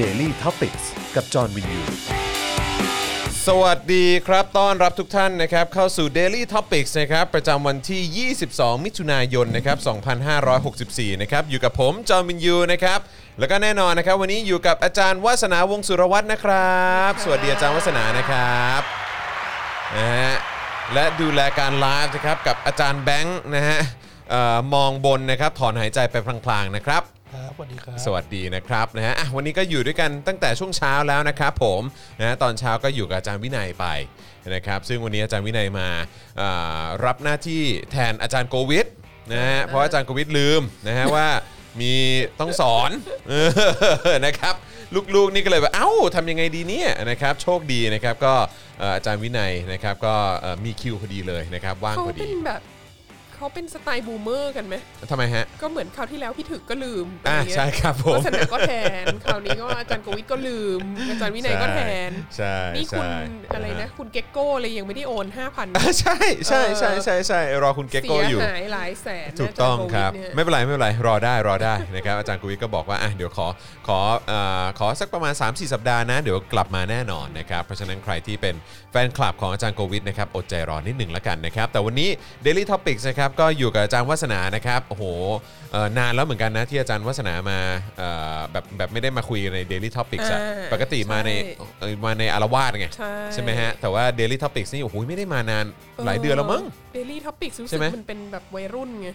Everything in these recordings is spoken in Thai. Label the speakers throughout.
Speaker 1: Daily t o p i c กกับจอห์นวินยู
Speaker 2: สวัสดีครับ ต้อนรับทุกท่านนะครับ เข้าสู่ Daily Topics นะครับ ประจำวันที่ 22 มิถุนายน นะครับ 2564 นะครับ อยู่กับผม จอมินยู นะครับ แล้วก็แน่นอนนะครับ วันนี้อยู่กับอาจารย์วัฒนาวงศ์สุรวัตรนะครับ สวัสดีอาจารย์วัฒนานะครับ นะฮะและดูแลการไลฟ์นะครับกับอาจารย์แบงค์นะฮะเอ่อมองบนนะครับถอนหายใจไปพลางๆนะครับ
Speaker 3: ครับสวัสดีครับ
Speaker 2: สวัสดีนะครับนะฮะอ่ะวันนี้ก็อยู่ด้วยกันตั้งแต่ช่วงเช้าแล้วนะครับผมนะฮะตอนเช้าก็อยู่กับอาจารย์วินัยไปนะครับซึ่งวันนี้อาจารย์วินัยมาอ่ารับหน้าที่แทนอาจารย์โกวิทนะฮะเพราะอาจารย์โกวิทลืมนะ ฮะว่ามีต้องสอน เออนะครับลูกๆนี่ก็เลยแบบเอ้าทำยังไงดีเนี่ยนะครับโชคดีนะครับก็เอ่ออาจารย์วินัยนะครับก็เอ่อมีคิวพอดีเลยนะครับว่าง
Speaker 4: เขา
Speaker 2: พอ
Speaker 4: เป็
Speaker 2: ดี
Speaker 4: นแบบเขาเป็นสไตล์บูมเมอร์กันไหม
Speaker 2: ทำไมฮะ
Speaker 4: ก็เหมือนคราวที่แล้วพี่ถึกก็ลืม
Speaker 2: อ่ะ
Speaker 4: ะไเงี้ย
Speaker 2: ใช่ครับผม
Speaker 4: ก็เสนอก็แทนคราวนี้ก็อาจารย์กวิทย์ก็ลืม อาจารย์วินัยก็แทน
Speaker 2: ใช่
Speaker 4: นี่
Speaker 2: ใช่
Speaker 4: คุณ
Speaker 2: ใช่
Speaker 4: อะไรนะ คุณเก็กโก้เลยยังไม่ได้โอนห้าพัน
Speaker 2: อ่ะใช่ใช่ใช่ใช่ใช่รอคุณเกก
Speaker 4: เสี
Speaker 2: โก้
Speaker 4: ย
Speaker 2: อยู่
Speaker 4: หายหลายแสนนะ
Speaker 2: ถูกต้อง
Speaker 4: าจาย์
Speaker 2: ครับ
Speaker 4: วิทย์
Speaker 2: ไม่
Speaker 4: เนี่ย
Speaker 2: เป็นไรไม่เป็นไรรอได้รอได้นะครับ อาจารย์กุวิทย์ก็บอกว่าอ่ะเดี๋ยวขอขอเอ่อขอสักประมาณ 3-4 สัปดาห์นะ เดี๋ยวกลับมาแน่นอนนะครับ เพราะฉะนั้นใครที่เป็นแฟนคลับของอาจารย์โกวิทย์นะครับอดใจรอนิดหนึ่งละกันนะครับ แต่วันนี้ Daily Topics นะครับก็อยู่กับอาจารย์วัฒนานะครับโอ้โหเอ่อนานแล้วเหมือนกันนะที่อาจารย์วัฒนามาเอ่อแบบแบบไม่ได้มาคุยกันใน Daily Topics อะ
Speaker 4: า
Speaker 2: ปกติมาใน
Speaker 4: ใช่
Speaker 2: เอ่อมาในอารวาสไง
Speaker 4: ใช่
Speaker 2: ใช่ไหมฮะแต่ว่า Daily Topics นี่โอ้โหไม่ได้มานานหลายเดือนแล้วมั้ง
Speaker 4: เดลี่ท็อปิกรู้
Speaker 2: ใช่
Speaker 4: สึก
Speaker 2: ไหม
Speaker 4: มันเป็นแบบวัยรุ่นไง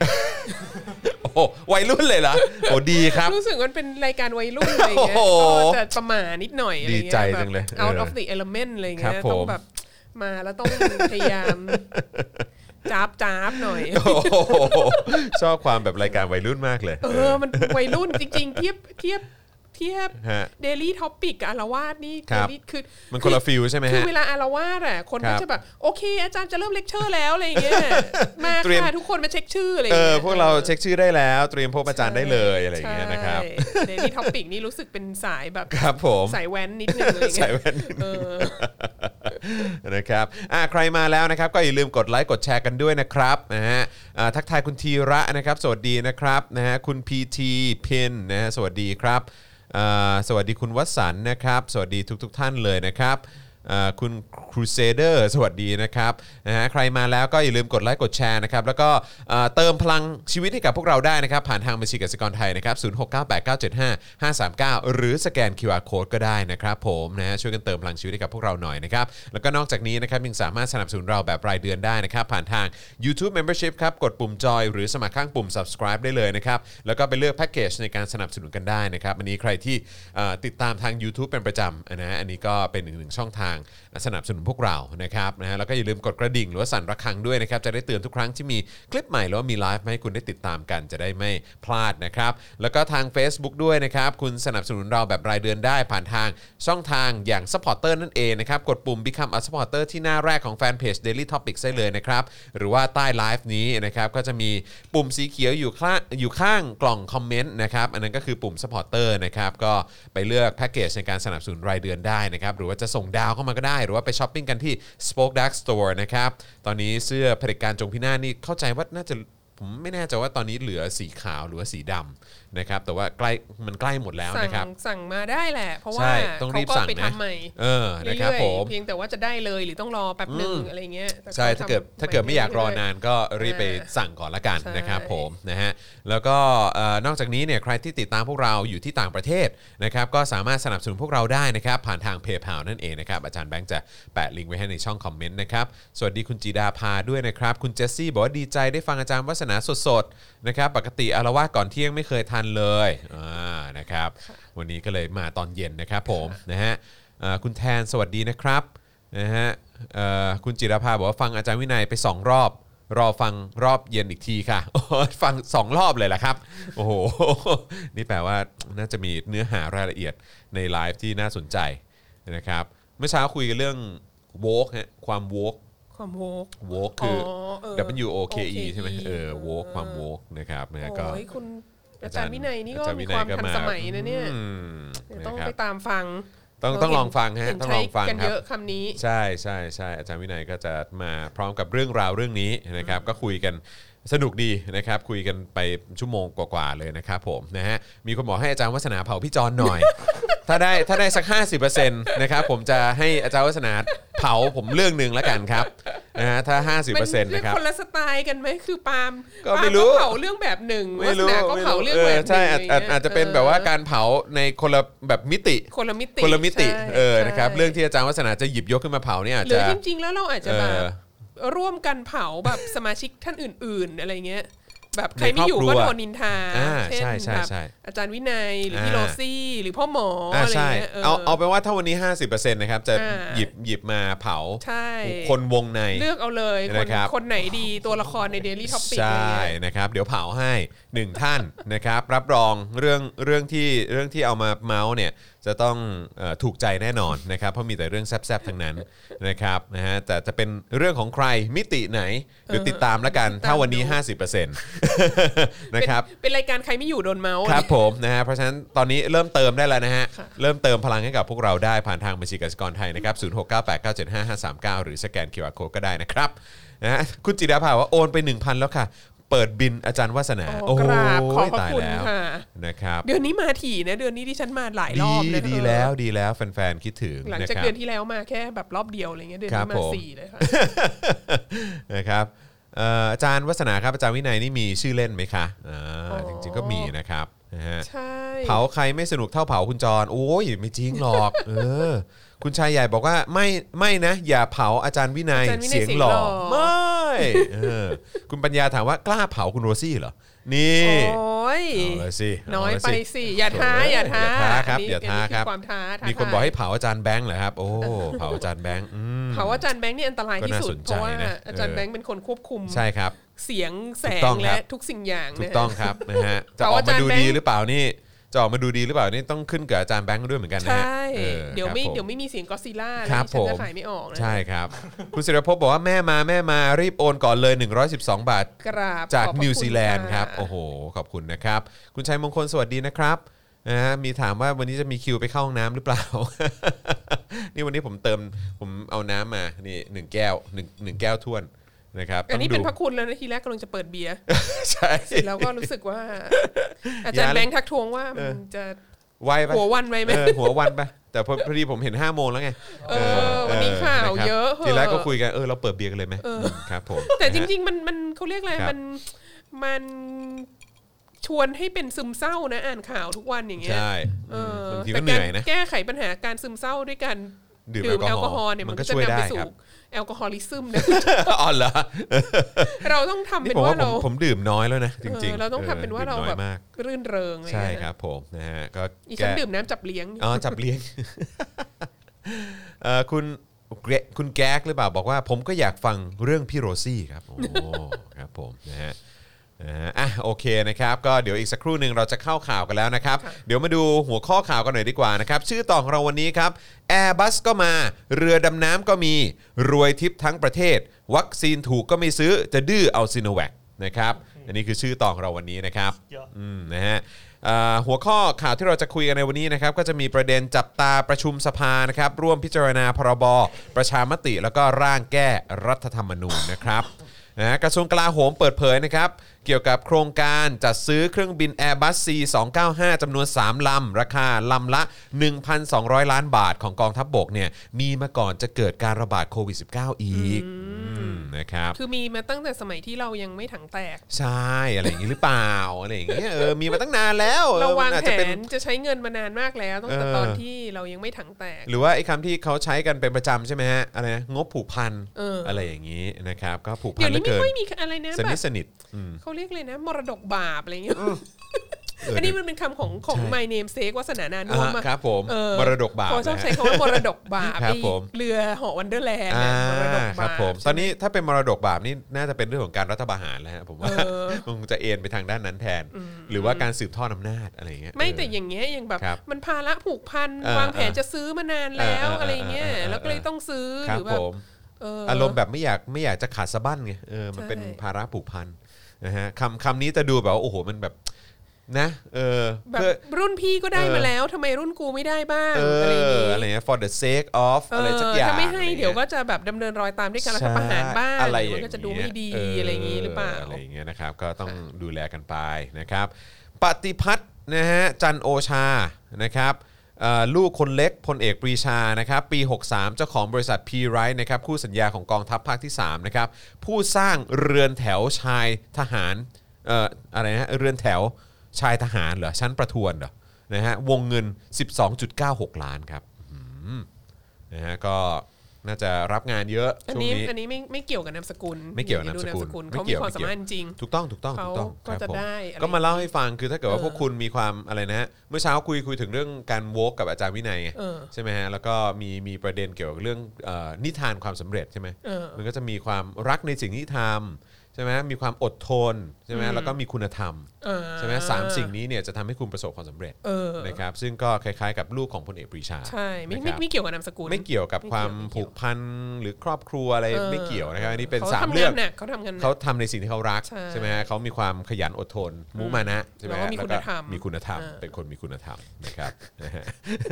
Speaker 2: โอ้โหวัยรุ่นเลยเหรอโอ้ดีครับ
Speaker 4: รู้สึกมันเป็นรายการวัยรุ่นอะไรเงี้ย
Speaker 2: โอ้โห
Speaker 4: ก็จะประหมานิดหน่อยอะไรเงี้ย
Speaker 2: ดีใจจังเลย
Speaker 4: แบบ out
Speaker 2: เออ
Speaker 4: of the element อะไร
Speaker 2: ครับ
Speaker 4: เงี้ย
Speaker 2: ผม
Speaker 4: ต้องแบบมาแล้วต้องพยายามจ้าบจ้าบหน่อย
Speaker 2: โอ้โหชอบความแบบรายการวัยรุ่นมากเลย
Speaker 4: เออ มันวัยรุ่นจริงๆ เทียบเทียบเทียบ
Speaker 2: ฮะ
Speaker 4: เดลี่ท็อปิกกับอารวาสนี่
Speaker 2: ครับ
Speaker 4: เดลี่คือ
Speaker 2: มันคนละฟิลใช่ไหม
Speaker 4: คือ
Speaker 2: ฮะ
Speaker 4: เวลาอารวาสอ่ะคน
Speaker 2: ครั
Speaker 4: ก็
Speaker 2: บ
Speaker 4: จะแบบ โอเค อาจารย์จะเริ่มเลคเชอร์แล้วอะไรอย่างเงี้ ยมา
Speaker 2: เตรียม
Speaker 4: ค่ะทุกคนมาเช็คชื่ออะไรอย่า
Speaker 2: เอง อ
Speaker 4: เงี้ย
Speaker 2: พวกเราเช็คชื่อได้แล้ว เตรียมพบอาจารย์ได้เลยอะไรอย่างเงี้ยนะครับ
Speaker 4: เดลี่ท็อปิกนี่รู้สึกเป็นสายแบบ
Speaker 2: ครับผม
Speaker 4: สายแว้นนิดนึงอะไรอย่าง
Speaker 2: ใส่
Speaker 4: เงี้ย
Speaker 2: แว่น
Speaker 4: เออ
Speaker 2: นะครับอ่ะใครมาแล้วนะครับ ก็อย่าลืมกดไลค์ กดแชร์กันด้วยนะครับนะฮะอ่าทักทายคุณธีระนะครับ สวัสดีนะครับนะฮะคุณ PT พินนะฮะสวัสดีครับอ่าสวัสดีคุณวัสันต์นะครับ สวัสดีทุกทท่านเลยนะครับอ่าคุณครูเซเดอร์สวัสดีนะครับนะฮะใครมาแล้วก็อย่าลืมกดไลค์ กดแชร์นะครับ แล้วก็อ่าเติมพลังชีวิตให้กับพวกเราได้นะครับ ผ่านทางบัญชีกสิกรไทยนะครับ0698975539 หรือสแกน QR Code ก็ได้นะครับผมนะฮะช่วยกันเติมพลังชีวิตให้กับพวกเราหน่อยนะครับ แล้วก็นอกจากนี้นะครับยังสามารถสนับสนุนเราแบบรายเดือนได้นะครับ ผ่านทาง YouTube Membership ครับ กดปุ่มจอยหรือสมัครข้างปุ่ม subscribe ได้เลยนะครับ แล้วก็ไปเลือกแพ็กเกจในการสนับสนุนกันได้นะครับอันนี้ใครที่เอ่อติดตามทาง YouTube เป็นประจำนะฮะอันนี้ก็เป็นอีกหนึ่งช่องทางสนับสนุนพวกเรานะครับนะฮะแล้วก็อย่าลืมกดกระดิ่งหรือว่าสั่นระฆังด้วยนะครับจะได้เตือนทุกครั้งที่มีคลิปใหม่หรือว่ามีไลฟ์มาให้คุณได้ติดตามกันจะได้ไม่พลาดนะครับแล้วก็ทาง Facebook ด้วยนะครับคุณสนับสนุนเราแบบรายเดือนได้ผ่านทางช่องทางอย่าง supporter นั่นเองนะครับ กดปุ่ม become a supporter ที่หน้าแรกของแฟนเพจ daily topics ได้เลยนะครับ หรือว่าใต้ไลฟ์นี้นะครับ ก็จะมีปุ่มสีเขียวอยู่ข้างอยู่ข้างกล่องคอมเมนต์นะครับ อันนั้นก็คือปุ่ม supporter นะครับ ก็ไปเลือกแพ็กเกจในการสนับสนุนรายเดือนได้นะครับ หรือว่าจะส่งดาวเข้ามาก็ได้ หรือว่าไปช้อปปิ้งกันที่ spoke dark store นะครับ ตอนนี้เสื้อเผลิตการจงพินาศนี่เข้าใจว่าน่าจะ ผมไม่แน่ใจว่าตอนนี้เหลือสีขาวหรือว่าสีดำนะครับ แต่ว่าใกล้มันใกล้หมดแล้ว
Speaker 4: สั่ง
Speaker 2: นะครับ
Speaker 4: สั่งมาได้แหละ เพราะ
Speaker 2: ใช่
Speaker 4: ว่า
Speaker 2: ต้อง
Speaker 4: เขา
Speaker 2: รีบ
Speaker 4: ก็
Speaker 2: สั่ง
Speaker 4: ไป
Speaker 2: นะ
Speaker 4: ทำใหม่
Speaker 2: เออนะครับ
Speaker 4: เรื่อย
Speaker 2: ผม
Speaker 4: ๆเพียงแต่ว่าจะได้เลยหรือต้องรอแป๊บหนึ่งอะไรเงี้ยแต่
Speaker 2: ใช่ถ้าเกิด
Speaker 4: ทำ
Speaker 2: ถ้าเกิดไม่อยากรอ
Speaker 4: เๆ
Speaker 2: นานก็รีบไปสั่งก่อนละกัน
Speaker 4: ใช่
Speaker 2: นะครับผมนะฮะแล้วก็เอ่อนอกจากนี้เนี่ยใครที่ติดตามพวกเราอยู่ที่ต่างประเทศนะครับก็สามารถสนับสนุนพวกเราได้นะครับ ผ่านทางเพย์เพานั่นเองนะครับอาจารย์แบงค์จะแปะลิงก์ไว้ให้ในช่องคอมเมนต์นะครับสวัสดีคุณจีดาพาด้วยนะครับ คุณเจสซี่บอกว่าดีใจได้ฟังอาจารย์วัฒนาสดๆนะครับปกติอารวาสก่อนเที่ยงไม่เคยทันเลยอ่านะครับวันนี้ก็เลยมาตอนเย็นนะครับผมนะฮะเอ่อคุณแทนสวัสดีนะครับ นะฮะเอ่อคุณจิรภาบอกว่าฟังอาจารย์วินัยไป 2 รอบ รอฟังรอบเย็นอีกทีค่ะ โอ้ยฟัง 2 รอบเลยละครับ โอ้โห นี่แปลว่าน่าจะมีเนื้อหารายละเอียดในไลฟ์ที่น่าสนใจนะครับ เมื่อเช้าคุยกันเรื่องโวกฮะความโวก
Speaker 4: ความโวก
Speaker 2: โวกคืออ
Speaker 4: อ
Speaker 2: W O K E
Speaker 4: OKE
Speaker 2: ใช่ไหมเออโวกความโวกนะครับนะฮะก็
Speaker 4: โอ้ยคุณอาจารย์วินัยนี่ก็
Speaker 2: อาจารย์วิ
Speaker 4: มี
Speaker 2: นัยว
Speaker 4: คาม
Speaker 2: ก็
Speaker 4: ทัน
Speaker 2: มา
Speaker 4: สมัยนะเนี่ย
Speaker 2: อืม
Speaker 4: เดี๋ยว
Speaker 2: นะ
Speaker 4: ต้อง
Speaker 2: ครับ
Speaker 4: ไปตามฟัง
Speaker 2: ต้องต้องลองฟังฮะ
Speaker 4: เห็น
Speaker 2: ต้องลองฟัง
Speaker 4: ใช้กัน
Speaker 2: ครับ
Speaker 4: เยอะคำนี้
Speaker 2: ใช่ใช่ใช่อาจารย์วินัยก็จะมาพร้อมกับเรื่องราวเรื่องนี้นะครับ ก็คุยกัน สนุกดีนะครับ คุยกันไปชั่วโมงกว่าๆเลยนะครับผมนะฮะมีคนบอกให้อาจารย์วัฒนาเผาพี่จอนหน่อย ถ้าได้ถ้าได้สัก 50%นะครับผมจะให้อาจารย์วัฒนาเผาผมเรื่องหนึ่งแล้วกันครับนะฮะถ้า 50%
Speaker 4: มั
Speaker 2: นะครับ
Speaker 4: คนละสไตล์กันไหมคือปาล์ม
Speaker 2: ก็
Speaker 4: ปาล์
Speaker 2: ไม่รู้
Speaker 4: เผาเรื่องแบบหนึ่งวั
Speaker 2: ไม่
Speaker 4: ฒ
Speaker 2: รู้
Speaker 4: นาก็เผาเรื่อง
Speaker 2: เอ
Speaker 4: แบ
Speaker 2: อบ
Speaker 4: หนึ่ง
Speaker 2: ใช่อาจอาจ
Speaker 4: ย่งงี้ย
Speaker 2: อาจจะเป็นแบบว่าการเผาในคนละแบบมิติ
Speaker 4: คนละมิติ
Speaker 2: คนละมิติ
Speaker 4: ใช่
Speaker 2: เออนะครับ
Speaker 4: ใช่
Speaker 2: เรื่องที่อาจารย์วัฒนาจะหยิบยกขึ้นมาเผาเนี่ยอาจ
Speaker 4: หรือ
Speaker 2: จะ
Speaker 4: จริงๆ แล้วเราอาจจะ
Speaker 2: เออ
Speaker 4: แบบร่วมกันเผาแบบสมาชิกท่านอื่น ๆ อะไรเงี้ย แบบใครไม่อยู่ก็โดนนินทา
Speaker 2: อ่า
Speaker 4: เช่น
Speaker 2: ใช่ใช่
Speaker 4: แบบ
Speaker 2: ใช่
Speaker 4: อาจารย์วินัยหรืออา พี่โรซี่หรือพ่อหมอ
Speaker 2: อ่า
Speaker 4: อะไร
Speaker 2: ใช่
Speaker 4: เงี้ย
Speaker 2: เอาเอาเป็นว่าถ้าวันนี้ 50%นะครับจะ
Speaker 4: อ่า
Speaker 2: หยิบหยิบมาเผา
Speaker 4: ใช่
Speaker 2: คนวงใน
Speaker 4: เลือกเอาเลยคน
Speaker 2: นะครับ
Speaker 4: คนไหนดีตัวละครใน Daily Topic
Speaker 2: ใช
Speaker 4: อะไร
Speaker 2: ่
Speaker 4: เงี้ย
Speaker 2: นะครับ เดี๋ยวเผาให้หนึ่งท่าน นะครับ รับรองเรื่องเรื่องที่เรื่องที่เอามาเมาส์เนี่ยจะต้องเอ่อถูกใจแน่นอนนะครับ เพราะมีแต่เรื่องแซ่บๆทั้งนั้นนะครับนะฮะแต่จะเป็นเรื่องของใครมิติไหนเดี๋ยวติดตามแล้วกัน
Speaker 4: ติดตาม
Speaker 2: ถ้าวันนี้ 50%นะครับ
Speaker 4: เป็นเป็นรายการใครไม่อยู่โดนเมาส์
Speaker 2: ครับผมนะฮะเพราะฉะนั้นตอนนี้เริ่มเติมได้แล้วนะฮะ เริ่มเติมพลังให้กับพวกเราได้ผ่านทางบัญชีกสิกรไทยนะครับ0 6 9 8 9 7 5 5 3 9 หรือสแกน QR Code ก็ได้นะครับนะฮะคุณจิดาภาว่าโอนไป 1,000 แล้วค่ะ เปิดบินอาจารย์วัสนา
Speaker 4: โอ้
Speaker 2: โอ้โห
Speaker 4: กราบขอบพระ
Speaker 2: ตาย
Speaker 4: คุณ
Speaker 2: แล้ว
Speaker 4: ค่ะ
Speaker 2: นะครับ
Speaker 4: เดือนนี้มาถี่นะ เดือนนี้ที่ฉันมาหลายร
Speaker 2: ดี
Speaker 4: อบนะ
Speaker 2: ดี
Speaker 4: เออ
Speaker 2: แล้วดีแล้วแฟนๆ คิดถึง
Speaker 4: หลัง
Speaker 2: นะ
Speaker 4: จาก
Speaker 2: ครับ
Speaker 4: เดือนที่แล้วมาแค่แบบรอบเดียวอะไรเงี้ยเดือน
Speaker 2: ครับ
Speaker 4: นี้มา
Speaker 2: ผม
Speaker 4: สี่เลยค่ะ
Speaker 2: นะครับเอ่ออาจารย์วัสนาครับอาจารย์วินัยนี่มีชื่อเล่นไหมคะอ่
Speaker 4: อ๋
Speaker 2: า
Speaker 4: อ
Speaker 2: จริงๆก็มีนะครับนะฮะ
Speaker 4: ใช่
Speaker 2: เผาใครไม่สนุกเท่าเผาคุณจร โอ้ยไม่จริงหรอก เออ คุณชายใหญ่บอกว่าไม่ไม่นะ อย่าเผาอาจารย์วินัย
Speaker 4: อาจารย์วินั
Speaker 2: เสียงหล่อ
Speaker 4: เสียงหล่อ
Speaker 2: ไม่เออ คุณปัญญาถามว่ากล้าเผาคุณโรซี่เหรอ นี่
Speaker 4: โอ้ย
Speaker 2: เอาละสิ
Speaker 4: น้อย
Speaker 2: เาละ
Speaker 4: ไปสิ อย่าท้าอย่าท้า
Speaker 2: อย่าท้าครับ
Speaker 4: อันนี้
Speaker 2: อย่าท้า
Speaker 4: อันนี้
Speaker 2: ครับ
Speaker 4: อความท้าท้า
Speaker 2: มีคน
Speaker 4: ทย
Speaker 2: บอกให้เผาอาจารย์แบงค์เหรอครับ โอ้เผาอาจารย์แบงค์อืม
Speaker 4: เผาอาจารย์แบงค์เนี่ยอันตราย
Speaker 2: ก็
Speaker 4: ที่
Speaker 2: น่า
Speaker 4: สุ
Speaker 2: ส
Speaker 4: ด
Speaker 2: นใจ
Speaker 4: เพราะว่า
Speaker 2: นะ
Speaker 4: อาจารย์
Speaker 2: เออ
Speaker 4: แบงค์เป็นคนควบคุม
Speaker 2: ใช่ครับ
Speaker 4: เสียงแส
Speaker 2: ถู
Speaker 4: ง
Speaker 2: กต้องครับ
Speaker 4: และทุกสิ่งอย่าง
Speaker 2: ถูก
Speaker 4: นะ
Speaker 2: ต้อง ครับนะฮะจะ
Speaker 4: เผา
Speaker 2: ออก
Speaker 4: อา
Speaker 2: มา
Speaker 4: จารย์
Speaker 2: ดู
Speaker 4: แบงค์
Speaker 2: ดีหรือเปล่านี่จะออกมาดูดีหรือเปล่านี่ต้องขึ้นกับอาจารย์แบงค์ด้วยเหมือนกันนะฮะ
Speaker 4: ใช่
Speaker 2: ออ
Speaker 4: เดี๋ยวไม่
Speaker 2: ครับผ
Speaker 4: เดี๋ยวไม่มีเสียงก็อดซิลล่า
Speaker 2: ครั
Speaker 4: แล้ว
Speaker 2: บ
Speaker 4: ฉันจะ
Speaker 2: ผม
Speaker 4: ขายไม่ออกนะ
Speaker 2: ใช่ครับ คุณศิรภพบอกว่าแม่มาแม่มารีบโอนก่อนเลย 112 บาท
Speaker 4: กราบ
Speaker 2: จาก
Speaker 4: ขอบพระ
Speaker 2: นิว
Speaker 4: คุณ
Speaker 2: ซีแลนด์
Speaker 4: ะ
Speaker 2: ครับ โอ้โห ขอบคุณนะครับ คุณชัยมงคลสวัสดีนะครับนะฮะมีถามว่าวันนี้จะมีคิวไปเข้าห้องน้ำหรือเปล่า นี่วันนี้ผมเติมผมเอาน้ำมานี่หนึ่งแก้วหนึ่งหนึ่งแก้วท้วนนะครับ
Speaker 4: อันนี้
Speaker 2: ต้
Speaker 4: เป็
Speaker 2: ง
Speaker 4: น
Speaker 2: ดู
Speaker 4: พระคุณแล้วนะทีแรกกำลังจะเปิดเบียร์
Speaker 2: ใช่
Speaker 4: เสร็จแล้วก็รู้สึกว่า อาจารย์แบงค์ทักทวงว่ามันจะ
Speaker 2: ไวปะ
Speaker 4: หัววันไว้ไหม
Speaker 2: เออหัววันปะแต่พอพอดีผมเห็น5้าโมงแล้วไง
Speaker 4: เออวันนี้ข่าว
Speaker 2: นะครับ
Speaker 4: เยอะเหอะ
Speaker 2: ทีแรกก็คุยกันเออเราเปิดเบียร์กันเลยไหม
Speaker 4: เออ
Speaker 2: ครับผม
Speaker 4: แต่จริง ๆ มันมันเขาเรียกอะไร
Speaker 2: ครับ
Speaker 4: มันมันชวนให้เป็นซึมเศร้านะ อ่านข่าวทุกวันอย่างเงี้ย
Speaker 2: ใช่
Speaker 4: เออ
Speaker 2: อืมบางที
Speaker 4: แต่
Speaker 2: ก็เหนื่อยนะ
Speaker 4: แก้ไขปัญหาการซึมเศร้าด้วยการ
Speaker 2: ดื่ม
Speaker 4: ดื่ม
Speaker 2: แอ
Speaker 4: แอ
Speaker 2: ล
Speaker 4: ล
Speaker 2: กอ
Speaker 4: กอ
Speaker 2: ฮ
Speaker 4: ฮ
Speaker 2: อ
Speaker 4: อ
Speaker 2: ล์
Speaker 4: ล์เนี่ย
Speaker 2: มั
Speaker 4: มัน น
Speaker 2: ก็
Speaker 4: ก็จะ
Speaker 2: ช่วย
Speaker 4: นำไป
Speaker 2: ได้
Speaker 4: สู่
Speaker 2: ครับ
Speaker 4: แอลกอฮอลิซึมนะ
Speaker 2: อ๋อเหรอ
Speaker 4: เราต้องทำ
Speaker 2: นี่
Speaker 4: เป็น
Speaker 2: ผม
Speaker 4: ว่า
Speaker 2: ว่าผม
Speaker 4: เรา
Speaker 2: ผมดื่มน้อยแล้วนะ จ
Speaker 4: เอ
Speaker 2: ริง
Speaker 4: อ
Speaker 2: ๆ
Speaker 4: เราต้องทำเป็นว่าเรา
Speaker 2: ดื่ม
Speaker 4: แบ
Speaker 2: น้
Speaker 4: บ
Speaker 2: อยมาก
Speaker 4: รื่นเริงอะไร
Speaker 2: ใช่
Speaker 4: เงี้ย
Speaker 2: ครับผมนะฮะก็
Speaker 4: อีฉัน
Speaker 2: แก้
Speaker 4: ดื่มน้ำจับเลี้ยง
Speaker 2: อ๋อจับเลี้ยงเอ่อคุณเกรคุณแก๊กหรือเปล่าบอกว่า ผมก็อยากฟังเรื่องพี่โรซี่ครับ โอ้ ครับผมนะฮะนะฮะอ่ะโอเคนะครับ ก็เดี๋ยวอีกสักครู่หนึ่งเราจะเข้าข่าวกันแล้วนะครับ เดี๋ยวมาดูหัวข้อข่าวกันหน่อยดีกว่านะครับ ชื่อต่อของเราวันนี้ครับ Airbus ก็มา เรือดำน้ำก็มีรวยทิพย์ทั้งประเทศ วัคซีนถูกก็ไม่ซื้อจะดื้อเอาซีโนแวคนะครับ อันนี้คือชื่อต่อของเราวันนี้นะครับ อืมนะฮะเอ่อหัวข้อข่าวที่เราจะคุยกันในวันนี้นะครับก็จะมีประเด็นจับตาประชุมสภานะครับร่วมพิจารณาพรบประชามติแล้วก็ร่างแก้รัฐธรรมนูญนะครับนะฮะกระทรวงกลาโหมเปิดเผยนะครับเกี่ยวกับโครงการจัดซื้อเครื่องบิน Airbus C295 จำนวน 3 ลำ ราคาลำละ 1,200 ล้านบาทของกองทัพบบกเนี่ยมีมาก่อนจะเกิดการระบาดโควิด -19 อีกอืมนะครับ
Speaker 4: คือมีมาตั้งแต่สมัยที่เรายังไม่ถังแตก
Speaker 2: ใช่ อะไรอย่างนี้หรือเปล่า อะไรอย่างเงี้ยเออมีมาตั้งนานแล้วออ
Speaker 4: เราวาง
Speaker 2: มันอาจ
Speaker 4: แผ
Speaker 2: จะเป็น
Speaker 4: นจะใช้เงินมานานมากแล้วตั้งแต่
Speaker 2: เออ
Speaker 4: ตอนที่เรายังไม่ถังแตก
Speaker 2: หรือว่าไอ้คำที่เขาใช้กันเป็นประจำใช่ไหมฮะอะไรนะงบผูกพัน
Speaker 4: เอออ
Speaker 2: อะไรอย่างนี้นะครับ ก็ผูกพั
Speaker 4: เดี๋ย
Speaker 2: น
Speaker 4: ว
Speaker 2: เหลื
Speaker 4: นี้
Speaker 2: อเกิน
Speaker 4: ไม่ค่อยมีอะไรนะ
Speaker 2: ส
Speaker 4: แบ
Speaker 2: นิท
Speaker 4: บ
Speaker 2: สนิทอืม
Speaker 4: เขาเรียกเลยนะ มรดกบาปอะไรอย่างเงี้ย
Speaker 2: เออ
Speaker 4: อัน
Speaker 2: เดี๋
Speaker 4: นี้
Speaker 2: ยว
Speaker 4: มันเป็นคำของของ
Speaker 2: ใช่
Speaker 4: my name sake วาสนานานุ่ม
Speaker 2: อ่า
Speaker 4: อะ
Speaker 2: ครับผม
Speaker 4: เออ
Speaker 2: มรดกบาป
Speaker 4: เขาชอบ
Speaker 2: นะ
Speaker 4: ใช้
Speaker 2: ฮะ
Speaker 4: คำว่ามรดกบาป
Speaker 2: ครับ
Speaker 4: ไอ้
Speaker 2: ผม
Speaker 4: เรือเหอวันเดอร์แลนด์
Speaker 2: อ่า
Speaker 4: เนี่ยมรดก
Speaker 2: ครับ
Speaker 4: บาป
Speaker 2: ผมตอนนี้ถ้าเป็นมรดกบาปนี่น่าจะเป็นเรื่องของการรัฐประหารแล้วฮะผมว่า
Speaker 4: เออ
Speaker 2: คงจะเอ็นไปทางด้านนั้นแทน หรือว่าการสืบทอดอำนาจอะไรอย่างเงี้ย
Speaker 4: ไม่
Speaker 2: เออ
Speaker 4: แต่อย่างเงี้ยอย่างแบบ
Speaker 2: ครับ
Speaker 4: มันภาระผูกพัน
Speaker 2: เออ
Speaker 4: วางแผน
Speaker 2: เออ
Speaker 4: จะซื้อมานานแล้ว
Speaker 2: เออเออ
Speaker 4: อะไรเงี้ย
Speaker 2: เออเออ
Speaker 4: แล้วก็เลยต้องซื้อ
Speaker 2: ค
Speaker 4: ห
Speaker 2: รับ
Speaker 4: รือแบบ
Speaker 2: ผม
Speaker 4: เอออ
Speaker 2: อารมณ์แบบไม่อยากไม่อยากจะขาดสะบั้นไงเออมัน
Speaker 4: ใช่
Speaker 2: เป็นภาระผูกพันนะฮะคำคำนี้จะดูแบบว่าโอ้โหมันแบบ นะเออ
Speaker 4: แบบ
Speaker 2: เพื่อ
Speaker 4: รุ่นพี่ก็ได้
Speaker 2: เออ
Speaker 4: มาแล้วทำไมรุ่นกูไม่ได้บ้าง
Speaker 2: เอ
Speaker 4: อะไรอย่าง
Speaker 2: อ
Speaker 4: งี้
Speaker 2: อะไรเงี้ย for the sake of
Speaker 4: เอ
Speaker 2: อะไร
Speaker 4: อ
Speaker 2: สักอย่าง
Speaker 4: ถ้าไม่ให้
Speaker 2: อะรงี้
Speaker 4: เดี๋ยวก็จะแบบดำเนินรอยตามด้วยการรัฐประหารบ้าง
Speaker 2: อะไรอ
Speaker 4: มั
Speaker 2: ย่าง
Speaker 4: น
Speaker 2: เงี้ย
Speaker 4: ก็จะดูไม่ดีอะไรอย่างงี้หรือเปล่า
Speaker 2: อะไรอย่างเงี้ยนะครับก็ต้องดูแลกันไปนะครับ ปฏิพัฒน์นะฮะจันโอชานะครับเอ่อลูกคนเล็กพลเอกปรีชานะครับปี 63 เจ้าของบริษัท p r i นะครับคู่สัญญาของกองทัพภาคที่3นะครับผู้สร้างเรือนแถวชายทหารเอ่ออะไรนะเรือนแถวชายทหารเหรอชั้นประทวนเหรอนะฮะวงเงิน 12.96 ล้านครับอืมนะฮะก็น่าจะรับงานเยอะ
Speaker 4: อัน
Speaker 2: ช่วง
Speaker 4: นี้
Speaker 2: นี้
Speaker 4: อันนี้ไม่ไม่เกี่ยวกับนามสกุล
Speaker 2: ไม่เกี่ยวกับนามสกุล
Speaker 4: เขา
Speaker 2: ไม่เกี่
Speaker 4: มี
Speaker 2: ยว
Speaker 4: ความ
Speaker 2: ไม่
Speaker 4: สา
Speaker 2: เกี่ยว
Speaker 4: มารถจริง
Speaker 2: ถูกต้องถูกต้อง
Speaker 4: เขา
Speaker 2: ถูกต้องค
Speaker 4: ก็
Speaker 2: รับ
Speaker 4: จะ
Speaker 2: ผม
Speaker 4: ได้อะไร
Speaker 2: ก็มาเล่าให้ฟังคือถ้าเกิดว่า
Speaker 4: เอ
Speaker 2: พ
Speaker 4: อ
Speaker 2: วกคุณมีความอะไรนะฮะเมื่อเช้าคุยคุยถึงเรื่องการโวกกับอาจารย์วินัยไง
Speaker 4: เออ
Speaker 2: ใช่ไหมฮะแล้วก็มีมีประเด็นเกี่ยวกับเรื่องเอ่อนิทานความสำเร็จใช่ไหม
Speaker 4: เออ
Speaker 2: มันก็จะมีความรักในสิ่งที่ทำใช่ไหมมีความอดทนใช่ไหม
Speaker 4: อืม
Speaker 2: แล้วก็มีคุณธรรม
Speaker 4: เออ
Speaker 2: ใช่ไหมสามสิ่งนี้เนี่ยจะทำให้คุณประสบความสำเร็จ
Speaker 4: เออ
Speaker 2: นะครับซึ่งก็คล้ายๆกับลูกของพลเอกปรีชา
Speaker 4: ใช่ไม่
Speaker 2: นะค
Speaker 4: ไม่
Speaker 2: รับ
Speaker 4: ไม่เกี่ยวกับนามสกุล
Speaker 2: ไม่เกี่ยวกับ
Speaker 4: ไม่
Speaker 2: ค
Speaker 4: เกี่ยว
Speaker 2: วาม
Speaker 4: ไม่เกี่
Speaker 2: ผู
Speaker 4: ยว
Speaker 2: กพันหรือครอบครัวอะไรไม่เกี่ยวนะครับอันนี้เป็น
Speaker 4: ข
Speaker 2: สามเรื่อง
Speaker 4: ทำนหนักเขาทำงานหนัก
Speaker 2: เขาทำในสิ่งที่เขารัก
Speaker 4: ใช่
Speaker 2: ใช่ไหมฮะเขามีความขยันอดทน มุมานะใช่ไหม
Speaker 4: แล้วก็
Speaker 2: ฮะ
Speaker 4: มีคุณธรรม
Speaker 2: มีคุณธรรม
Speaker 4: เออ
Speaker 2: เป็นคนมีคุณธรรมนะครับ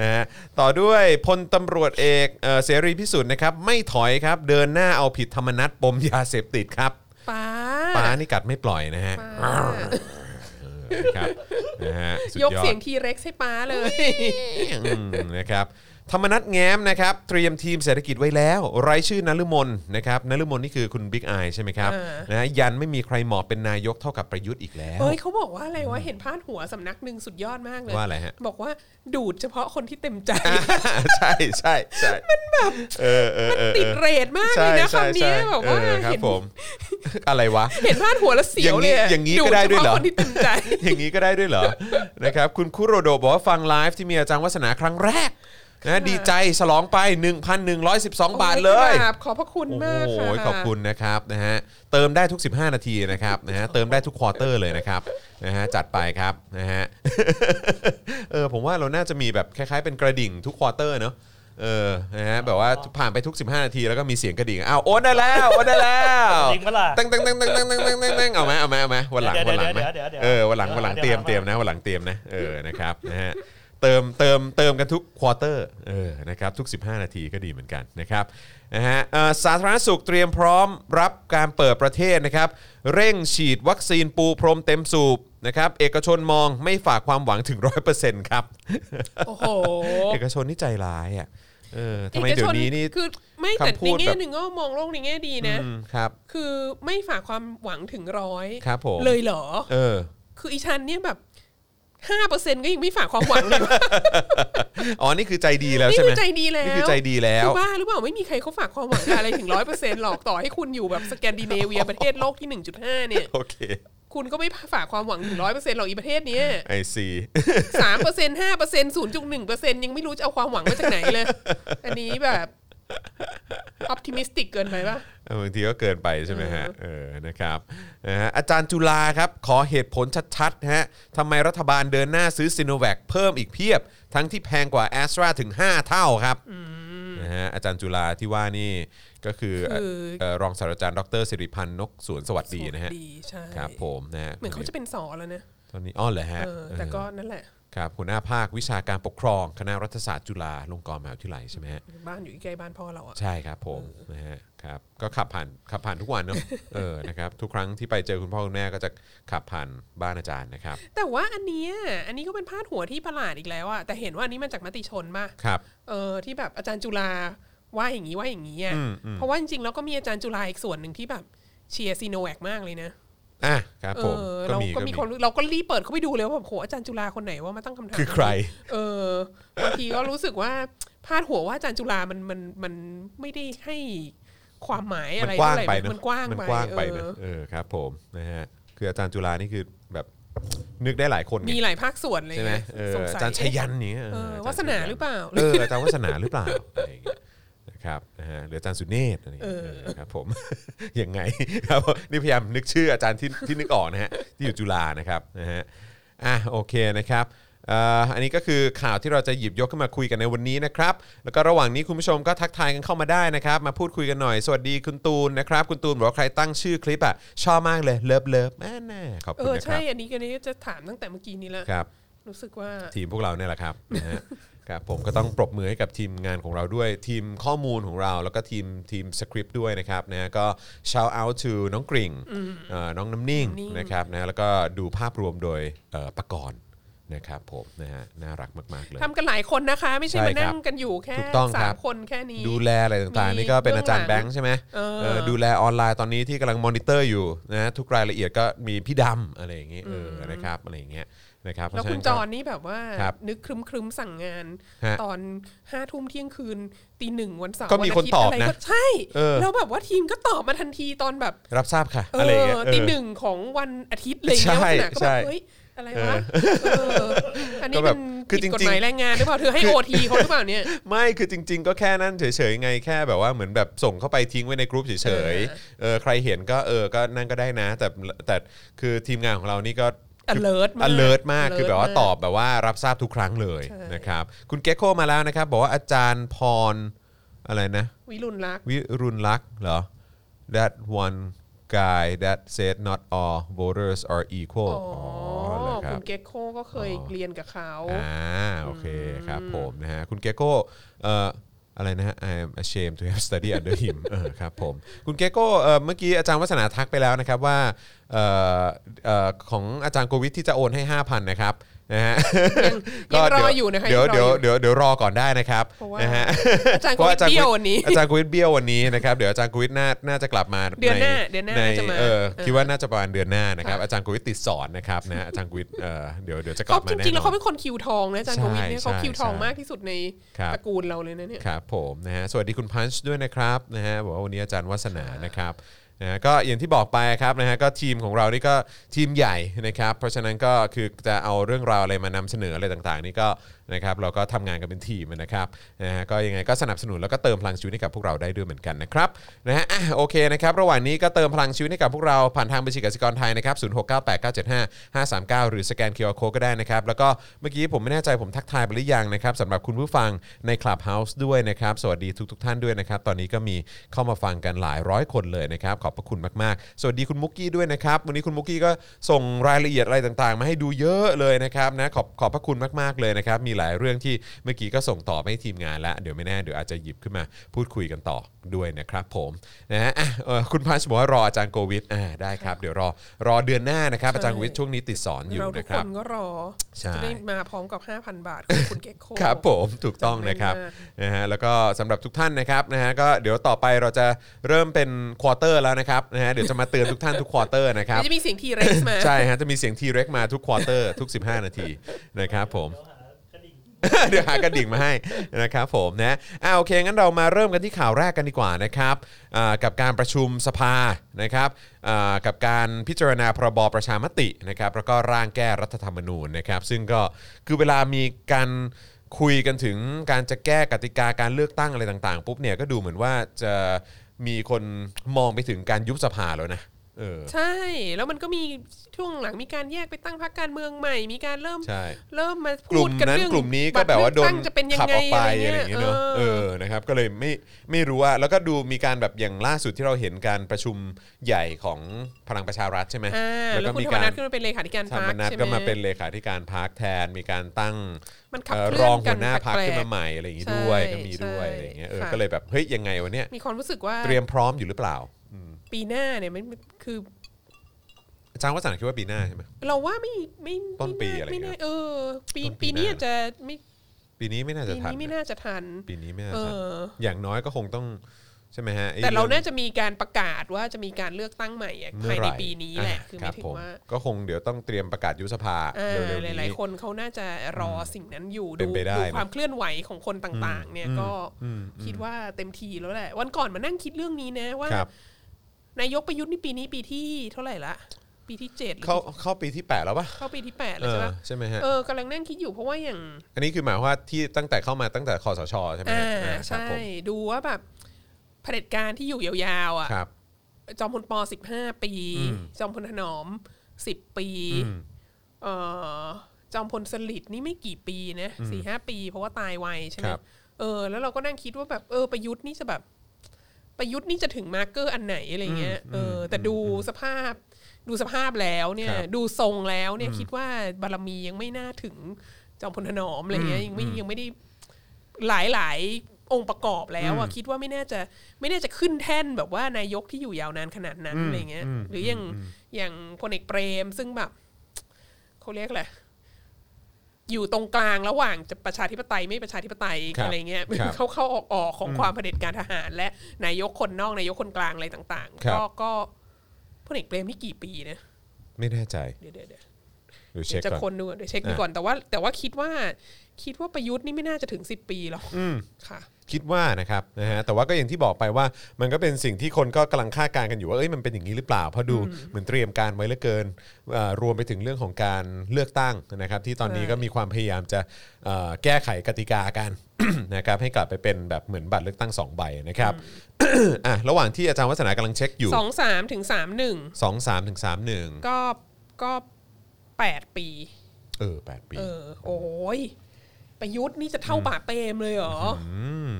Speaker 2: นะฮะต่อด้วยพลตำรวจเอกเอ่อเสรีพิสุทธิ์นะครับ ไม่ถอยครับ เดินหน้าเอาผิดธรรมนัตปมยาเสพติด ครับ
Speaker 4: ป้า
Speaker 2: ป้านี่กัดไม่ปล่อยนะฮะ
Speaker 4: ป้า
Speaker 2: เออนะครับนะฮะสุด
Speaker 4: ยก
Speaker 2: อด
Speaker 4: เสียงทีเร็กซ์ให้ป้าเลย
Speaker 2: อืมนะครับธรรมนัฐแง้มนะครับเตรียมทีมเศรษฐกิจไว้แล้วรายชื่อนฤมลนะครับนฤมลนี่คือคุณบิ๊กไอใช่ไหมครับ
Speaker 4: เออ
Speaker 2: นะยันไม่มีใครเหมาะเป็นนายกเท่ากับประยุทธ์อีกแล้ว
Speaker 4: เอ้ยเขาบอกว่าอะไรวะเห็นพาดหัวสำนักหนึ่งสุดยอดมากเลย
Speaker 2: ว่าอะไรฮะ
Speaker 4: บอกว่าดูดเฉพาะคนที่เต็มใจ
Speaker 2: ใช่ใช่ใช่มันแบบเออเออเออ
Speaker 4: ติดเรทมากเลยนะ
Speaker 2: ใช่
Speaker 4: คำเนี้ย
Speaker 2: ใช่
Speaker 4: แบบว่า
Speaker 2: เออครับ
Speaker 4: เห็น
Speaker 2: ผม อะไรวะ
Speaker 4: เห็นพาดหัวแล้วเสียวเลยะ
Speaker 2: อย่างนี้อย่างนี้ก็ได้ด้วยเหรอ
Speaker 4: ฉพาะคนที่เต็มใจ
Speaker 2: อย่างนี้ก็ได้ด้วยเหรอ นะครับคุณคุโรโดะบอกว่าฟังไลฟ์ที่มีอาจารย์วัฒนาครั้งแรกนะดีใจฉลองไป 1,112 บาทเลย
Speaker 4: โอ้กราบขอบพระคุณมาก
Speaker 2: โอ้โห
Speaker 4: ค่ะ
Speaker 2: ขอบคุณนะครับนะฮะเติมได้ทุก 15 นาทีนะครับนะฮะเติมได้ทุกควอเตอร์เลยนะครับนะฮะจัดไปครับนะฮะ เออผมว่าเราน่าจะมีแบบคล้ายๆเป็นกระดิ่งทุกควอเตอร์เนอะเออนะฮะแบบว่าผ่านไปทุก 15 นาทีแล้วก็มีเสียงกระดิ่งอ้าวโอนได้แล้วโอนได้แล้ว
Speaker 3: จริงปะล่ะ
Speaker 2: ตั้งตั้งตั้งตั้งตั้งตั้งตั้งตั้งตั้งเอาไหมเอาไหมเอาไหมวันหลัง
Speaker 3: เดี๋ย
Speaker 2: วัน
Speaker 3: ว
Speaker 2: หลังไหม
Speaker 3: เดี๋ยวเดี๋ยวเดี๋ยว
Speaker 2: เออวันหลังวันหลังเต
Speaker 3: เดี๋
Speaker 2: รีย
Speaker 3: ยว
Speaker 2: ม
Speaker 3: มา
Speaker 2: เตรียมนะวันหลังเตรียมนะเออนะครับนะฮะเติมเติมเติมกันทุกควอเตอร์เออนะครับทุก 15 นาทีก็ดีเหมือนกันนะครับนะฮะเอ่อสาธารณสุขเตรียมพร้อมรับการเปิดประเทศนะครับ เร่งฉีดวัคซีนปูพรมเต็มสูบนะครับเอกชนมองไม่ฝากความหวังถึง 100%ครับ
Speaker 4: โอ้โห
Speaker 2: เอกชนนี่ใจร้ายอ่ะเออทำไมเดี๋ยวนี้นี่
Speaker 4: เอกชคือไม่แต่
Speaker 2: คำพูด
Speaker 4: ในแง่
Speaker 2: แบบ
Speaker 4: หนึ่งก็มองโลกในแง่ดีนะ
Speaker 2: อืมครับ
Speaker 4: คือไม่ฝากความหวังถึงร้อย
Speaker 2: ครับผม
Speaker 4: เลยเหรอ
Speaker 2: เออ
Speaker 4: คืออีชันเนี่ยแบบห้าเปอร์เซ็นก็ยังไม่ฝากความหวังเลยวะ
Speaker 2: อ๋อนี่คือใจดีแล้ว
Speaker 4: นี่
Speaker 2: ใช่ไห
Speaker 4: คื
Speaker 2: ม
Speaker 4: อใจดีแล้ว
Speaker 2: นี่คือใจดีแล้ว
Speaker 4: คือบ้าหรือเปล่าไม่มีใครเขาฝากความหวังกับอะไรถึงร้อยเปอร์เซ็นหรอกต่อให้คุณอยู่แบบสแกนดิเนเวียประเทศโลกที่หนึ่งจุดห้าเนี่ย
Speaker 2: โอเค
Speaker 4: คุณก็ไม่ฝากความหวังถึงร้อยเปอร์เซ็นหรอกอีประเทศเนี้ย
Speaker 2: ไอซี
Speaker 4: สามเปอร์เซ็นห้าเปอร์เซ็นศูนย์จุดหนึ่งเปอร์เซ็นยังไม่รู้จะเอาความหวังมาจากไหนเลย อันนี้แบบออ t ติมิสติกเกินไปปะ
Speaker 2: เอ อบางทีก็เกินไปใช่ไหมฮะเออนะครับนะฮะอาจารย์จุลาครับ ขอเหตุผลชัดๆฮะทำไมรัฐบาลเดินหน้าซื้อซิโนแวคเพิ่มอีกเพียบ ทั้งที่แพงกว่าแอสตราถึง 5 เท่าครับนะฮะอาจารย์จุลาที่ว่านี่ก็คือ
Speaker 4: คือ
Speaker 2: เอ่อรองศาสตราจารย์ดรสิริพันธ์นกสวนสวัสดีนะฮะ
Speaker 4: ดีใช่
Speaker 2: ครับผมนะฮะ
Speaker 4: เหมือนเขาจะเป็นสอแล้วนะ
Speaker 2: ตอนนี้อ้อเหรอฮะ
Speaker 4: เออ แต่ก็
Speaker 2: เออ
Speaker 4: นั่นแหละ
Speaker 2: ครับหัวหน้าภาควิชาการปกครอง คณะรัฐศาสตร์จุฬาลงกรณ์มหาวิทยาลัยใช่ไหมฮะ
Speaker 4: บ้านอยู่ใกล้บ้านพ่อเราอะ
Speaker 2: ใช่ครับผมนะฮะครับก็ขับผ่านขับผ่านทุก วันเนอะเออนะครับทุกครั้งที่ไปเจอคุณพ่อคุณแม่ก็จะขับผ่านบ้านอาจารย์นะครับ
Speaker 4: แต่ว่าอันเนี้ยอันนี้ก็เป็นพาดหัวที่ประหลาดอีกแล้วอะแต่เห็นว่าอันนี้มาจากมติชนป่ะ
Speaker 2: ครับ
Speaker 4: เออที่แบบอาจารย์จุฬาว่าอย่างนี้ว่าอย่างนี้อะ
Speaker 2: อืมอืม
Speaker 4: เพราะว่าจริงๆแล้วก็มีอาจารย์จุฬาอีกส่วนหนึ่งที่แบบเชียร์ซีโนแวคมากเลยนะ
Speaker 2: อ่ะครับ
Speaker 4: เอ
Speaker 2: ผม
Speaker 4: อ
Speaker 2: ก็
Speaker 4: เรา
Speaker 2: มี
Speaker 4: ก็
Speaker 2: ก็
Speaker 4: มี
Speaker 2: มี
Speaker 4: ความรู้เราก็รีบเปิดเข้าไปดูเลยว่าแบบโหอาจารย์จุฬาคนไหนว่ามาตั้งคำถาม
Speaker 2: คือใคร
Speaker 4: เออบางทีก็รู้สึกว่าพาดหัวว่าอาจารย์จุฬามันมันมันไม่ได้ให้ความหมาย
Speaker 2: มั
Speaker 4: อะ
Speaker 2: น
Speaker 4: ไร
Speaker 2: กว้าง
Speaker 4: เท่หร่
Speaker 2: ไปเนอะ
Speaker 4: มันกว้าง
Speaker 2: มัน
Speaker 4: ไป
Speaker 2: กว้างไป
Speaker 4: เอ
Speaker 2: นะ
Speaker 4: อ
Speaker 2: เออครับผมนะฮะคืออาจารย์จุฬานี่คือแบบนึกได้หลายคนไง
Speaker 4: มีหลายภาคส่วนเลย
Speaker 2: ใช่ไหม
Speaker 4: นะ
Speaker 2: เออ
Speaker 4: สงสั
Speaker 2: อาจารย์ชัยยันอย่างเนี้ย
Speaker 4: เอ
Speaker 2: เอ
Speaker 4: อ
Speaker 2: อ
Speaker 4: วาสนาหรือเปล่า
Speaker 2: เอ ออาจารย์วัฒนาหรือเปล่าอะไรอย่างเงี้ยนะครับนะฮะหรืออาจารย์สุเนศอะไรอย่างเงี้ย
Speaker 4: เออ
Speaker 2: เออครับผม ยังไงครับผมนี่พยายามนึกชื่ออาจารย์ที่ที่นึกออกนะฮะที่อยู่จุฬานะครับนะฮะอ่ะโอเคนะครับ เอ่ออันนี้ก็คือข่าวที่เราจะหยิบยกขึ้นมาคุยกันในวันนี้นะครับ แล้วก็ระหว่างนี้คุณผู้ชมก็ทักทายกันเข้ามาได้นะครับ มาพูดคุยกันหน่อย สวัสดีคุณตูนนะครับ คุณตูนบอกว่าใครตั้งชื่อคลิปอ่ะชอบมากเลยเลิฟเลิฟแม่น่ขอบ
Speaker 4: เอ
Speaker 2: คุณ
Speaker 4: อ
Speaker 2: นะค
Speaker 4: ใช่
Speaker 2: รับ
Speaker 4: อันนี้กันนี้จะถามตั้งแต่เมื่อกี้นี้แล้ว
Speaker 2: ครับ
Speaker 4: รู้สึกว่า
Speaker 2: ทีมพวกเราเนี่ยแหละครับ นะฮะ ครับผมก็ต้องปรบมือให้กับทีมงานของเราด้วย ทีมข้อมูลของเรา แล้วก็ทีมทีมสคริปต์ด้วยนะครับนะก็ shout out to น้องกริ่งเอ่อน้องน้ำนิ่ง
Speaker 4: นิ่ง
Speaker 2: นะครับนะแล้วก็ดูภาพรวมโดยเอ่อประกรณ์นะครับผมนะฮะน่ารักมาก ๆ เลย
Speaker 4: ทำกันหลายคนนะคะ ไม่ใช่
Speaker 2: ใช่ค
Speaker 4: มา
Speaker 2: รั
Speaker 4: นั่
Speaker 2: บ
Speaker 4: งกันอยู่แค่
Speaker 2: ถูกต้อง
Speaker 4: สา
Speaker 2: ครั
Speaker 4: ม
Speaker 2: บ
Speaker 4: คนแค่นี้
Speaker 2: ดูแลอะไรต่างๆ
Speaker 4: มี
Speaker 2: นี่ก็เป็น
Speaker 4: เบื้
Speaker 2: อา
Speaker 4: อง
Speaker 2: จารย์
Speaker 4: หลั
Speaker 2: แบ
Speaker 4: ง
Speaker 2: งค์ใช่ไหม
Speaker 4: เออ
Speaker 2: เออดูแลออนไลน์ตอนนี้ที่กำลังมอนิเตอร์อยู่นะฮะทุกรายละเอียดก็มีพี่ดำอะไรอย่างเงี้ยเอออนะครับอะไรอย่างเงี้ยนะครับเพ
Speaker 4: แล้ว
Speaker 2: ราะฉะ
Speaker 4: คุณ
Speaker 2: นั้น
Speaker 4: จ
Speaker 2: ก็
Speaker 4: รนี่แบบว่า
Speaker 2: ครับ
Speaker 4: นึกครึมครึมๆสั่งงาน
Speaker 2: ฮะ
Speaker 4: ตอนห้าทุ่มเที่ยงคืนตีหนึ่งวันเสาร์
Speaker 2: ก็มี
Speaker 4: วัาทิ
Speaker 2: คนตอบ
Speaker 4: ไร
Speaker 2: นะ
Speaker 4: ก็ใช่
Speaker 2: เออ
Speaker 4: แล้วแบบว่าทีมก็ตอบมาทันทีตอนแบบ
Speaker 2: รับทราบค่ะ
Speaker 4: เอ
Speaker 2: อะไรอย่างเงี้ย
Speaker 4: อ
Speaker 2: เออ
Speaker 4: ตีหนึ่งของวันอาทิตย์อะไรอย่างเงี้ย
Speaker 2: ใช่
Speaker 4: ลักษณะก็
Speaker 2: ใช่
Speaker 4: แบบเฮ้ยอะไรวะเอออัน
Speaker 2: ก็
Speaker 4: นี้
Speaker 2: แบ
Speaker 4: เป็
Speaker 2: บ
Speaker 4: น
Speaker 2: คือ
Speaker 4: ผิดกฎ
Speaker 2: จริงๆ
Speaker 4: หมายแรงงานหรือเปล่าเธอให้โอทีเขาหรือเปล่าเนี่ย
Speaker 2: ไม่คือจริง ๆ ก็แค่นั้นเฉยๆไงแค่แบบว่าเหมือนแบบส่งเข้าไปทิ้งไว้ในกรุ๊ปเฉ
Speaker 4: เอย อ
Speaker 2: ๆเออใครเห็นก็เออก็นั่นก็ได้นะ แต่แต่คือทีมงานของเรานี่ก็
Speaker 4: alert มาก
Speaker 2: alert มาก คือ
Speaker 4: alert
Speaker 2: แบบว่าม
Speaker 4: ก
Speaker 2: ตอบแบบว่ารับทราบทุกครั้งเลย
Speaker 4: ใช่
Speaker 2: นะครับคุณเกคโคมาแล้วนะครับ บอกว่าอาจารย์พรอะไรนะ
Speaker 4: วิรุณรักษ์
Speaker 2: วิรุณลักษ์เหรอ that one guy that said not all voters are equal
Speaker 4: อ๋อ
Speaker 2: อเหรอค
Speaker 4: คุ
Speaker 2: รับ
Speaker 4: ณเกคโคก็เคย
Speaker 2: อ๋อ
Speaker 4: เรียนกับเขา
Speaker 2: อ่าโอเคครับผมนะฮะคุณเกโก้เอ่ออะไรนะฮะ I am ashamed to have studied under him เออครับผมคุณเกโก้เอ่อเมื่อกี้อาจารย์วัฒนาทักไปแล้วนะครับว่าเอ่อเอ่อของอาจารย์โกวิทที่จะโอนให้ 5,000 นะครับนะฮะ
Speaker 4: ยัง ยังรออยู่นะคะ
Speaker 2: เดี๋ยว
Speaker 4: งรอ
Speaker 2: เดี๋ยว
Speaker 4: อ
Speaker 2: เดี๋ยวเดี๋ยวรอก่อนได้นะครับ
Speaker 4: เพราะว่า
Speaker 2: นะฮะ
Speaker 4: อาจารย์
Speaker 2: พะ
Speaker 4: โกวิทเบี้ยววันนี้
Speaker 2: อาจารย์โกวิทเบี้ยววันนี้นะครับเดี๋ยวอาจารย์โกวิทน่าน่าจะกลับมา
Speaker 4: เดือนหน้า
Speaker 2: ใ
Speaker 4: เดือนหน้า
Speaker 2: ใน
Speaker 4: น่าจะมา
Speaker 2: เออ
Speaker 4: เออ
Speaker 2: คิดว่าน่าจะประมาณเดือนหน้านะครับอาจารย์โกวิทติดสอนนะครับนะฮะอาจารย์โกวิทเอ่อเดี๋ยวเดี๋ยวจะกลั
Speaker 4: เขา
Speaker 2: บมา
Speaker 4: จ
Speaker 2: แน่
Speaker 4: ริง
Speaker 2: น
Speaker 4: ๆแล้ว
Speaker 2: อ
Speaker 4: เขา
Speaker 2: น
Speaker 4: เป็นคนคิวทองนะอาจารย์
Speaker 2: ใช่
Speaker 4: โควิดเนี่ยเขา
Speaker 2: ใช่
Speaker 4: คิวทอง
Speaker 2: ใช่
Speaker 4: มากที่สุดใน
Speaker 2: ครับ
Speaker 4: ตระกูลเราเลยนะเนี่ย
Speaker 2: ครับผมนะฮะสวัสดีคุณพันช์ด้วยนะครับนะฮะบอกว่าวันนี้อาจารย์วัฒนานะครับนะฮะก็อย่างที่บอกไปครับนะฮะก็ทีมของเรานี่ก็ทีมใหญ่นะครับ เพราะฉะนั้นก็คือจะเอาเรื่องราวอะไรมานำเสนออะไรต่างๆ นี่ก็นะครับเราก็ทำงานกันเป็นทีมนะครับนะฮะก็ยังไงก็สนับสนุนแล้วก็เติมพลังชีวิตให้กับพวกเราได้ด้วยเหมือนกันนะครับนะฮะอ่ะโอเคนะครับระหว่างนี้ก็เติมพลังชีวิตให้กับพวกเราผ่านทางบัญชีกสิกรไทยนะครับศูนย์หกเก้าแปดเก้าเจ็ดห้าห้าสามเก้าหรือสแกนเคอร์โคก็ได้นะครับแล้วก็เมื่อกี้ผมไม่แน่ใจผมทักทายไปหรือยังนะครับสำหรับคุณผู้ฟังใน Clubhouse ด้วยนะครับ สวัสดีทุกทท่านด้วยนะครับ ตอนนี้ก็มีเข้ามาฟังกันหลายร้อยคนเลยนะครับ ขอบพระคุณมากๆ สวัสดีคุณมุกกี้ด้วยนะครับ วันนี้คุณมุกกี้ก็ส่งรายละเอียดอะไรต่างๆ มาให้ดูเยอะเลยนะครับนะขอบขอบพระคุณมากๆเลยนะครับ มีหลายเรื่องที่เมื่อกี้ก็ส่งต่อไปให้ทีมงานแล้วเดี๋ยวไม่แน่เดี๋ยวอาจจะหยิบขึ้นมาพูดคุยกันต่อด้วยนะครับผมนะฮะอ่ะเอ่อคุณพันธ์บอกว่ารออาจารย์โกวิทอ่าได้ครับเดี๋ยวรอรอเดือนหน้านะครับอาจารย์โกวิทช่วงนี้ติดสอนอยู่
Speaker 4: เราทุก
Speaker 2: นะค
Speaker 4: ครับ นก็รอ
Speaker 2: ใช่
Speaker 4: จะได้มาพร้อมกับ 5,000 บาทของคุณเกคโค
Speaker 2: ครับผมถูกต้องนะครับ
Speaker 4: จำได้ม
Speaker 2: นะฮะแล้วก็สำหรับทุกท่านนะครับนะฮะก็เดี๋ยวต่อไปเราจะเริ่มเป็นควอเตอร์แล้วนะครับนะฮะเดี๋ยวจะมาเตือนทุกท่านทุกควอเตอร์นะครับ
Speaker 4: เดี๋ยวจะมีเสียงทีเร็กซ์มา
Speaker 2: ใช่ฮะจะมีเสียงทีเร็กมาทุกควอเตอร์ทุก 15 นาทีนะครับผม เดี๋ยวหากระดิ่งมาให้นะครับผมนะอ่าโอเคงั้นเรามาเริ่มกันที่ข่าวแรกกันดีกว่านะครับอ่ากับการประชุมสภานะครับอ่ากับการพิจารณาพรบประชามตินะครับแล้วก็ร่างแก้รัฐธรรมนูญนะครับ ซึ่งก็คือเวลามีการคุยกันถึงการจะแก้กติกาการเลือกตั้งอะไรต่างๆปุ๊บเนี่ยก็ดูเหมือนว่าจะมีคนมองไปถึงการยุบสภาแล้วนะเออ
Speaker 4: ใช่ แล้วมันก็มีช่วงหลังมีการแยกไปตั้งพรรคการเมืองใหม่ มีการเริ่ม
Speaker 2: ใช่
Speaker 4: เริ่มมาก พู
Speaker 2: ลุ่
Speaker 4: ด
Speaker 2: ม
Speaker 4: กัน
Speaker 2: นั้น
Speaker 4: เรื่อง
Speaker 2: กลุ่มนี้ก็แบบว่าโดน
Speaker 4: ตรเลือกตั้งจะเป็นยัง
Speaker 2: ขับ
Speaker 4: ไง
Speaker 2: ออกไป
Speaker 4: อะไร
Speaker 2: อะไรอย ย่างเงี้
Speaker 4: เงี้
Speaker 2: ยเนอะ
Speaker 4: เอ
Speaker 2: เอ
Speaker 4: อ
Speaker 2: อนะครับก็เลยไม่ไม่รู้ว่าแล้วก็ดูมีการแบบอย่างล่าสุดที่เราเห็นการประชุมใหญ่ของพลังประชารัฐใช่ไหม
Speaker 4: อ่าแล้วคุณ
Speaker 2: มี
Speaker 4: ธรรมนัฐขึ้นมาเป็นเลขาธิการ
Speaker 2: ธ
Speaker 4: พ
Speaker 2: ร
Speaker 4: ร
Speaker 2: ร
Speaker 4: ร
Speaker 2: ม
Speaker 4: ค
Speaker 2: นัฐ
Speaker 4: ใช่ไหม
Speaker 2: ก็มาเป็นเลขาธิการพรรคแทน มีการตั้ง
Speaker 4: มันขับ
Speaker 2: เอ่อ
Speaker 4: เค
Speaker 2: ร
Speaker 4: ลื่อ
Speaker 2: อง
Speaker 4: นกั
Speaker 2: หั
Speaker 4: น
Speaker 2: วหน้าพรรค
Speaker 4: แปล
Speaker 2: ขึ้น
Speaker 4: ก
Speaker 2: มาใหม่อะไรอย่างงี้
Speaker 4: ใช่
Speaker 2: ด้วยก็มีด้วย
Speaker 4: ใช่
Speaker 2: อะไรอย่างเงี้ยเออ
Speaker 4: ค่ะ
Speaker 2: ก็เลยแบบเฮ้ยยังไงวะเนี่ย
Speaker 4: ๆมีความรู้สึกว่า
Speaker 2: เตรียมพร้อมอยู่หรือเปล่า
Speaker 4: ปีหน้าเนี่ยมันคือ
Speaker 2: อาจารย์วัฒนาคิดว่าปีหน้าใช่ไหม
Speaker 4: เราว่าไม่ไม่ไม่
Speaker 2: ต้นปี
Speaker 4: า
Speaker 2: อะไร
Speaker 4: ม่
Speaker 2: เงี้
Speaker 4: น่าย เออ ปี
Speaker 2: ต้นปี
Speaker 4: ปีนี้
Speaker 2: หน้า
Speaker 4: อาจจะไม่
Speaker 2: ปีนี้ไม่น่าจะ
Speaker 4: ปี
Speaker 2: ทัน
Speaker 4: นี้ไม่น่าจะทัน
Speaker 2: ปีนี้ไม่น่า
Speaker 4: เอ
Speaker 2: จะทัน
Speaker 4: อ
Speaker 2: อย่างน้อยก็คงต้องใช่ไหมฮะไอ้
Speaker 4: แต่เรา
Speaker 2: อง
Speaker 4: น่าจะมีการประกาศว่าจะมีการเลือกตั้งใหม่อะ
Speaker 2: เมื่
Speaker 4: ภา
Speaker 2: อยไห
Speaker 4: ใน
Speaker 2: ร่
Speaker 4: ปีนี้แหละ
Speaker 2: อ่
Speaker 4: คือหมายถึ
Speaker 2: รับผ
Speaker 4: งว่า
Speaker 2: ก็คงเดี๋ยวต้องเตรียมประกาศยุบสภา
Speaker 4: อ่า
Speaker 2: เร็วๆ
Speaker 4: ห
Speaker 2: นี้
Speaker 4: ลาย ๆ คนเขาน่าจะรอสิ่งนั้นอยู่
Speaker 2: เป็น
Speaker 4: ดู
Speaker 2: ไปได้
Speaker 4: ดู
Speaker 2: นะ
Speaker 4: ความเคลื่อนไหวของคนต่างๆ เนี่ยก็คิดว่าเต็มทีแล้วแหละ วันก่อนมานั่งคิดเรื่องนี้นะว่า
Speaker 2: ครับ
Speaker 4: นายกประยุทธ์นี่ปีนี้ปีที่เท่าไหร่ละ ปีที่เจ็ดหรือ
Speaker 2: เข้าเข้าปีที่ 8 แล้วปะ
Speaker 4: เข้าปีที่แปดแล้
Speaker 2: เอ
Speaker 4: วใช่
Speaker 2: อ
Speaker 4: ปะ
Speaker 2: ใช่ไหมฮะ
Speaker 4: เออกำลังนั่งคิดอยู่เพราะว่าอย่าง
Speaker 2: อันนี้คือหมายความว่าที่ตั้งแต่เข้ามาตั้งแต่คอสชใช่ไหมฮะ
Speaker 4: อ่า
Speaker 2: อ่าครับ
Speaker 4: ใช่
Speaker 2: ผม
Speaker 4: ดูว่าแบบเผด็จการที่อยู่ยาวๆอ่ะ
Speaker 2: ครับ
Speaker 4: จอมพลปอสิบห้าปี
Speaker 2: อืม
Speaker 4: จอมพลถนอมสิบปี
Speaker 2: อืม
Speaker 4: เอ่อ จอมพลสฤษดิ์นี่ไม่กี่ปีนะสี่ห้าปี เพราะว่าตายไวใช่ไหม
Speaker 2: ครับ
Speaker 4: เออ แล้วเราก็นั่งคิดว่าแบบเออประยุทธ์นี่จะแบบ ประยุทธ์นี่จะถึงมาร์เกอร์อันไหนอะไรเงี้ยเอออแต่ดูสภาพ ดูสภาพแล้วเนี่ย
Speaker 2: ครับ
Speaker 4: ดูทรงแล้วเนี่ยคิดว่าบารมียังไม่น่าถึงจอมพลถนอมอะไรเงี้ยยังไม่ยังไม่ได้หลายหลายๆองค์ประกอบแล้วอะคิดว่าไม่น่าจะไม่น่าจะขึ้นแท่นแบบว่านายกที่อยู่ยาวนานขนาดนั้นอะไรเงี้ย หรืออย่างอย่างพลเอกเปรมซึ่งแบบเขาเรียกแหละไรอยู่ตรงกลางระหว่างจะประชาธิปไตยไม่ประชาธิปไตย
Speaker 2: ครับ
Speaker 4: อะไรเงี้ย
Speaker 2: ครับ
Speaker 4: เข้าเข้าออกออกๆของความเผด็จการทหาร และนายกคนนอกนายกคนกลางอะไรต่าง
Speaker 2: ครั
Speaker 4: ๆ
Speaker 2: บ
Speaker 4: ก็ก็ พลเอกเปรมนี่กี่ปีนะ
Speaker 2: ไม่แน่ใจ
Speaker 4: เดี๋ยวเดี๋ยวเดี๋ยว
Speaker 2: เดี๋ยว
Speaker 4: เดี๋
Speaker 2: เช็ค
Speaker 4: ย
Speaker 2: ว
Speaker 4: จะ
Speaker 2: ก่
Speaker 4: ค
Speaker 2: อน
Speaker 4: นดูก่อนเดี๋ยวเช็คดู
Speaker 2: อ่ะ
Speaker 4: ก่อนแต่ว่า แต่ว่าคิดว่า คิดว่าประยุทธ์นี่ไม่น่าจะถึงสิบปีหรอกค่ะ
Speaker 2: คิดว่านะครับนะฮะแต่ว่าก็อย่างที่บอกไปว่ามันก็เป็นสิ่งที่คนก็กำลังคาดการณ์กันอยู่ว่าเอ้ยมันเป็นอย่างนี้หรือเปล่าเพราะดูเหมือนเตรียมการไว้เหลือเกินเอ่อรวมไปถึงเรื่องของการเลือกตั้งนะครับ ที่ตอนนี้
Speaker 4: ใช่
Speaker 2: ก็มีความพยายามจะเอ่อแก้ไขกติกากัน นะครับให้กลับไปเป็นแบบเหมือนบัตรเลือกตั้งสองใบนะครับ อ่ะ ระหว่างที่อาจารย์วัฒนากำลังเช็คอยู่
Speaker 4: สองสามถึงสามหนึ่ง
Speaker 2: สองสามถึงสามหนึ่ง
Speaker 4: ก็ก็แปดปี
Speaker 2: เออแปดปี
Speaker 4: เออ โอ้ยประยุทธ์นี่จะเท่าป่าเปรมเลยเหรอ
Speaker 2: ม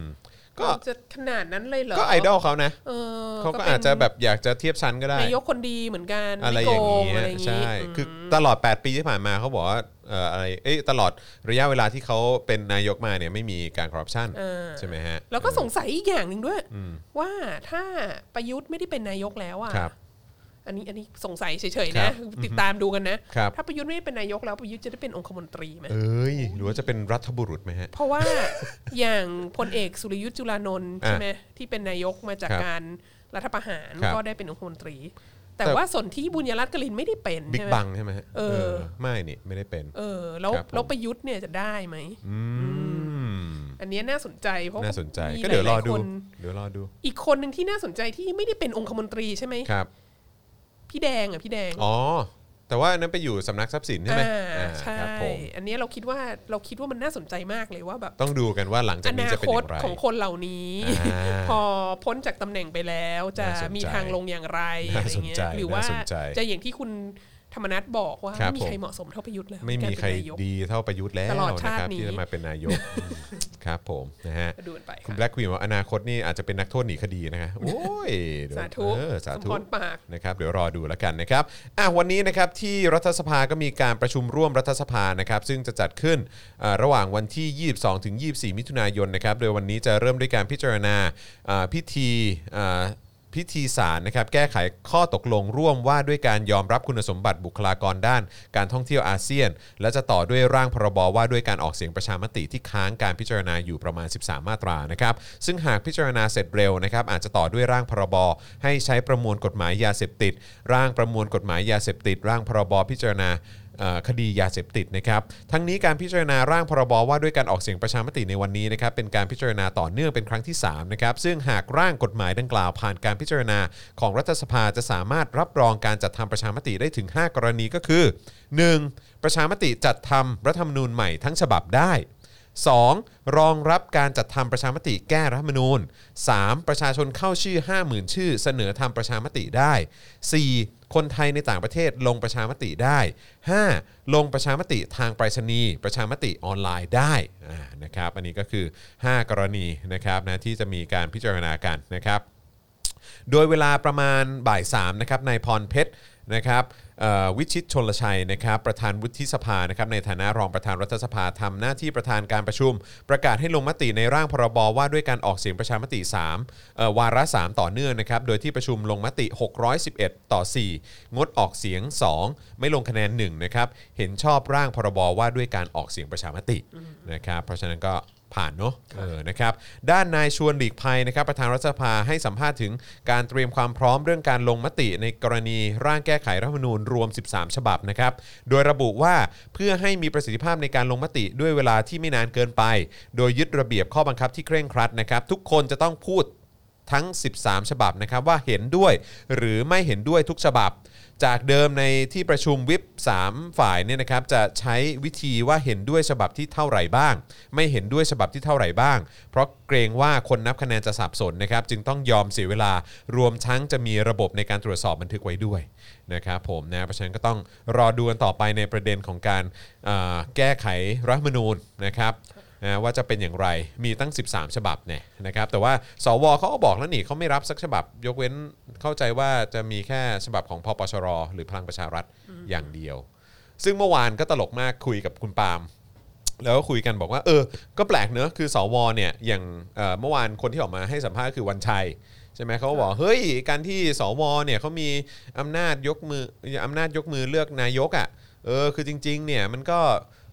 Speaker 2: ก็
Speaker 4: จะขนาดนั้นเลยเหรอ
Speaker 2: ก็ไอดอลเขานะ
Speaker 4: เออ
Speaker 2: เขาก็
Speaker 4: ป็น
Speaker 2: อาจจะแบบอยากจะเทียบชั้นก็ได้
Speaker 4: นายกคนดีเหมือนกัน
Speaker 2: อะไร
Speaker 4: ม่
Speaker 2: อ
Speaker 4: โก
Speaker 2: ย่าง
Speaker 4: ง
Speaker 2: เงี้
Speaker 4: อะ
Speaker 2: ย
Speaker 4: ไรอย่าง
Speaker 2: ใช่
Speaker 4: งี้
Speaker 2: คือตลอด 8 ปีที่ผ่านมาเขาบอกว่าเอ่ออะไรเอ้ยตลอดระยะเวลาที่เขาเป็นนายกมาเนี่ยไม่มีการคอร์รัปชัน
Speaker 4: อ่า
Speaker 2: ใช่ไหมฮะ
Speaker 4: แล้วก็สงสัยอีกอย่างหนึ่งด้วย ว่าถ้าประยุทธ์ไม่ได้เป็นนายกแล้วอ่ะ
Speaker 2: ครับ
Speaker 4: อันนี้อันนี้สงสัยเฉย
Speaker 2: ค
Speaker 4: ๆ
Speaker 2: รั
Speaker 4: นะ
Speaker 2: บ
Speaker 4: ติดตามดูกันนะ
Speaker 2: ครับ
Speaker 4: ถ้าประยุทธ์ไม่ได้เป็นนายกแล้วประยุทธ์จะได้เป็นองคมนตรีไหม
Speaker 2: เอ้ยหรือว่าจะเป็นรัฐบุรุษไหมฮะ
Speaker 4: เพราะว่า อย่างพลเอกสุริยุทธ์จุลานนท์ใช่ไหมที่เป็นนายกมาจาก
Speaker 2: ครับ
Speaker 4: การรัฐประหาร
Speaker 2: ครับ
Speaker 4: ก็ได้เป็นองคมนตรี แต่
Speaker 2: แต่
Speaker 4: ว่าสนธิบุญยรัตน์กลินไม่ได้เป็น
Speaker 2: บิ๊ก
Speaker 4: ใช่ไหม
Speaker 2: บังใช่ไหมฮะ
Speaker 4: เออ
Speaker 2: ไม่นี่ไม่ได้เป็น
Speaker 4: เออแล้ว
Speaker 2: ครับผม
Speaker 4: แล้วประยุทธ์เนี่ยจะได้ไหม
Speaker 2: อืม
Speaker 4: อันเนี้ยน่าสนใจเพราะ
Speaker 2: น่าสนใจ
Speaker 4: มี
Speaker 2: ก็เดี๋ยวรอดู
Speaker 4: หลาคน
Speaker 2: เดี๋ยวรอดู
Speaker 4: อีกคนหนึ่งที่น่าสนใจที่ไม่ได้เป็นองคมนตรีใช่ไหม
Speaker 2: ครับ
Speaker 4: พี่แดงอ่ะพี่แดง
Speaker 2: อ๋อแต่ว่าอันนั้นไปอยู่สำนักทรัพย์สินใช่ไหม
Speaker 4: อ่า
Speaker 2: อ่า
Speaker 4: ใช่
Speaker 2: ครับผม
Speaker 4: อันเนี้ยเราคิดว่าเราคิดว่ามันน่าสนใจมากเลยว่าแบบ
Speaker 2: ต้องดูกันว่าหลังจา
Speaker 4: อก
Speaker 2: นี้
Speaker 4: นา
Speaker 2: จะเป็น
Speaker 4: ค
Speaker 2: อ
Speaker 4: ต
Speaker 2: ย่างไร
Speaker 4: ของคนเหล่านี้
Speaker 2: อ่า
Speaker 4: พอพ้นจากตำแหน่งไปแล้วจะ
Speaker 2: น่าสนใจ
Speaker 4: มีทางลงอย่างไร
Speaker 2: น่า
Speaker 4: อะไรเงี้ย
Speaker 2: สนใจ
Speaker 4: หรือว่า
Speaker 2: น่าสนใจ
Speaker 4: จะอย่างที่คุณธรรมนัฐบอกว่า
Speaker 2: ครับ
Speaker 4: ไม่มีใคร
Speaker 2: ผม
Speaker 4: เหมาะสมเท่าประยุทธ์แล้ว
Speaker 2: ไม่มี
Speaker 4: น
Speaker 2: ใคร
Speaker 4: เป็นนายก
Speaker 2: ดีเท่าประยุทธ์แล้ว
Speaker 4: ตลอด
Speaker 2: นะ
Speaker 4: ชาติ
Speaker 2: ครับ
Speaker 4: นี้
Speaker 2: ที่จะมาเป็นนายกครับผมนะฮะ
Speaker 4: ดูกันไป
Speaker 2: คุณ
Speaker 4: ค่ะ
Speaker 2: แบล็กควีนว่าอนาคตนี่อาจจะเป็นนักโทษหนีคดีนะคะโอ้ยเดี๋ยว
Speaker 4: สาธุ
Speaker 2: เออสาธุ
Speaker 4: มพรปาก
Speaker 2: นะครับเดี๋ยวรอดูแล้วกันนะครับอ่ะวันนี้นะครับที่รัฐสภาก็มีการประชุมร่วมรัฐสภานะครับซึ่งจะจัดขึ้นอ่าระหว่างวันที่ 22 ถึง 24 มิถุนายนนะครับโดยวันนี้จะเริ่มด้วยการพิจารณาอ่าพิธีอ่าพิธีสารนะครับแก้ไขข้อตกลงร่วมว่าด้วยการยอมรับคุณสมบัติบุคลากรด้าน การท่องเที่ยวอาเซียน และจะต่อด้วยร่างพรบว่าด้วยการออกเสียงประชามติที่ค้างการพิจารณาอยู่ประมาณ 13 มาตรานะครับซึ่งหากพิจารณาเสร็จเร็วนะครับอาจจะต่อด้วยร่างพรบให้ใช้ประมวลกฎหมายยาเสพติด ร่างประมวลกฎหมายยาเสพติด ร่างพรบพิจารณาเอ่อคดียาเสพติดนะครับทั้งนี้การพิจารณาร่างพรบว่าด้วยการออกเสียงประชามติในวันนี้นะครับเป็นการพิจารณาต่อเนื่องเป็นครั้งที่สามนะครับซึ่งหากร่างกฎหมายดังกล่าวผ่านการพิจารณาของรัฐสภาจะสามารถรับรองการจัดทำประชามติได้ถึง 5 กรณีก็คือ 1. ประชามติจัดทำรัฐธรรมนูญใหม่ทั้งฉบับได้ 2. รองรับการจัดทำประชามติแก้รัฐธรรมนูญ 3. ประชาชนเข้าชื่อ 50,000 ชื่อ เสนอทำประชามติได้ 4. คนไทยในต่างประเทศลงประชามติได้ 5. ลงประชามติทางไปรษณีย์ประชามติออนไลน์ได้อ่านะครับอันนี้ก็คือ 5 กรณีนะครับนะที่จะมีการพิจารณากันนะครับ โดยเวลาประมาณบ่าย3นะครับนายพรเพชรนะครับเอ่อวิชิตชนลชัยนะครับประธานวุฒิสภานะครับในฐานะรองประธานรัฐสภาทำหน้าที่ประธานการประชุม ประกาศให้ลงมติในร่างพรบว่าด้วยการออกเสียงประชามติ3เอ่อวาระ 3 ต่อเนื่องนะครับโดยที่ประชุมลงมติ 611 ต่อ 4 งดออกเสียง 2 ไม่ลงคะแนน1นะครับเห็นชอบร่างพรบว่าด้วยการออกเสียงประชามตินะครับเพราะฉะนั้นก็ ผ่านเนอะเออนะครับด้านนายชวนหลีกภัยนะครับประธานรัฐสภาให้สัมภาษณ์ถึงการเตรียมความพร้อมเรื่องการลงมติในกรณีร่างแก้ไขรัฐธรรมนูญรวม 13 ฉบับนะครับโดยระบุว่าเพื่อให้มีประสิทธิภาพในการลงมติด้วยเวลาที่ไม่นานเกินไป โดยยึดระเบียบข้อบังคับที่เคร่งครัดนะครับทุกคนจะต้องพูด ทั้ง 13 ฉบับนะครับว่าเห็นด้วยหรือไม่เห็นด้วยทุกฉบับ จากเดิมในที่ประชุมวิป3ฝ่ายเนี่ยนะครับจะใช้วิธีว่าเห็นด้วยฉบับที่เท่าไหร่บ้าง ไม่เห็นด้วยฉบับที่เท่าไหร่บ้าง เพราะเกรงว่าคนนับคะแนนจะสับสนนะครับจึงต้องยอมเสียเวลารวมทั้งจะมีระบบในการตรวจสอบบันทึกไว้ด้วยนะครับผมนะเพราะฉะนั้นก็ต้องรอดูกันต่อไปในประเด็นของการเอ่อแก้ไขรัฐธรรมนูญนะครับนะว่าจะเป็นอย่างไรมีตั้ง 13 ฉบับเนี่ยนะครับแต่ว่าสวเขาก็บอกแล้วนี่เขาไม่รับสักฉบับ ยกเว้นเข้าใจว่าจะมีแค่ฉบับของพปชร หรือพลังประชารัฐอย่างเดียว ซึ่งเมื่อวานก็ตลกมากคุยกับคุณปาล์ม แล้วก็คุยกันบอกว่าเออ ก็แปลกเนอะคือสวเนี่ยอย่างเอ่อเมื่อวานคนที่ออกมาให้สัมภาษณ์คือวันชัยใช่ไหมเขาก็บอกเฮ้ยการที่สวเนี่ยเขามีอำนาจยกมืออำนาจยกมือเลือกนายกอะ่ะเออคือจริงๆเนี่ยมันก็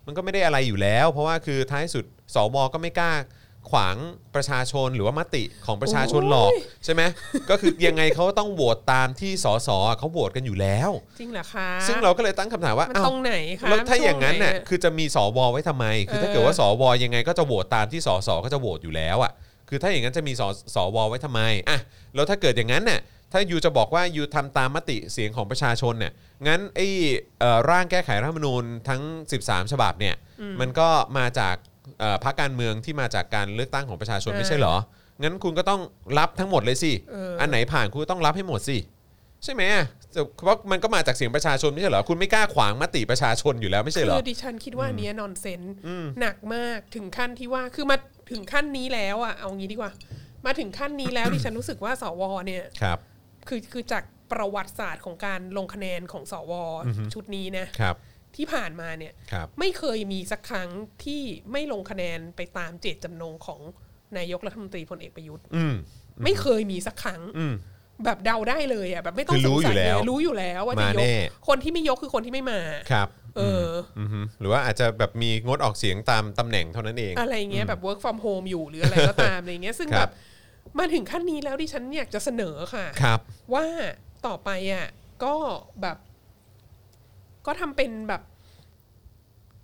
Speaker 2: มันก็ไม่ได้อะไรอยู่แล้ว เพราะว่าคือท้ายสุดสวก็ไม่กล้าขวางประชาชนหรือว่ามติของประชาชนหรอกใช่ไหมก็คือยังไงเขาต้องโหวตตามที่สสเขาโหวตกันอยู่แล้ว
Speaker 4: จริงเหรอคะ
Speaker 2: ซึ่งเราก็เลยตั้งคำถามว่า
Speaker 4: มัน
Speaker 2: อ้าว
Speaker 4: ตรงไหนคะ
Speaker 2: แล้วถ้าอย่างนั้นน่ะ
Speaker 4: ช่วไห
Speaker 2: คือจะมีสวไว้ทำไม คือถ้าเกิดว่าสวยังไงก็จะโหวตตามที่สสก็จะโหวตอยู่แล้วอ่ะคือถ้าอย่างนั้นจะมีสสวไว้ทำไมอ่ะแล้วถ้าเกิดอย่างนั้นน่ะถ้ายูจะบอกว่ายูทำตามมติเสียงของประชาชนเนี่ยงั้นไอ้เอ่อร่างแก้ไขรัฐธรรมนูญทั้ง 13 ฉบับเนี่ยมันก็มาจากเอ่อพรรคการเมืองที่มาจากการเลือกตั้งของประชาชน
Speaker 4: เออ
Speaker 2: ไม่ใช่เหรองั้นคุณก็ต้องรับทั้งหมดเลยสิ
Speaker 4: เอออั
Speaker 2: อันไหนผ่านคุณก็ต้องรับให้หมดสิ ใช่ไหมอ่ะแต่เพราะมันก็มาจากเสียงประชาชนไม่ใช่เหรอ คุณไม่กล้าขวางมติประชาชนอยู่แล้วไม่ใช่เหรอ
Speaker 4: คือดิฉันคิดว่าอันเนี้ยนอนเซนหนักมากถึงขั้นที่ว่าคือมาถึงขั้นนี้แล้วอ่ะเอางี้ดีกว่า มาถึงขั้นนี้แล้ว ดิฉันรู้สึกว่าสวเนี่ย
Speaker 2: ครับ
Speaker 4: คือคือจากประวัติศาสตร์ของการลงคะแนนของสวชุดนี้นะครับ ที่ผ่านมาเนี่ย
Speaker 2: ครับ
Speaker 4: ไม่เคยมีสักครั้งที่ไม่ลงคะแนนไปตามเจตจำนงของนายกรัฐมนตรีพลเอกประยุทธ์
Speaker 2: อืม
Speaker 4: ไม่เคยมีสักครั้ง
Speaker 2: อืม
Speaker 4: แบบเดาได้เลยอ่ะแบบไม่ต้อ
Speaker 2: คือ
Speaker 4: งส
Speaker 2: รู้
Speaker 4: ง
Speaker 2: อยู่
Speaker 4: สัย
Speaker 2: แล้
Speaker 4: เล
Speaker 2: วย
Speaker 4: รู้อยู่แล้วว่าจะ
Speaker 2: มาย แน่
Speaker 4: กคนที่ไม่ยกคือคนที่ไม่มา
Speaker 2: ครับ
Speaker 4: เอออ
Speaker 2: อือฮึหรือว่าอาจจะแบบมีงดออกเสียงตามตำแหน่งเท่านั้นเอง
Speaker 4: อะไรเงี้ยแบบ work from home อยู่หรืออะไรก็ตาม อะไรเงี้ยซึ่ง
Speaker 2: ค
Speaker 4: แบ
Speaker 2: รับ
Speaker 4: บมาถึงขั้นนี้แล้วดิฉันอยากจะเสนอค่ะ
Speaker 2: ครับ
Speaker 4: ว่าต่อไปอ่ะก็แบบ ก็ทำเป็นแบบ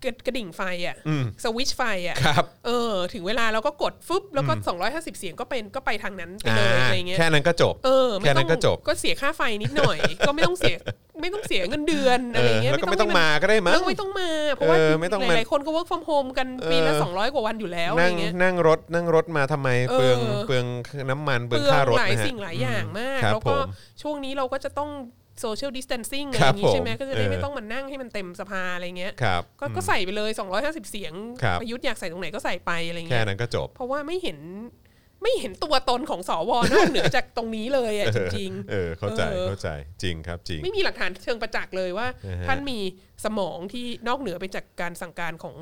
Speaker 4: กระกระดิ่งไฟอ่ะ
Speaker 2: อืม
Speaker 4: สวิตชไฟอ่ะ
Speaker 2: ครับ
Speaker 4: เออ ถึงเวลาเราก็กดฟึบแล้วก็ 250 เสียงก็เป็นก็ไปทางนั้นไป
Speaker 2: อ่า
Speaker 4: เลยอะไรเงี้ย
Speaker 2: แค่นั้นก็จบ
Speaker 4: เออไม่
Speaker 2: แค่นั้
Speaker 4: ต้อน ง
Speaker 2: ก็จบ
Speaker 4: ก็เสียค่าไฟนิดหน่อย ก็ไม่ต้องเสีย ไม่ต้องเสียเงินเดือน
Speaker 2: เอ
Speaker 4: อะไร
Speaker 2: อ
Speaker 4: เงี้ย
Speaker 2: แล้วก็ไม่ต้อง
Speaker 4: ให้น
Speaker 2: มาก็ได้มั้ง
Speaker 4: เออไม่ต้องมา เพราะว่า
Speaker 2: เออไม่ต้องมา
Speaker 4: หลายๆคนก็ work from home กัน
Speaker 2: เออ
Speaker 4: ปีละสองร้อยกว่าวันอยู่แล้วอะไร
Speaker 2: นั่ง
Speaker 4: เงี้ย
Speaker 2: นั่งรถนั่งรถมาทำไม
Speaker 4: เออ
Speaker 2: เปลืองเปลืองน้ำมันเปลือ
Speaker 4: เป
Speaker 2: ง
Speaker 4: ลือ
Speaker 2: ค่าง รถ
Speaker 4: หลาย
Speaker 2: นะฮะ
Speaker 4: สิ่งหลายอย่างมาก
Speaker 2: ครับ
Speaker 4: แล้วก็
Speaker 2: ผม
Speaker 4: ช่วงนี้เราก็จะต้อง social distancing อะ
Speaker 2: ค
Speaker 4: ไร
Speaker 2: รั
Speaker 4: อบ ย่างงี้ใช่ไหม
Speaker 2: ผม
Speaker 4: ก็จะได้ไม่
Speaker 2: เออ
Speaker 4: ต้องมานั่งให้มันเต็มสภาอะไรเงี้ย
Speaker 2: ครับ
Speaker 4: ก็ก็ใส่ไปเลย 250 เสียง
Speaker 2: ครับ
Speaker 4: ประยุทธ์อยากใส่ตรงไหนก็ใส่ไปอะไร
Speaker 2: แค่
Speaker 4: เงี้ย
Speaker 2: นั้นก็จบ
Speaker 4: เพราะว่าไม่เห็นไม่เห็นตัวตนของสวนอกเหนือจากตรงนี้เลยอะจริง
Speaker 2: เออ เข้าใจ
Speaker 4: เออ
Speaker 2: เข้าใจจริงครับจริง
Speaker 4: ๆ ไม่มีหลักฐานเชิงประจักษ์เลยว่า
Speaker 2: เออฮะ
Speaker 4: ท่านมีสมองที่นอกเหนือไปจากการสั่งการของ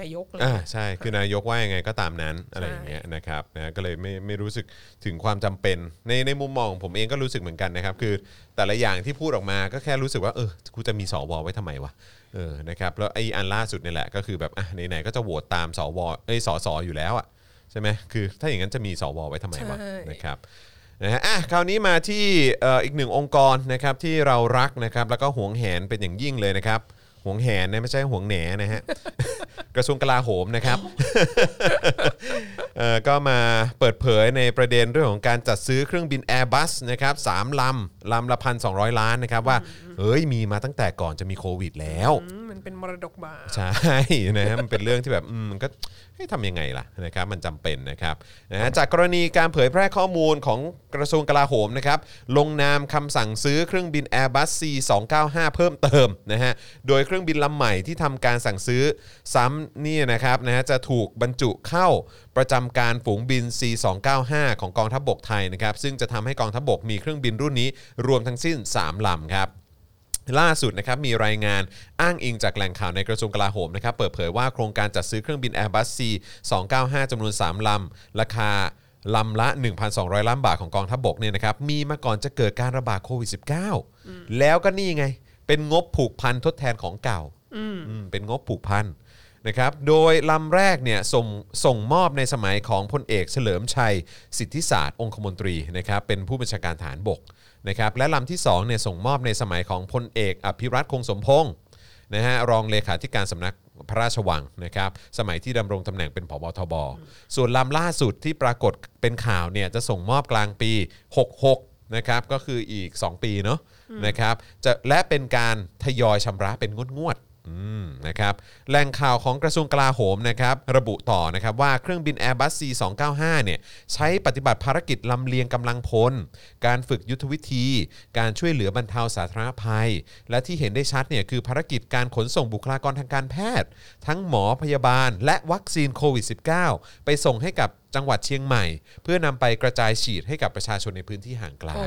Speaker 4: นายกเลย
Speaker 2: อ่าใช่คือนายกว่ายังไงก็ตามนั้นอะไรอย่างเงี้ยนะครับนะก็เลยไม่ไม่รู้สึกถึงความจำเป็นในในมุมมองของผมเองก็รู้สึกเหมือนกันนะครับคือแต่ละอย่างที่พูดออกมาก็แค่รู้สึกว่าเออกูจะมีสวไว้ทำไมวะเออนะครับแล้วไอ้อันล่าสุดเนี่ยแหละก็คือแบบอ่ะไหนๆก็จะโหวตตามสวเอ้ยสสอยู่แล้วอ่ะใช่ไหมคือถ้าอย่างนั้นจะมีสวไว้ทำไมวะ
Speaker 4: ใช่
Speaker 2: นะครับนะฮะอ่ะคราวนี้มาที่เอ่ออีกหนึ่งองค์กรนะครับที่เรารักนะครับแล้วก็หวงแหนเป็นอย่างยิ่งเลยนะครับหวงแหนนะไม่ใช่หวงแหนนะ ฮะ กระทรวงกลาโหมนะครับ เอ่อก็มาเปิดเผยในประเด็นเรื่องของการจัดซื้อเครื่องบิน Airbus นะครับสามลำ ลำละพันสองล้านนะครับว่า เอ้ย มีมาตั้งแต่ก่อนจะมีโควิดแล้ว
Speaker 4: อืมมันเป็นมรดกบาป
Speaker 2: ใช่ นะฮะมันเป็นเรื่องที่แบบอืมมันก็ให้ยทำยังไงล่ะนะครับมันจำเป็นนะครับนะฮะจากกรณีการเผยแพร่ข้อมูลของกระทรวงกลาโหมนะครับลงนามคำสั่งซื้อเครื่องบิน Airbus C295 เพิ่มเติมนะฮะโดยเครื่องบินลำใหม่ที่ทำการสั่งซื้อซ้ำเนี่ยนะครับนะฮะจะถูกบรรจุเข้าประจำการฝูงบิน C295 ของกองทัพบกไทยนะครับซึ่งจะทำให้กองทัพบกมีเครื่องบินรุ่นนี้รวมทั้งสิ้นสามลำครับ ล่าสุดนะครับมีรายงานอ้างอิงจากแหล่งข่าวในกระทรวงกลาโหมนะครับเปิดเผยว่าโครงการจัดซื้อเครื่องบิน Airbus C 295จำนวน 3 ลำ ราคาลำละ 1,200 ล้านบาทของกองทัพบกเนี่ยนะครับมีมาก่อนจะเกิดการระบาดโควิด -19 แล้วก็นี่ไง เป็นงบผูกพันทดแทนของเก่าอืมเป็นงบผูกพัน นะครับ โดยลำแรกเนี่ยส่งส่งมอบในสมัยของพลเอกเฉลิมชัย สิทธิศาสตร์องคมนตรีนะครับเป็นผู้บัญชาการฐานบกนะครับและลำที่2เนี่ยส่งมอบในสมัยของพลเอกอภิรัตคงสมพงศ์นะฮะรองเลขาธิการสำนักพระราชวังนะครับสมัยที่ดำรงตำแหน่งเป็นผบทบ ส่วนลำล่าสุดที่ปรากฏเป็นข่าวเนี่ยจะส่งมอบกลางปี 66 นะครับก็คืออีก 2 ปีเนาะนะครับจะและเป็นการทยอยชำระเป็นงวดงวดๆอืมนะครับแหล่งข่าวของกระทรวงกลาโหมนะครับระบุต่อนะครับว่าเครื่องบิน Airbus C295 เนี่ยใช้ปฏิบัติภารกิจลำเลียงกำลังพล การฝึกยุทธวิธี การช่วยเหลือบรรเทาสาธารณภัย และที่เห็นได้ชัดเนี่ยคือภารกิจการขนส่งบุคลากรทางการแพทย์ ทั้งหมอพยาบาล และวัคซีนโควิด -19 ไปส่งให้กับจังหวัดเชียงใหม่ เพื่อนำไปกระจายฉีดให้กับประชาชนในพื้นที่ห่างไกล
Speaker 4: โ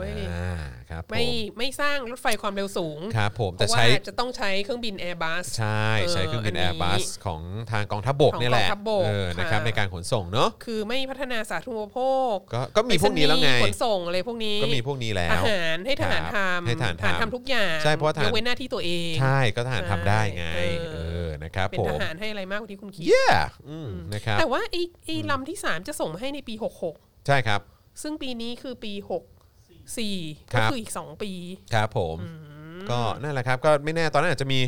Speaker 4: อ้ย
Speaker 2: อ่าครับผ
Speaker 4: ไม่
Speaker 2: ม
Speaker 4: ไม่สร้างรถไฟความเร็วสูง
Speaker 2: ครับผม
Speaker 4: เพ
Speaker 2: แต่
Speaker 4: ราะว่า
Speaker 2: ใช้
Speaker 4: จะต้องใช้เครื่องบิน Airbus
Speaker 2: ใช่ ใช้เครื่องบิน
Speaker 4: เออ
Speaker 2: แอ
Speaker 4: อันนี้
Speaker 2: ร์บัสของทางกองทัพบก
Speaker 4: ของ
Speaker 2: เนี่ยแหละ
Speaker 4: กองทัพบก
Speaker 2: เออ
Speaker 4: ค่ะ
Speaker 2: นะครับในการขนส่งเนาะ
Speaker 4: คือไม่พัฒนาสาธารณูปโภค
Speaker 2: ก็ก็มีพวกนี้แล้วไง
Speaker 4: ปรษณีย์ขนส่งอะไรพวกนี้
Speaker 2: ก็มีพวกนี้แล้
Speaker 4: อาว หารให้ทหาร
Speaker 2: ครับ
Speaker 4: ทำ
Speaker 2: ให้ทหารทำ
Speaker 4: ททุกอย่าง
Speaker 2: ใช่เพราะว่าทหาร
Speaker 4: ยกเว้นหน้าที่ตัวเอง
Speaker 2: ใช่ก็ทหารทำได้ไง
Speaker 4: ใช่
Speaker 2: เอ
Speaker 4: เออ
Speaker 2: อนะครับ
Speaker 4: เป็น
Speaker 2: ผ
Speaker 4: ท
Speaker 2: ม
Speaker 4: หารให้อะไรมากกว่าที่คุณคิด
Speaker 2: เย้อืมนะครับ
Speaker 4: แต่ว่าไอ้ไอ้ลำที่สามจะส่งให้ในปี
Speaker 2: ใช่ครับ
Speaker 4: 66 ซึ่งปีนี้คือปี 64
Speaker 2: ครั
Speaker 4: ก็
Speaker 2: บ
Speaker 4: คืออีก 2 ปี
Speaker 2: ครับผม ก็นั่นแหละครับก็ไม่แน่ตอนนั้นอาจจะมี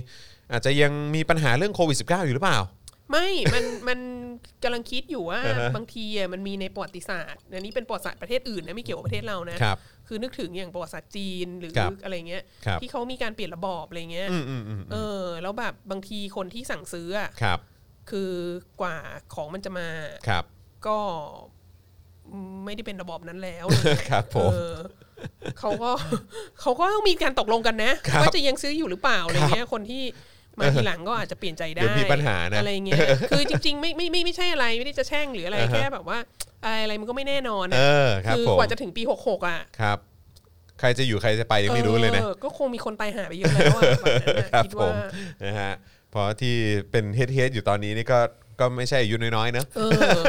Speaker 2: อาจจะยังมีปัญหาเรื่องโควิด -19 อยู่หรือเปล่า
Speaker 4: ไม่ มัน มันกำลังคิดอยู่ว่า
Speaker 2: อ่าฮะ
Speaker 4: บางทีอ่ะมันมีในประวัติศาสตร์ อันนี้เป็นประวัติศาสตร์ประเทศอื่นนะไม่เกี่ยวกับประเทศเรานะ
Speaker 2: ครับ
Speaker 4: คือนึกถึงอย่างประวัติศาสตร์จีนหรือ
Speaker 2: ครับ
Speaker 4: อะไรเงี้ย
Speaker 2: ครับ
Speaker 4: ที่เขามีการเปลี่ยนระบอบอะไรเงี้ย
Speaker 2: อืมอืมอืม
Speaker 4: เออ แล้วแบบบางทีคนที่สั่งซื้ออ่ะ
Speaker 2: ครับ
Speaker 4: คือกว่าของมันจะมา
Speaker 2: ครับ
Speaker 4: ก็ไม่ได้เป็นระบอบนั้นแล้ว
Speaker 2: ครับผม
Speaker 4: เออเขาก็ เขาก็ต้องมีการตกลงกันนะครับว่าจะยังซื้ออยู่หรือเปล่าอะไรเงี้ยคนที่มา
Speaker 2: เออ
Speaker 4: ทีหลังก็อาจจะเปลี่ยนใจได้
Speaker 2: เดี๋ยวมีปัญหานะ
Speaker 4: อะไรเงี้ยคือจริงๆไม่ไม่ไม่ไม่ใช่อะไรไม่ได้จะแช่งหรืออะไร
Speaker 2: อ่าฮะ
Speaker 4: แค่แบบว่า อะไรอะไรมันก็ไม่แน่นอน
Speaker 2: เอ
Speaker 4: อะ
Speaker 2: อครับ
Speaker 4: คือ
Speaker 2: ผม
Speaker 4: กว่าจะถึงปีหกหกอ่ะ
Speaker 2: ครับ ใครจะอยู่ใครจะไปยังไม่รู้เลยนะ
Speaker 4: ออก็คงมีคนตายหาไปเยอะแล้วอะแบบนั้น
Speaker 2: ครั
Speaker 4: อะ
Speaker 2: บ
Speaker 4: คิด
Speaker 2: ผ
Speaker 4: ว่าม
Speaker 2: นะฮะเพราะที่เป็นเฮดเฮดอยู่ตอนนี้นี่ก็ก็ไม่ใช่อายุน้อยๆเนอะ
Speaker 4: เออ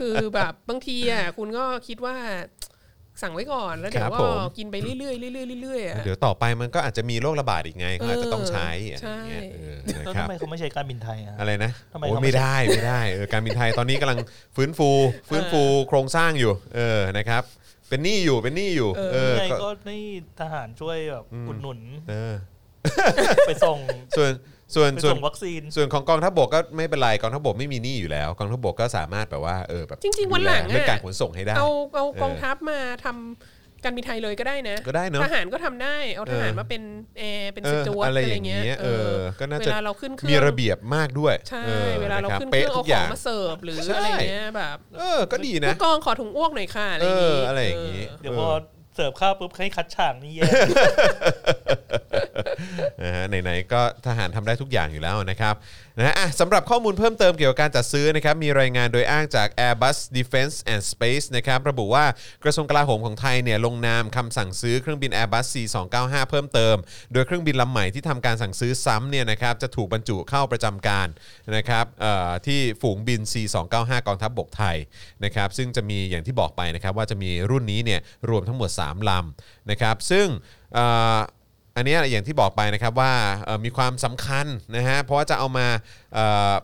Speaker 4: คือแบบบางทีอ่ะคุณก็คิดว่า สั่งไว้ก่อนแล้วเดี๋ย
Speaker 2: ครั
Speaker 4: ว
Speaker 2: บ
Speaker 4: ก็
Speaker 2: ผม
Speaker 4: กินไปเรื่อยๆเรื่อยๆเรื่อยๆอะ
Speaker 2: เดี๋ยวต่อไปมันก็อาจจะมีโรคระบาดอีกไงก็อาจจะต้องใช้
Speaker 4: เอ
Speaker 2: อะไรอ
Speaker 4: อ
Speaker 2: ย่างเงี้ย
Speaker 4: ใช่
Speaker 2: เออนะ
Speaker 3: แล้ว
Speaker 2: ครั
Speaker 3: ทำ
Speaker 2: บ
Speaker 3: ไมเขาไม่ใช้การบินไทยอะ
Speaker 2: อะไรนะ
Speaker 3: ทำไม
Speaker 2: โอ้
Speaker 3: เขาไม่
Speaker 2: ไม่ได้ไม่ได้เออการบินไทยตอนนี้กำลังฟื้นฟู ฟื้นฟูโครงสร้างอยู่ เออนะครับ เป็นหนี้อยู่เป็นหนี้อยู่ เออ
Speaker 3: ไง
Speaker 2: ก็
Speaker 3: ก็นี่ทหารช่วยแบบอุดหนุ น
Speaker 2: เออ
Speaker 3: ไปส่ง
Speaker 2: ส่วนส่วน
Speaker 3: ไป
Speaker 2: ส่วน
Speaker 3: ส่งวัคซีน
Speaker 2: ส่วนของกองทัพบกก็ไม่เป็นไรกองทัพบกไม่มีหนี้อยู่แล้ว กองทัพบกก็สามารถแบบว่าเออแบบ
Speaker 4: จริงๆวัน
Speaker 2: ดูแ
Speaker 4: หลังอะ
Speaker 2: เรื่องการขนส่งให้ได้
Speaker 4: เอาเอากอง
Speaker 2: เออ
Speaker 4: ทัพมาทำการบินไทยเลยก็ได้นะ
Speaker 2: ก็ได้เนอะ
Speaker 4: ทหารก็ทำได้เอาทหาร
Speaker 2: เออ
Speaker 4: มาเป็นแอร์เป็น
Speaker 2: เอ
Speaker 4: ส
Speaker 2: อ
Speaker 4: จวต
Speaker 2: อะไร
Speaker 4: อะไร
Speaker 2: อย่าง
Speaker 4: เงี้
Speaker 2: เงี้ย
Speaker 4: ย
Speaker 2: เออก็น่า
Speaker 4: เว
Speaker 2: จะ
Speaker 4: ลาเราขึ้นเครื่
Speaker 2: มี
Speaker 4: อง
Speaker 2: ระเบียบมากด้วย
Speaker 4: ใช่
Speaker 2: ออ
Speaker 4: เวลาเรา
Speaker 2: ะบ
Speaker 4: ขึ้นเค
Speaker 2: ป๊ะ
Speaker 4: รื่องเอา
Speaker 2: ทุก
Speaker 4: ข
Speaker 2: ย่
Speaker 4: องมาเสิร์ฟหรือ
Speaker 2: ใช่
Speaker 4: อะไรเงี้ยแบบ
Speaker 2: เออ ก็ดีนะ
Speaker 4: ผู้กองขอถุงอ้วกหน่อยค่ะอะไร
Speaker 2: เอ
Speaker 4: อย่างงี้
Speaker 2: อ อะไรอย่างงี้
Speaker 3: เดี๋ยวพอเสิร์ฟข้าวปุ๊บให้คัดฉากนี่แย่
Speaker 2: นะฮะไหนๆก็ทหารทำได้ทุกอย่างอยู่แล้วนะครับนะฮะอ่ะสำหรับข้อมูลเพิ่มเติมเกี่ยวกับการจัดซื้อนะครับ มีรายงานโดยอ้างจาก Airbus Defence and Space นะครับ ระบุว่ากระทรวงกลาโหมของไทยเนี่ยลงนามคำสั่งซื้อเครื่องบิน Airbus C295 เพิ่มเติม โดยเครื่องบินลำใหม่ที่ทำการสั่งซื้อซ้ำเนี่ยนะครับจะถูกบรรจุเข้าประจำการนะครับเอ่อที่ฝูงบิน C295 กองทัพบกไทยนะครับซึ่งจะมีอย่างที่บอกไปนะครับว่าจะมีรุ่นนี้เนี่ยรวมทั้งหมดสามลำนะครับซึ่งเอ่อ อันเนี้ยอย่างที่บอกไปนะครับว่าเอ่อมีความสำคัญนะฮะเพราะว่าจะเอามาเอ่อ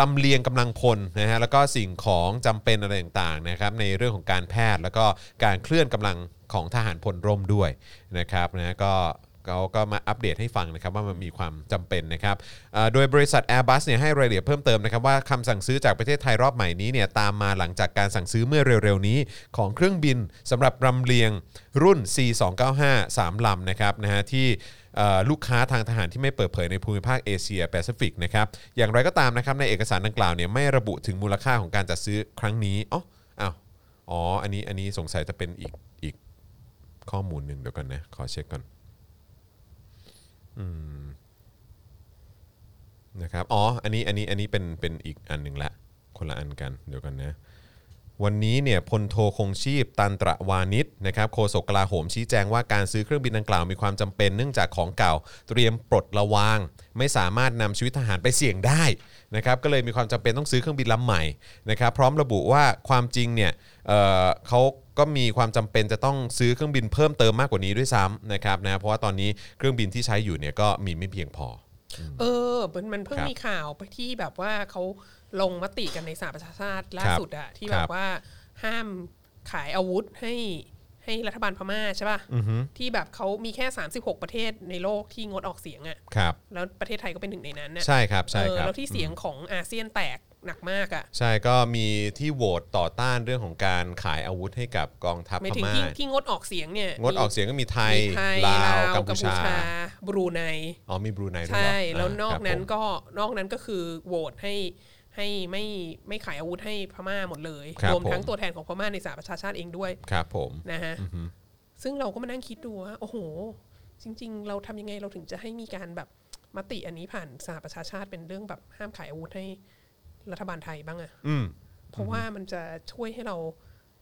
Speaker 2: ลำเลียงกำลังพลนะฮะแล้วก็สิ่งของจำเป็นอะไรต่างๆนะครับในเรื่องของการแพทย์แล้วก็การเคลื่อนกำลังของทหารพลร่มด้วยนะครับนะก็เขาก็มาอัปเดตให้ฟังนะครับว่ามันมีความจำเป็นนะครับเอ่อโดยบริษัท Airbus เนี่ยให้รายละเอียดเพิ่มเติมนะครับว่าคำสั่งซื้อจากประเทศไทยรอบใหม่นี้เนี่ยตามมาหลังจากการสั่งซื้อเมื่อเร็วๆนี้ของเครื่องบินสำหรับลำเลียงรุ่น C295 สามลำนะครับนะฮะที่เอ่อลูกค้าทางทหารที่ไม่เปิดเผยในภูมิภาคเอเชียแปซิฟิกนะครับอย่างไรก็ตามนะครับในเอกสารดังกล่าวเนี่ยไม่ระบุถึงมูลค่าของการจัดซื้อครั้งนี้อ๋ออ้าวอ๋ออันนี้อันนี้สงสัยจะเป็นอีกอีกข้อมูลหนึ่งเดี๋ยวก่อนนะขอเช็คก่อน นะครับ อ๋อ อันนี้ อันนี้ อันนี้ เป็น เป็นอีกอันหนึ่งละ คนละอันกัน เดี๋ยวกันนะ วันนี้เนี่ยพลโทคงชีพตันตระวานิชนะครับโฆษกกลาโหมชี้แจงว่าการซื้อเครื่องบินดังกล่าวมีความจำเป็นเนื่องจากของเก่าเตรียมปลดระวาง ไม่สามารถนำชีวิตทหารไปเสี่ยงได้นะครับก็เลยมีความจำเป็นต้องซื้อเครื่องบินลำใหม่นะครับพร้อมระบุว่าความจริงเนี่ยเอ่อเขาก็มีความจำเป็นจะต้องซื้อเครื่องบินเพิ่มเติมมากกว่านี้ด้วยซ้ำนะครับนะเพราะว่าตอนนี้เครื่องบินที่ใช้อยู่เนี่ยก็มีไม่เพียงพอ
Speaker 4: เออมันมันเพิ่งมีข่าวที่แบบว่าเขาลงมติกันในสหประชาชาติล่าสุดอะที่
Speaker 2: ค
Speaker 4: แบ
Speaker 2: รั
Speaker 4: บบ ว่าห้ามขายอาวุธให้ให้รัฐบาลพม่าใช่ป่ะ
Speaker 2: อือฮึ
Speaker 4: ที่แบบเขามีแค่ 36 ประเทศในโลกที่งดออกเสียงอะ
Speaker 2: ครับ
Speaker 4: แล้วประเทศไทยก็เป็นหนึ่งในนั้นนะ
Speaker 2: ใช่ครับใช่ครับ
Speaker 4: เออแล้วที่เสียงของอาเซียนแตก หนักมากอ่ะ
Speaker 2: ใช่ก็มีที่โหวตต่อต้านเรื่องของการขายอาวุธให้กับกองทัพ
Speaker 4: ไม่
Speaker 2: พ
Speaker 4: ถึง
Speaker 2: ม่า
Speaker 4: ที่ที่งดออกเสียงเนี่ย
Speaker 2: งดออกเสียงก็มีไทย
Speaker 4: มีไทย
Speaker 2: ลา
Speaker 4: ลาว ว
Speaker 2: กัมพู
Speaker 4: กัมพู
Speaker 2: ชา
Speaker 4: ชาบรูไน
Speaker 2: อ๋อมีบรูไนด้วยเหรอ
Speaker 4: ใช่แล้วนอก
Speaker 2: า
Speaker 4: นั้น
Speaker 2: ครับผม
Speaker 4: ก็นอกนั้นก็คือโหวตให้ให้ไม่ไม่ขายอาวุธให้พม่าหมดเลยวมทั้งตัวแทนของพม่าในสหประชาชาติเองด้วย
Speaker 2: ครับผม
Speaker 4: นะฮะ
Speaker 2: อือฮึ
Speaker 4: ซึ่งเราก็มานั่งคิดดูว่าโอ้โห จริง ๆ เราทำยังไงเราถึงจะให้มีการแบบมติอันนี้ผ่านสหประชาชาติเป็นเรื่องแบบห้ามขายอาวุธให้รัฐบาลไทยบ้างอะ
Speaker 2: อืม
Speaker 4: เพราะว่ามันจะช่วยให้เรา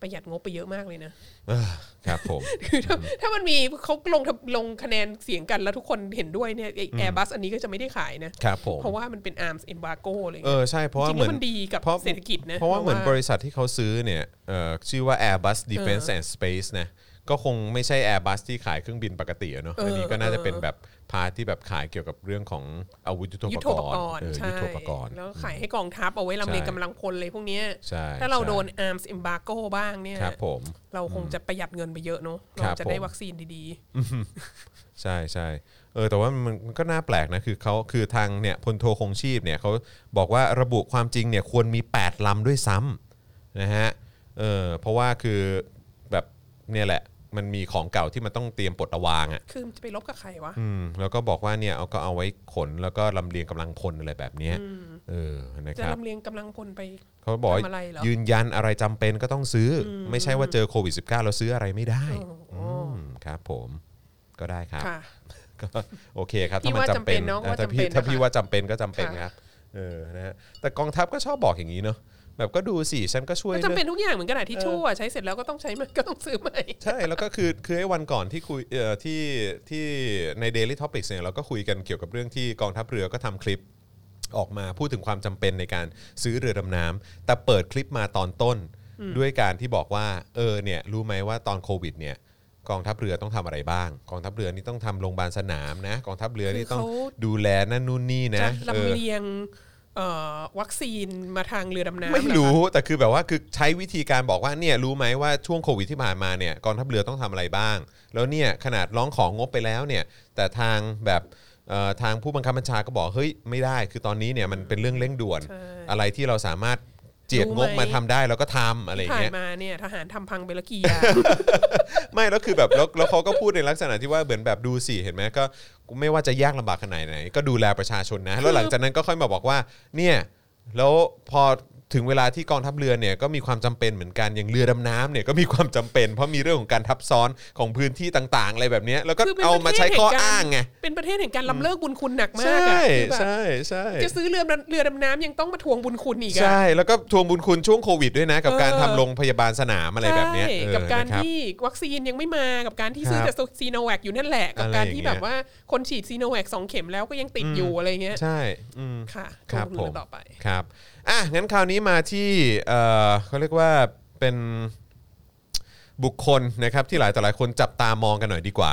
Speaker 4: ประหยัดงบไปเยอะมากเลยนะ
Speaker 2: เอ้อครับผม
Speaker 4: คือถ้าถ้ามันมีเขาลงทะลงคะแนนเสียงกันแล้วทุกคนเห็นด้วยเนี่ยแอร์บัสอันนี้ก็จะไม่ได้ขายนะ
Speaker 2: ครับ ผม
Speaker 4: เพราะว่ามันเป็น arms embargo อะไร
Speaker 2: เอ
Speaker 4: เงี้ย
Speaker 2: อใช่เพราะว่า
Speaker 4: จริง
Speaker 2: เหมื
Speaker 4: แล้
Speaker 2: อ
Speaker 4: วน มันดีกับ
Speaker 2: เพราะ
Speaker 4: เศรษฐกิจนะ
Speaker 2: เพราะว่าเหมือนบริษัทที่เขาซื้อเนี่ยเอ่อชื่อว่า Airbus Defense and Space นะก็คงไม่ใช่ Airbus ที่ขายเครื่องบินปกติอะเนอะ
Speaker 4: เอออั
Speaker 2: อันนี้ก็น่าจะเป็นแบบพาร์ทที่แบบขายเกี่ยวกับเรื่องของอาวุธยุทโธ
Speaker 4: ยุท
Speaker 2: ป
Speaker 4: โธ
Speaker 2: ก
Speaker 4: ป
Speaker 2: ร
Speaker 4: ก
Speaker 2: ณ์
Speaker 4: รณ์
Speaker 2: เออ
Speaker 4: ใช่
Speaker 2: ยุทโธปกรณ์
Speaker 4: แล้วขายให้กองทัพเอาไว้ลำเลียง
Speaker 2: ใช่
Speaker 4: กำลังพลเลยพวกเนี้ย
Speaker 2: ใช่
Speaker 4: ถ้าเรา
Speaker 2: ใช่
Speaker 4: โดน arms embargo บ้างเนี่ย
Speaker 2: ครับผม
Speaker 4: เราคงจะประหยัดเงินไปเยอะเนาะ
Speaker 2: ครั
Speaker 4: เรา
Speaker 2: บ
Speaker 4: จะได้
Speaker 2: ผม
Speaker 4: วัคซีนดี
Speaker 2: ใช่ใช่เออแต่ว่ามันมันก็น่าแปลกนะคือเขาคือทางเนี่ยพลโทคงชีพเนี่ยเขาบอกว่าระบุความจริงเนี่ยควรมี 8 ลำด้วยซ้ำนะฮะเออเพราะว่าคือแบบเนี่ยแหละมันมีของเก่าที่มันต้องเตรียมปลดระวางอ่ะ
Speaker 4: ๆ คือมันจะไปลบกับใครวะ
Speaker 2: อืมแล้วก็บอกว่าเนี่ยเอาก็เอาไว้ขนแล้วก็ลำเลียงกำลังคนอะไรแบบเนี้ยเออนะค
Speaker 4: จะ
Speaker 2: รับ
Speaker 4: ลำเลียงกำลังพลไป
Speaker 2: เขาบอกว่า
Speaker 4: ทำอะไรเหรอ
Speaker 2: ยืนยันอะไรจำเป็นก็ต้องซื้ออไม่ใช่ว่าเจอโควิด -19 แล้วซื้ออะไรไม่ได้
Speaker 4: โอ้โห
Speaker 2: อืมครับผมก็ได้ครับ
Speaker 4: ค่ะ
Speaker 2: ก็โอเคครับ
Speaker 4: พี่
Speaker 2: ถ้ามัน
Speaker 4: ว่า
Speaker 2: จำเป็น
Speaker 4: จำเป็นเนอะ
Speaker 2: เออ
Speaker 4: ว่า
Speaker 2: ถ้า
Speaker 4: จำ
Speaker 2: พี่
Speaker 4: เป็น
Speaker 2: ถ้าพี่
Speaker 4: นะคะ
Speaker 2: ว่าจำเป็นก็จำเป็น
Speaker 4: ค่ะ
Speaker 2: ครับเออนะฮะแต่กองทัพก็ชอบบอกอย่างนี้เนาะแบบก็ดูสิฉันก็ช่วย
Speaker 4: มัน
Speaker 2: เรื่
Speaker 4: จำ
Speaker 2: อง
Speaker 4: เป็นทุกอย่างเหมือนกระดาษทิชชู่อะใช้เสร็จแล้วก็ต้องใช้มัน ก็ต้องซื้อใหม่
Speaker 2: ใช่แล้วก็คือคือไอ้วันก่อนที่คุยเอ่อที่ที่ใน Daily Topics เนี่ยเราก็คุยกันเกี่ยวกับเรื่องที่กองทัพเรือก็ทำคลิปออกมาพูดถึงความจำเป็นในการซื้อเรือดำน้ำแต่เปิดคลิปมาตอนต้น ด้วยการที่บอกว่าเออเนี่ยรู้ไหมว่าตอนโควิดเนี่ยกองทัพเรือต้องทำอะไรบ้าง กองทัพเรือนี่ต้องทำโรงพยาบาลสนามนะกองทัพเรือนี่
Speaker 4: คือ
Speaker 2: ต้อ
Speaker 4: เขา
Speaker 2: งดูแลนั่นนู่นนี่
Speaker 4: จะ
Speaker 2: นะ
Speaker 4: ลำ
Speaker 2: เออ
Speaker 4: เลียงเอ่อวัคซีนมาทางเรือดำน้ำ
Speaker 2: ไม่
Speaker 4: เหอคะ
Speaker 2: รู้แต่คือแบบว่าคือใช้วิธีการบอกว่าเนี่ยรู้ไหมว่าช่วงโควิดที่ผ่านมาเนี่ยกองทัพเรือต้องทำอะไรบ้าง แล้วเนี่ยขนาดร้องของงบไปแล้วเนี่ยแต่ทางแบบเอ่อทางผู้บังคับบัญชาก็บอกเฮ้ยไม่ได้ คือตอนนี้เนี่ยมันเป็นเรื่องเร่งด่วน
Speaker 4: ใช่
Speaker 2: อะไรที่เราสามารถเจียดงบ
Speaker 4: รู้ไหม
Speaker 2: มาทำได้แล้วก็ทำอะไรอย่าง
Speaker 4: ผ่าน
Speaker 2: เงี้ย
Speaker 4: มาเนี่ยทหารทำพังเบลกียา
Speaker 2: ไม่แล้วคือแบบแล้วแล้วเขาก็พูดในลักษณะที่ว่าเหมือนแบบดูสิเห็นไหมก็ไม่ว่าจะยากลำบากขนาดไหน ก็ดูแลประชาชนนะแล้วหลังจากนั้นก็ค่อยมาบอกว่าเนี่ยแล้วพอถึงเวลาที่กองทัพเรือเนี่ยก็มีความจำเป็นเหมือนกันอย่างเรือดำน้ำเนี่ยก็มีความจำเป็นเพราะมีเรื่องของการทับซ้อนของพื้นที่ต่าง ๆ อะไรแบบเนี้ยแล้วก็
Speaker 4: คือเป็น
Speaker 2: เอามาใช้
Speaker 4: ประเทศ
Speaker 2: ข้อ
Speaker 4: แห่งการ
Speaker 2: อ้างไง
Speaker 4: เป็นประเทศแห่งการล้ำเลิกบุญคุณหนักมาก
Speaker 2: ใช่
Speaker 4: อะคือแบบ
Speaker 2: ใช่ใช่
Speaker 4: จะซื้อเรือดำเรือดำน้ำยังต้องมาทวงบุญคุณอีกอะ
Speaker 2: ใช่ แล้วก็ทวงบุญคุณช่วงโควิดด้วยนะ กับการทำโรงพยาบาลสนามอะไรแบบเนี้ย
Speaker 4: ใช่
Speaker 2: เออ
Speaker 4: กับการ
Speaker 2: นะคบ
Speaker 4: ที่วัคซีนยังไม่มากับการที่ซื้อ
Speaker 2: ครับ
Speaker 4: แต่ซีโนแวคอยู่นั่นแหละ กับ
Speaker 2: อะไร
Speaker 4: การที่
Speaker 2: อย่างเงี้ย
Speaker 4: แบบว่าคนฉีดซีโนแวคสองเข็มแล้วก็ยังติดอยู่อะไรเงี้ย
Speaker 2: ใช่อืม
Speaker 4: ค่ะ
Speaker 2: ครับ
Speaker 4: ลงทุ
Speaker 2: ผม
Speaker 4: นกันต่อไป
Speaker 2: ครับอ่ะงั้นคราวนี้มาที่เอ่อเขาเรียกว่าเป็นบุคคลนะครับที่หลายต่อหลายคนจับตามองกันหน่อยดีกว่า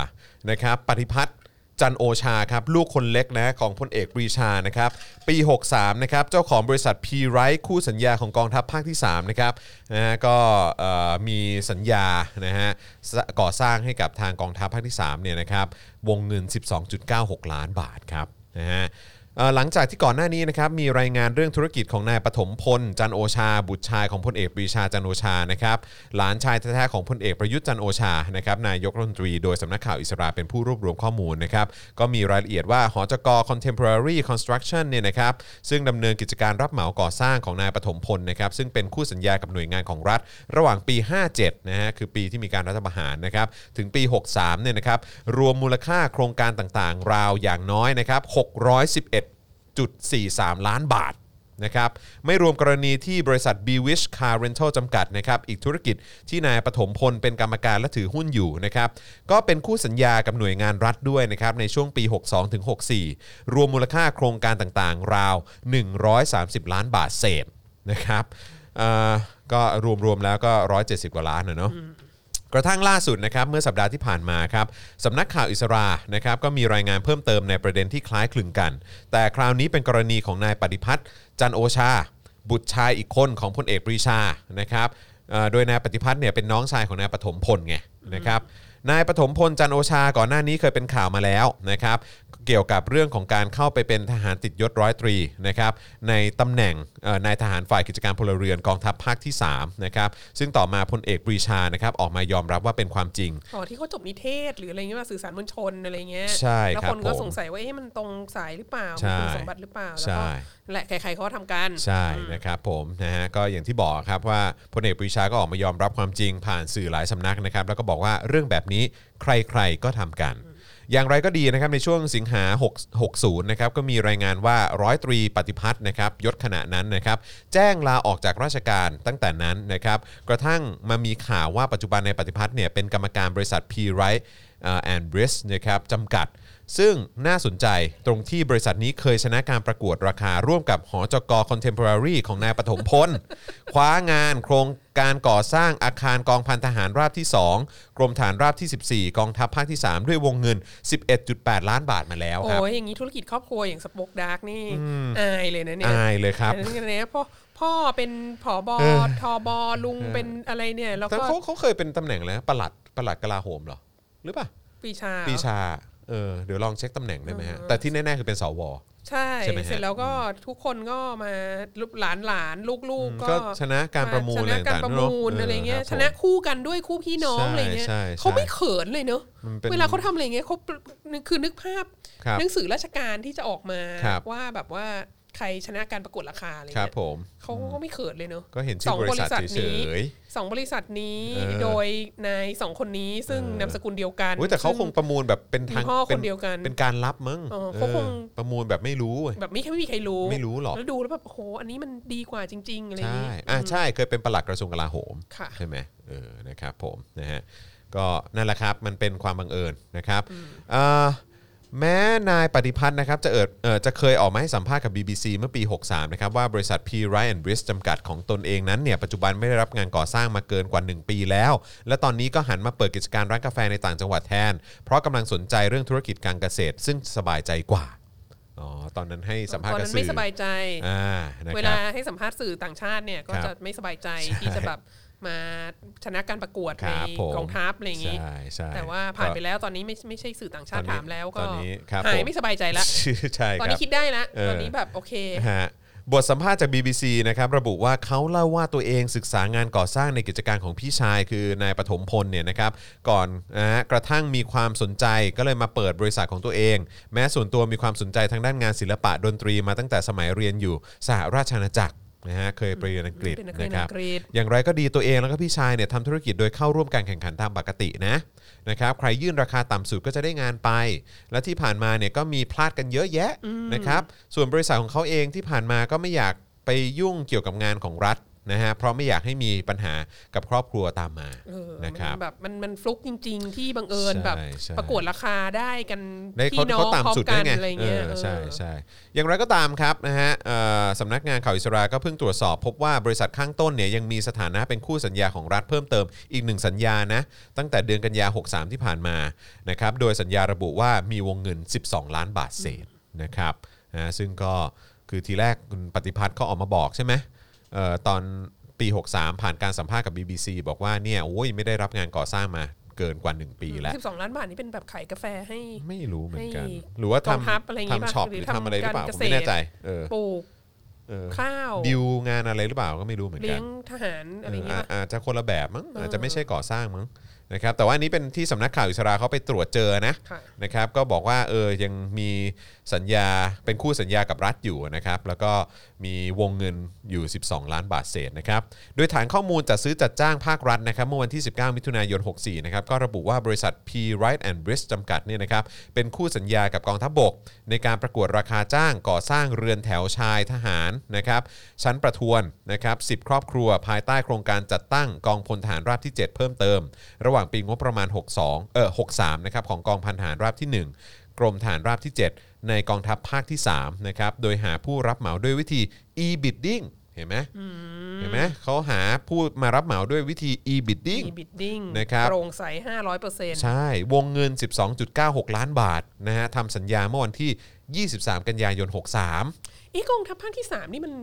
Speaker 2: นะครับปฏิพัฒน์จันทร์โอชาครับลูกคนเล็กนะของพลเอกปรีชานะครับปี 63นะครับเจ้าของบริษัท P r i g h t คู่สัญญาของกองทัพภาคที่3นะครับนะฮะก็เอ่อมีสัญญานะฮะสก่อสร้างให้กับทางกองทัพภาคที่3เนี่ยนะครับวงเงิน 12.96 ล้านบาทครับนะฮะ เอ่อหลังจากที่ก่อนหน้านี้นะครับมีรายงานเรื่องธุรกิจของนายปฐมพล จันทร์โอชา บุตรชายของพลเอกปรีชาจันทร์โอชานะครับหลานชายแท้ๆของพลเอกประยุทธ์จันทร์โอชานะครับนายกรัฐมนตรีโดยสำนักข่าวอิสราเป็นผู้รวบรวมข้อมูลนะครับก็มีรายละเอียดว่าหอจก Contemporary Construction เนี่ยนะครับซึ่งดำเนินกิจการรับเหมาก่อสร้างของนายปฐมพลนะครับซึ่งเป็นคู่สัญญากับหน่วยงานของรัฐ ระหว่างปี 57นะฮะคือปีที่มีการรัฐประหารนะครับถึงปี 63เนี่ยนะครับรวมมูลค่าโครงการต่างๆ ราวอย่างน้อยนะครับ611 1.43 ล้านบาทนะครับไม่รวมกรณีที่บริษัท b w i s h Car Rental จำกัดนะครับอีกธุรกิจที่นายปฐมพลเป็นกรรมการและถือหุ้นอยู่นะครับก็เป็นคู่สัญญากับหน่วยงานรัฐด้วยนะครับในช่วงปี 62ถึง64 รวมมูลค่าโครงการต่างๆ ราว 130 ล้านบาทเศษนะครับเอ่อก็รวมๆแล้วก็ 170 กว่าล้านนะเนาะ กระทั่งล่าสุดนะครับเมื่อสัปดาห์ที่ผ่านมาครับสำนักข่าวอิสรานะครับก็มีรายงานเพิ่มเติมในประเด็นที่คล้ายคลึงกัน แต่คราวนี้เป็นกรณีของนายปฏิพัฒน์จันทร์โอชา บุตรชายอีกคนของพลเอกปรีชานะครับเอ่อโดยนายปฏิพัฒน์เนี่ยเป็นน้องชายของนายปฐมพลไงนะครับนายปฐมพลจันทร์โอชาก่อนหน้านี้เคยเป็นข่าวมาแล้วนะครับ เกี่ยวกับเรื่องของการเข้าไปเป็นทหารติดยศร้อยตรีนะครับในตำแหน่งเอ่อนายทหารฝ่ายกิจการพลเรือนกองทัพภาคที่3นะครับซึ่งต่อมาพลเอกปรีชานะครับออกมายอมรับว่าเป็นความจริง
Speaker 4: อ๋อที่เขาจบนิเทศหรืออะไรเงี้ยมาสื่อสารมวลชนอะไรเงี้ย
Speaker 2: ใช่ครับ
Speaker 4: แล้วคนก็
Speaker 2: ผม
Speaker 4: สงสัยว่าเอ๊ะมันตรงสายหรือเปล่า
Speaker 2: ใช่
Speaker 4: มีคุณสมบัติหรือเปล่าแล้ว
Speaker 2: ใช่
Speaker 4: ก็แหละใครๆเขาก็ทำกัน
Speaker 2: ใช่นะครับผมนะฮะก็อย่างที่บอกครับว่าพลเอกปรีชาก็ออกมายอมรับความจริงผ่านสื่อหลายสำนักนะครับแล้วก็บอกว่าเรื่องแบบนี้ใครๆก็ทำกัน อย่างไรก็ดีนะครับในช่วงสิงหา6 60นะครับก็มีรายงานว่าร้อยตรีปฏิพัฒน์นะครับยศขณะนั้นนะครับแจ้งลาออกจากราชการตั้งแต่นั้นนะครับกระทั่งมามีข่าวว่าปัจจุบันในปฏิพัฒน์เนี่ยเป็นกรรมการบริษัท P. Wright แอนด์บริสนะครับจำกัด ซึ่งน่าสนใจตรงที่บริษัทนี้เคยชนะการประกวดราคาร่วมกับหอจกคอนเทมพอรารีของนายปฐมพล คว้างานโครงการก่อสร้างอาคารกองพันทหารราบที่ 2 กรมฐานราบที่ 14 กองทัพภาคที่ 3 ด้วยวงเงิน 11.8 ล้านบาทมาแล้วครับ
Speaker 4: โอ้ยอย่างนี้ธุรกิจครอบครัวอย่างสป o อกดาร์กนี่อายเลยนะเนี่ย
Speaker 2: อายเลยครับ
Speaker 4: อันนั้นเนี่ยพ่อพ่อเป็นผอบอทอบอลุงเป็นอะไรเนี่ยแล้ว
Speaker 2: แต่
Speaker 4: ก็
Speaker 2: เขาเขาเคยเป็นตำแหน่งอะไรนะประหลัดประหลัดกลาโหมเหรอ หรือเปล่า
Speaker 4: ปรีชา
Speaker 2: ปรีชาเออเดี๋ยวลองเช็คตำแหน่งได้ไหมฮะแต่ที่แน่ๆคือเป็นสว
Speaker 4: ใช่
Speaker 2: ใช่ไหมฮะ
Speaker 4: เสร็จแล้วก็ทุกคนก็มาหลานหลานๆลูกๆ
Speaker 2: ก็
Speaker 4: ก็
Speaker 2: ชนะการประมูล
Speaker 4: ช
Speaker 2: อะไร
Speaker 4: นะการ
Speaker 2: ต่างๆ
Speaker 4: ประ
Speaker 2: เน
Speaker 4: มูลอะไรเงี้ย
Speaker 2: ครับ
Speaker 4: ชนะ
Speaker 2: ผม
Speaker 4: คู่กันด้วยคู่พี่น้อง
Speaker 2: ใช่
Speaker 4: อะไรเงี้ย
Speaker 2: ใช่ใช่
Speaker 4: เขาไม่เขินเลยเนอะ
Speaker 2: มันเป็น
Speaker 4: เวลาเขาทำอะไรเงี้ยเขาคือนึกภาพ
Speaker 2: ครับ
Speaker 4: หนังสือราชการที่จะออกมา
Speaker 2: ครับ
Speaker 4: ว่าแบบว่าใครชนะการประกวดราคาอะไร
Speaker 2: ครับ
Speaker 4: เงี้ย
Speaker 2: ผม
Speaker 4: เขาก็ไม่เขินเลยเนอะ
Speaker 2: ก็เห็นชื่อบริษัทเฉย
Speaker 4: สองบริษัทนี้
Speaker 2: เออ
Speaker 4: โดยนายสองคนนี้ซึ่ง
Speaker 2: เออ
Speaker 4: นามสกุลเดียวกัน
Speaker 2: ๆโอ้ยแต่เขาคงป
Speaker 4: ซึ่
Speaker 2: ระมูลแบบเป็นทาง
Speaker 4: มีพ่อคน
Speaker 2: ป็
Speaker 4: เดียวกัน
Speaker 2: เป็นการรับมั้ง
Speaker 4: เออเขาคง
Speaker 2: เออประมูลแบบไม่รู้เว้ย
Speaker 4: แบบไม่ไม่มีใครรู้
Speaker 2: ไม่รู้หรอก
Speaker 4: แล้วดูแล้วแบบโอ้โหอันนี้มันดีกว่าจริง ๆอะไรอย่าง
Speaker 2: ใช่
Speaker 4: นี้
Speaker 2: อ่ะใช่เคยเป็นประหลัดกระทรวงกลาโหม
Speaker 4: ค่ะ
Speaker 2: ใช่ไหมเออนะครับผมนะฮะก็นั่นแหละครับมันเป็นความบังเอิญนะครับเอ่อแม้นายปฏิพัฒน์นะครับจะเอิดเอ่อจะเคยออกมาให้สัมภาษณ์กับ BBC เมื่อปี 63นะครับว่าบริษัท P. Ryan b r i s จำกัดของตนเองนั้นเนี่ยปัจจุบันไม่ได้รับงานก่อสร้างมาเกินกว่า 1 ปีแล้ว และตอนนี้ก็หันมาเปิดกิจการร้านกาแฟในต่างจังหวัดแทน เพราะกำลังสนใจเรื่องธุรกิจการเกษตร ซึ่งสบายใจกว่าอ๋อตอนนั้นให้สัมภาษ
Speaker 4: ต
Speaker 2: ณ์
Speaker 4: อน
Speaker 2: กับ
Speaker 4: นั้น
Speaker 2: สื่
Speaker 4: ไม่
Speaker 2: อ
Speaker 4: สบายใจ
Speaker 2: อ่านะครับ
Speaker 4: เวลาให้สัมภาษณ์สื่อต่างชาติเนี่ยก็
Speaker 2: ครับ
Speaker 4: จะไม่สบายใจ
Speaker 2: ใช่
Speaker 4: ที่จะแบบมาชนะการประกวด
Speaker 2: ค
Speaker 4: ใน
Speaker 2: รับผม
Speaker 4: กองทัพอะไรอย่างนี้
Speaker 2: ใช่ใช่
Speaker 4: แต่ว่าผ่านไป
Speaker 2: ก็
Speaker 4: แล้วตอนนี้ไม่ไม่ใช่สื่อต่างชาติ
Speaker 2: ตอนนี้
Speaker 4: ถามแล้วก็
Speaker 2: ตอนนี้ครับ
Speaker 4: หา
Speaker 2: ผ
Speaker 4: ย
Speaker 2: ม
Speaker 4: ไม่สบายใจละ
Speaker 2: ใช่
Speaker 4: ตอน
Speaker 2: ครั
Speaker 4: นี้
Speaker 2: บ
Speaker 4: คิดได้ละ
Speaker 2: เออ
Speaker 4: ตอนนี้แบบโอเค
Speaker 2: ฮะบทสัมภาษณ์จาก BBC นะครับระบุว่าเขาเล่าว่าตัวเองศึกษางานก่อสร้างในกิจการของพี่ชาย คือนายปฐมพลเนี่ยนะครับก่อนนะฮะกระทั่งมีความสนใจก็เลยมาเปิดบริษัทของตัวเอง แม้ส่วนตัวมีความสนใจทางด้านงานศิลปะดนตรีมาตั้งแต่สมัยเรียนอยู่สหราชอาณาจักรนะฮะเคยไปเรียนอังกฤษ
Speaker 4: เป็นนักเรีย
Speaker 2: นะ
Speaker 4: น
Speaker 2: ครับ
Speaker 4: อังกฤษ
Speaker 2: อย่างไรก็ดีตัวเองแล้วก็พี่ชายเนี่ยทำธุรกิจโดยเข้าร่วมการแข่งขันตามปกตินะนะครับใครยื่นราคาต่ำสุดก็จะได้งานไป และที่ผ่านมาเนี่ยก็มีพลาดกันเยอะแยะนะครับส่วนบริษัทของเขาเองที่ผ่านมาก็ไม่อยากไปยุ่งเกี่ยวกับงานของรัฐนะฮะเพราะไม่อยากให้มีปัญหากับครอบครัวตามมา
Speaker 4: เออ
Speaker 2: นะครั
Speaker 4: มั
Speaker 2: บ
Speaker 4: นแบบมันมันฟลุกจริง ๆ ที่บังเอิญ
Speaker 2: ใช่
Speaker 4: แบบ
Speaker 2: ใช่
Speaker 4: ประกวดราคาได้กัน
Speaker 2: ได้เขา
Speaker 4: พี่น้อ
Speaker 2: เขา
Speaker 4: ง
Speaker 2: ต่ำสุด
Speaker 4: พร้อม
Speaker 2: ไง
Speaker 4: กันอะไรเงี้ย
Speaker 2: เออใช่
Speaker 4: เออ
Speaker 2: ใช่อย่างไรก็ตามครับนะฮะเอ่อสำนักงานข่าวอิสราก็เพิ่งตรวจสอบพบว่าบริษัทข้างต้นเนี่ยยังมีสถานะเป็นคู่สัญญาของรัฐเพิ่มเติมอีกหนึ่งสัญญานะตั้งแต่เดือนกันยา 63 ที่ผ่านมานะครับโดยสัญญาระบุว่ามีวงเงิน 12 ล้านบาทเศษนะครับนะซึ่งก็คือทีแรกคุณปฏิพัฒน์เขาออกมาบอกใช่ไหมเอ่อตอนปี 63 ผ่านการสัมภาษณ์กับ BBC บอกว่าเนี่ยโอ้ยไม่ได้รับงานก่อสร้างมาเกินกว่า 1 ปีแล้ว
Speaker 4: สิบสองล้านบาทนี่เป็นแบบขายกาแฟให้
Speaker 2: ไม่รู้เหมือนกัน
Speaker 4: ให้
Speaker 2: หรือว่า
Speaker 4: องทัพ
Speaker 2: ทำ
Speaker 4: อะไรอย่างงี้ป่ะ
Speaker 2: ทำช็อป
Speaker 4: ห
Speaker 2: ห
Speaker 4: รือ
Speaker 2: รือ
Speaker 4: ทำ
Speaker 2: ทำอะไรหรือเปล่า
Speaker 4: กา
Speaker 2: ผ
Speaker 4: ร
Speaker 2: ม
Speaker 4: เกษตร
Speaker 2: ไม่แน่ใจเออ
Speaker 4: ปลูก
Speaker 2: เออ
Speaker 4: ข้าว
Speaker 2: ดิวงานอะไรหรือเปล่าก็ไม่รู้เหมือนกั
Speaker 4: เลี้ย
Speaker 2: น
Speaker 4: งทหารอะไรอย่าง
Speaker 2: เอ
Speaker 4: เงี้
Speaker 2: อย อาอาจจะคนละแบบมั้งอาจจะไม่ใช่ก่อสร้างมั้งนะครับแต่ว่าอันนี้เป็นที่สำนักข่าวอิสราเขาไปตรวจเจอนะ
Speaker 4: ค่ะ
Speaker 2: นะครับก็บอกว่าเออยังมีสัญญาเป็นคู่สัญญากับรัฐอยู่นะครับแล้วก็มีวงเงินอยู่ 12 ล้านบาทเศษนะครับโดยฐานข้อมูลจัดซื้อจัดจ้างภาครัฐนะครับเมื่อวันที่ 19 มิถุนายน 64 นะครับก็ระบุว่าบริษัท P Wright and Bridge จำกัดเนี่ยนะครับเป็นคู่สัญญากับกองทัพบบก ในการประกวดราคาจ้างก่อสร้างเรือนแถวชายทหารนะครับชั้นประทวนนะครับ 10 ครอบครัวภายใต้โครงการจัดตั้งกองพลทหารราบที่ 7 เพิ่มเติม ระหว่างปีงบประมาณ 62 เออ63 นะครับของกองพันทหารราบที่ 1 กรมฐานราบที่ 7 ในกองทัพภาคที่ 3 นะครับ โดยหาผู้รับเหมาด้วยวิธี e-bidding เห็นไหมเห็นไหมเขาหาผู้มารับเหมาด้วยวิธี e-bidding
Speaker 4: มีบิดดิ้ง
Speaker 2: นะครับ
Speaker 4: โปร่งใสห้าร้อยเปอร์เซ็นต์
Speaker 2: ใช่ วงเงิน 12.96 ล้านบาทนะฮะทำสัญญาเมื่อวันที่ 23 กันยายน 63
Speaker 4: อีกองทัพภาคที่สามนี่มัน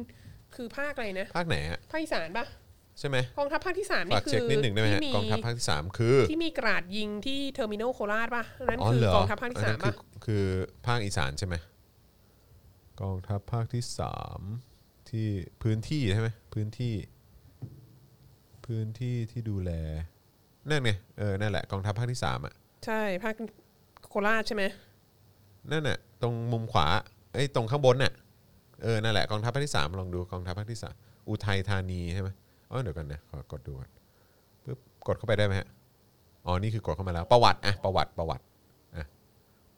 Speaker 4: คือภาคอะไรนะ
Speaker 2: ภาคไหนฮะ
Speaker 4: ภาคอีสานปะ
Speaker 2: ใช่ไหม
Speaker 4: กองทัพภาคที่สาม
Speaker 2: ฝา
Speaker 4: นี่
Speaker 2: ก
Speaker 4: คื
Speaker 2: เช็ค
Speaker 4: อ
Speaker 2: นิดหนึ่งได้ไหมฮะ
Speaker 4: ที่
Speaker 2: กองทัพภาคที่สามคือ
Speaker 4: ที่มีกราดยิงที่เทอร์มินอลโคราชป่ะอันนั่น
Speaker 2: อ๋อ
Speaker 4: คือ
Speaker 2: เหรอก
Speaker 4: องทัพภาคที่
Speaker 2: อัน
Speaker 4: สา
Speaker 2: นั้
Speaker 4: ม
Speaker 2: นคื
Speaker 4: ป่ะ
Speaker 2: อคือภาคอีสานใช่ไหมกองทัพภาคที่สามที่พื้นที่ใช่ไหมพื้นที่ พื้นที่ที่ดูแลนั่นไงเออนั่นแหละกองทัพภาคที่สามอ่ะ
Speaker 4: ใช่ภาคโคราชใช่ไหม
Speaker 2: นั่นน่ะตรงมุมขวาไอ้ยตรงข้างบนน่ะเออนั่นแหละกองทัพภาคที่สามลองดูกองทัพภาคที่สามอุทัยธานีใช่ไหมอ๋อเดี๋ยวกันนะขอกดดูก่อนปึ๊บกดเข้าไปได้ไหมฮะอ๋อนี่คือกดเข้ามาแล้ว ประวัติอ่ะประวัติประวัติอ่ะ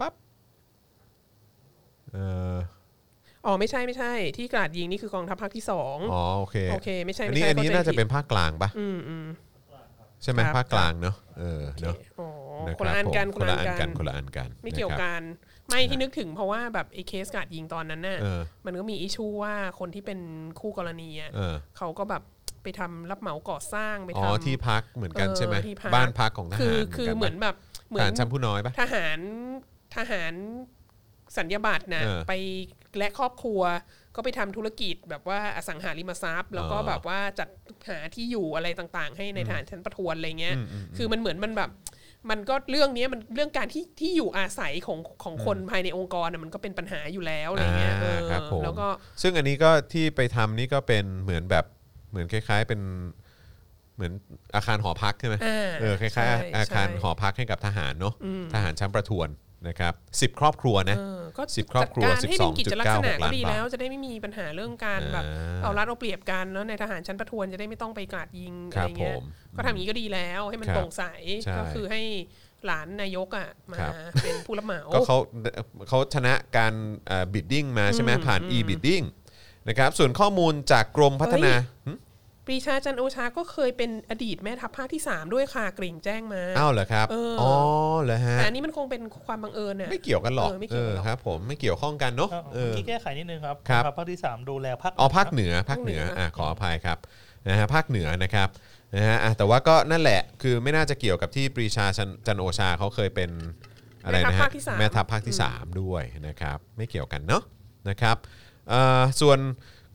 Speaker 2: ปั๊บเอ่อ
Speaker 4: อ๋อไม่ใช่ไม่ใช่ ที่กราดยิงนี่คือกองทัพภาคที่สอง
Speaker 2: อ๋อโอเค
Speaker 4: โอเค ไม่ใช่
Speaker 2: อัน
Speaker 4: ไม่
Speaker 2: นี้
Speaker 4: ใช่
Speaker 2: อันนี้
Speaker 4: ข้ใจ
Speaker 2: น่าจะ
Speaker 4: ผิ
Speaker 2: เป็
Speaker 4: ด
Speaker 2: นภาคกลางปะ
Speaker 4: อืมอืม
Speaker 2: ใช่ไหม
Speaker 4: ครับ
Speaker 2: ภาคกลางเนาะเออเนาะ
Speaker 4: อ๋อ
Speaker 2: รับ
Speaker 4: คนละอันกัน
Speaker 2: ผม
Speaker 4: คนละอันกัน
Speaker 2: คนละอันกัน
Speaker 4: ไม่เกี่ยว
Speaker 2: ะครับ
Speaker 4: กันไม่ที่นึกถึงเพราะว่าแบบไอ้เคสกราดยิงตอนนั้นน่ะ
Speaker 2: เออ
Speaker 4: มันก็มีอิชูว่าคนที่เป็นคู่กรณีอ่ะ
Speaker 2: เออ
Speaker 4: เขาก็แบบไปทำรับเหมาก่อสร้างไป
Speaker 2: อ๋อ
Speaker 4: ทำ
Speaker 2: ที่พักเหมือนกัน
Speaker 4: เออ
Speaker 2: ใช่ไหม
Speaker 4: ที่พัก
Speaker 2: บ้านพักของทหาร
Speaker 4: คือคือเหมือนแบบเห
Speaker 2: เหมื
Speaker 4: มื
Speaker 2: อน
Speaker 4: อ
Speaker 2: กันปะทหาน รชั้นผู้น้อยปะ
Speaker 4: ทหารทหารสัญญาบัตรนะ
Speaker 2: เออ
Speaker 4: ไปและครอบครัวก็ไปทำธุรกิจแบบว่าอสังหาริมทรัพย์ แล้วก็
Speaker 2: อ๋อ
Speaker 4: แบบว่าจัดหาที่อยู่อะไรต่างๆ ให้ในฐานชั้นประทวนอะไรเงี้ย
Speaker 2: อืมอืมอืม
Speaker 4: คือมันเหมือนมันแบบ มันก็เรื่องเนี้ยมันเรื่องการที่ที่อยู่อาศัยของของคนภายในองค์กรน่ะมันก็เป็นปัญหาอยู่แล้วอะไรเงี้ยเออ
Speaker 2: ครับผม
Speaker 4: แล้วก็
Speaker 2: ซึ่งอันนี้ก็ที่ไปทำนี่ก็เป็นเหมือนแบบเหมือนคล้าย ๆ เป็นเหมือนอาคารหอพักใช่ไหม
Speaker 4: อ่า
Speaker 2: เออคล้าย
Speaker 4: ใช่
Speaker 2: ๆ อาคาร
Speaker 4: ใช่
Speaker 2: หอพักให้กับทหารเนาะทหารชั้นประทวนนะครับสิบครอบครัวนะ
Speaker 4: เออก็
Speaker 2: สิบครอบครัว
Speaker 4: จัดการให้เป็น
Speaker 2: 12.96
Speaker 4: กิจลักษณะ
Speaker 2: ล้านบา
Speaker 4: ก็
Speaker 2: ท
Speaker 4: ดีแล้วจะได้ไม่มีปัญหาเรื่องการแบบ
Speaker 2: อ่า
Speaker 4: เอารัดเอาเปรียบกันแล้วในทหารชั้นประทวนจะได้ไม่ต้องไปกราดยิง
Speaker 2: ค
Speaker 4: อะ
Speaker 2: รั
Speaker 4: ไร
Speaker 2: บ
Speaker 4: เงี้ย
Speaker 2: ผม
Speaker 4: ก็ทำอย่างนี้ก็ดีแล้วให้มัน
Speaker 2: ครับ
Speaker 4: โปร่งใส
Speaker 2: ใช่
Speaker 4: ก็คือให้หลานนายกอ่ะมา
Speaker 2: ครับ
Speaker 4: เป็นผู้รับเหมา
Speaker 2: ก็เขาเขาชนะการบิดดิ้งมาใช่ไหมผ่าน e bidding นะครับส่วนข้อมูลจากกรมพัฒนาหึ
Speaker 4: ปรีชาจันทร์โอชาก็เคยเป็นอดีตแม่ทัพภาคที่ 3 ด้วยค่ะกริ่งแจ้งมา
Speaker 2: อ้าวเหรอครับ
Speaker 4: เอออ๋
Speaker 2: อ๋อเหรอฮะ
Speaker 4: แต่อันนี้มันคงเป็นความบังเอิญน่ะ
Speaker 2: ไม่เกี่ยวกันหรอก
Speaker 4: เออไม่เกี่
Speaker 2: เอ
Speaker 4: ยว
Speaker 2: อน
Speaker 4: กัหรอก
Speaker 2: ครับผมไม่เกี่ยวข้องกันเนาะเออ
Speaker 3: ที่แก้ไขนิดนึงครับ
Speaker 2: ครับ
Speaker 3: ภาคที่สามดูแลภาค
Speaker 2: อ๋อภาคเหนือภาคเหนืออ่ะขออภัยครับนะฮะภาคเหนือนะครับนะฮะอ่ะแต่ว่าก็นั่นแหละคือไม่น่าจะเกี่ยวกับที่ปรีชาจันจันโอชาเขาเคยเป็นอะไรนะ
Speaker 4: แม่ทัพ
Speaker 2: ฮะ
Speaker 4: ภาคที่สาม
Speaker 2: แม่ทัพภาคที่ 3 ด้วยนะครับ ไม่เกี่ยวกันเนาะนะครับเอ่อส่วน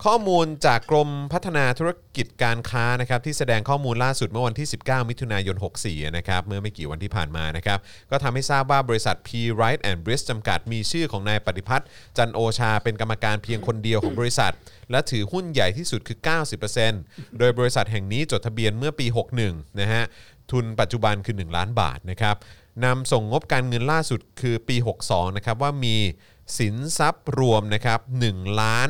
Speaker 2: ข้อมูลจากกรมพัฒนาธุรกิจการค้านะครับที่แสดงข้อมูลล่าสุดเมื่อวันที่ 19 มิถุนายน 64 นะครับเมื่อไม่กี่วันที่ผ่านมานะครับก็ทำให้ทราบว่าบริษัท P Wright and Bridge จำกัดมีชื่อของนายปฏิพัฒน์จันโอชาเป็นกรรมการเพียงคนเดียวของบริษัท และถือหุ้นใหญ่ที่สุดคือ 90%โดยบริษัทแห่งนี้จดทะเบียนเมื่อปี 61 นะฮะทุนปัจจุบันคือ 1 ล้านบาทนะครับ นำส่งงบการเงินล่าสุดคือปี 62 นะครับ ว่ามีสินทรัพย์รวมนะครับ1ล้าน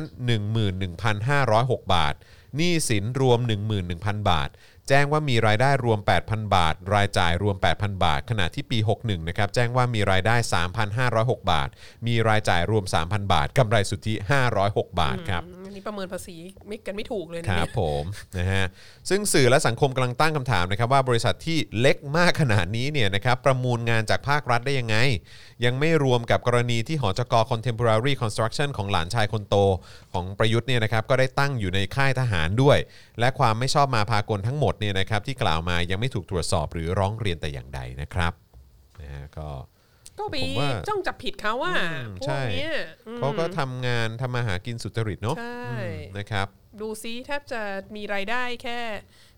Speaker 2: 11,506 บาทหนี้สินรวม 11,000 บาท แจ้งว่ามีรายได้รวม 8,000 บาท รายจ่ายรวม 8,000 บาท ขณะที่ปี 61 นะครับ แจ้งว่ามีรายได้ 3,506 บาท มีรายจ่ายรวม 3,000 บาทกำไรสุทธิ 506 บาทครับ
Speaker 4: อันนี้ประเมินภาษีไม่กันไม่ถูกเลย
Speaker 2: ค
Speaker 4: นะ
Speaker 2: รั
Speaker 4: เนี่
Speaker 2: บ
Speaker 4: ย
Speaker 2: ผมนะฮะซึ่งสื่อและสังคมกำลังตั้งคำถามนะครับว่าบริษัทที่เล็กมากขนาดนี้เนี่ยนะครับประมูลงานจากภาครัฐได้ยังไง ยังไม่รวมกับกรณีที่หอจก Contemporary Construction ของหลานชายคนโต ของประยุทธ์เนี่ยนะครับก็ได้ตั้งอยู่ในค่ายทหารด้วย และความไม่ชอบมาพากลทั้งหมดเนี่ยนะครับที่กล่าวมายังไม่ถูกตรวจสอบหรือร้องเรียนแต่อย่างใดนะครับนะฮะก็
Speaker 4: ก็ไป
Speaker 2: ผมว่า
Speaker 4: จ้องจับผิดเขาว่า
Speaker 2: อืม
Speaker 4: พว
Speaker 2: ใช่
Speaker 4: กเนี้ยอืม
Speaker 2: เขาก็ทำงานทำมาหากินสุจริตเนาะ
Speaker 4: ใช่
Speaker 2: อืมนะครับ
Speaker 4: ดูซิแทบจะมีรายได้แค่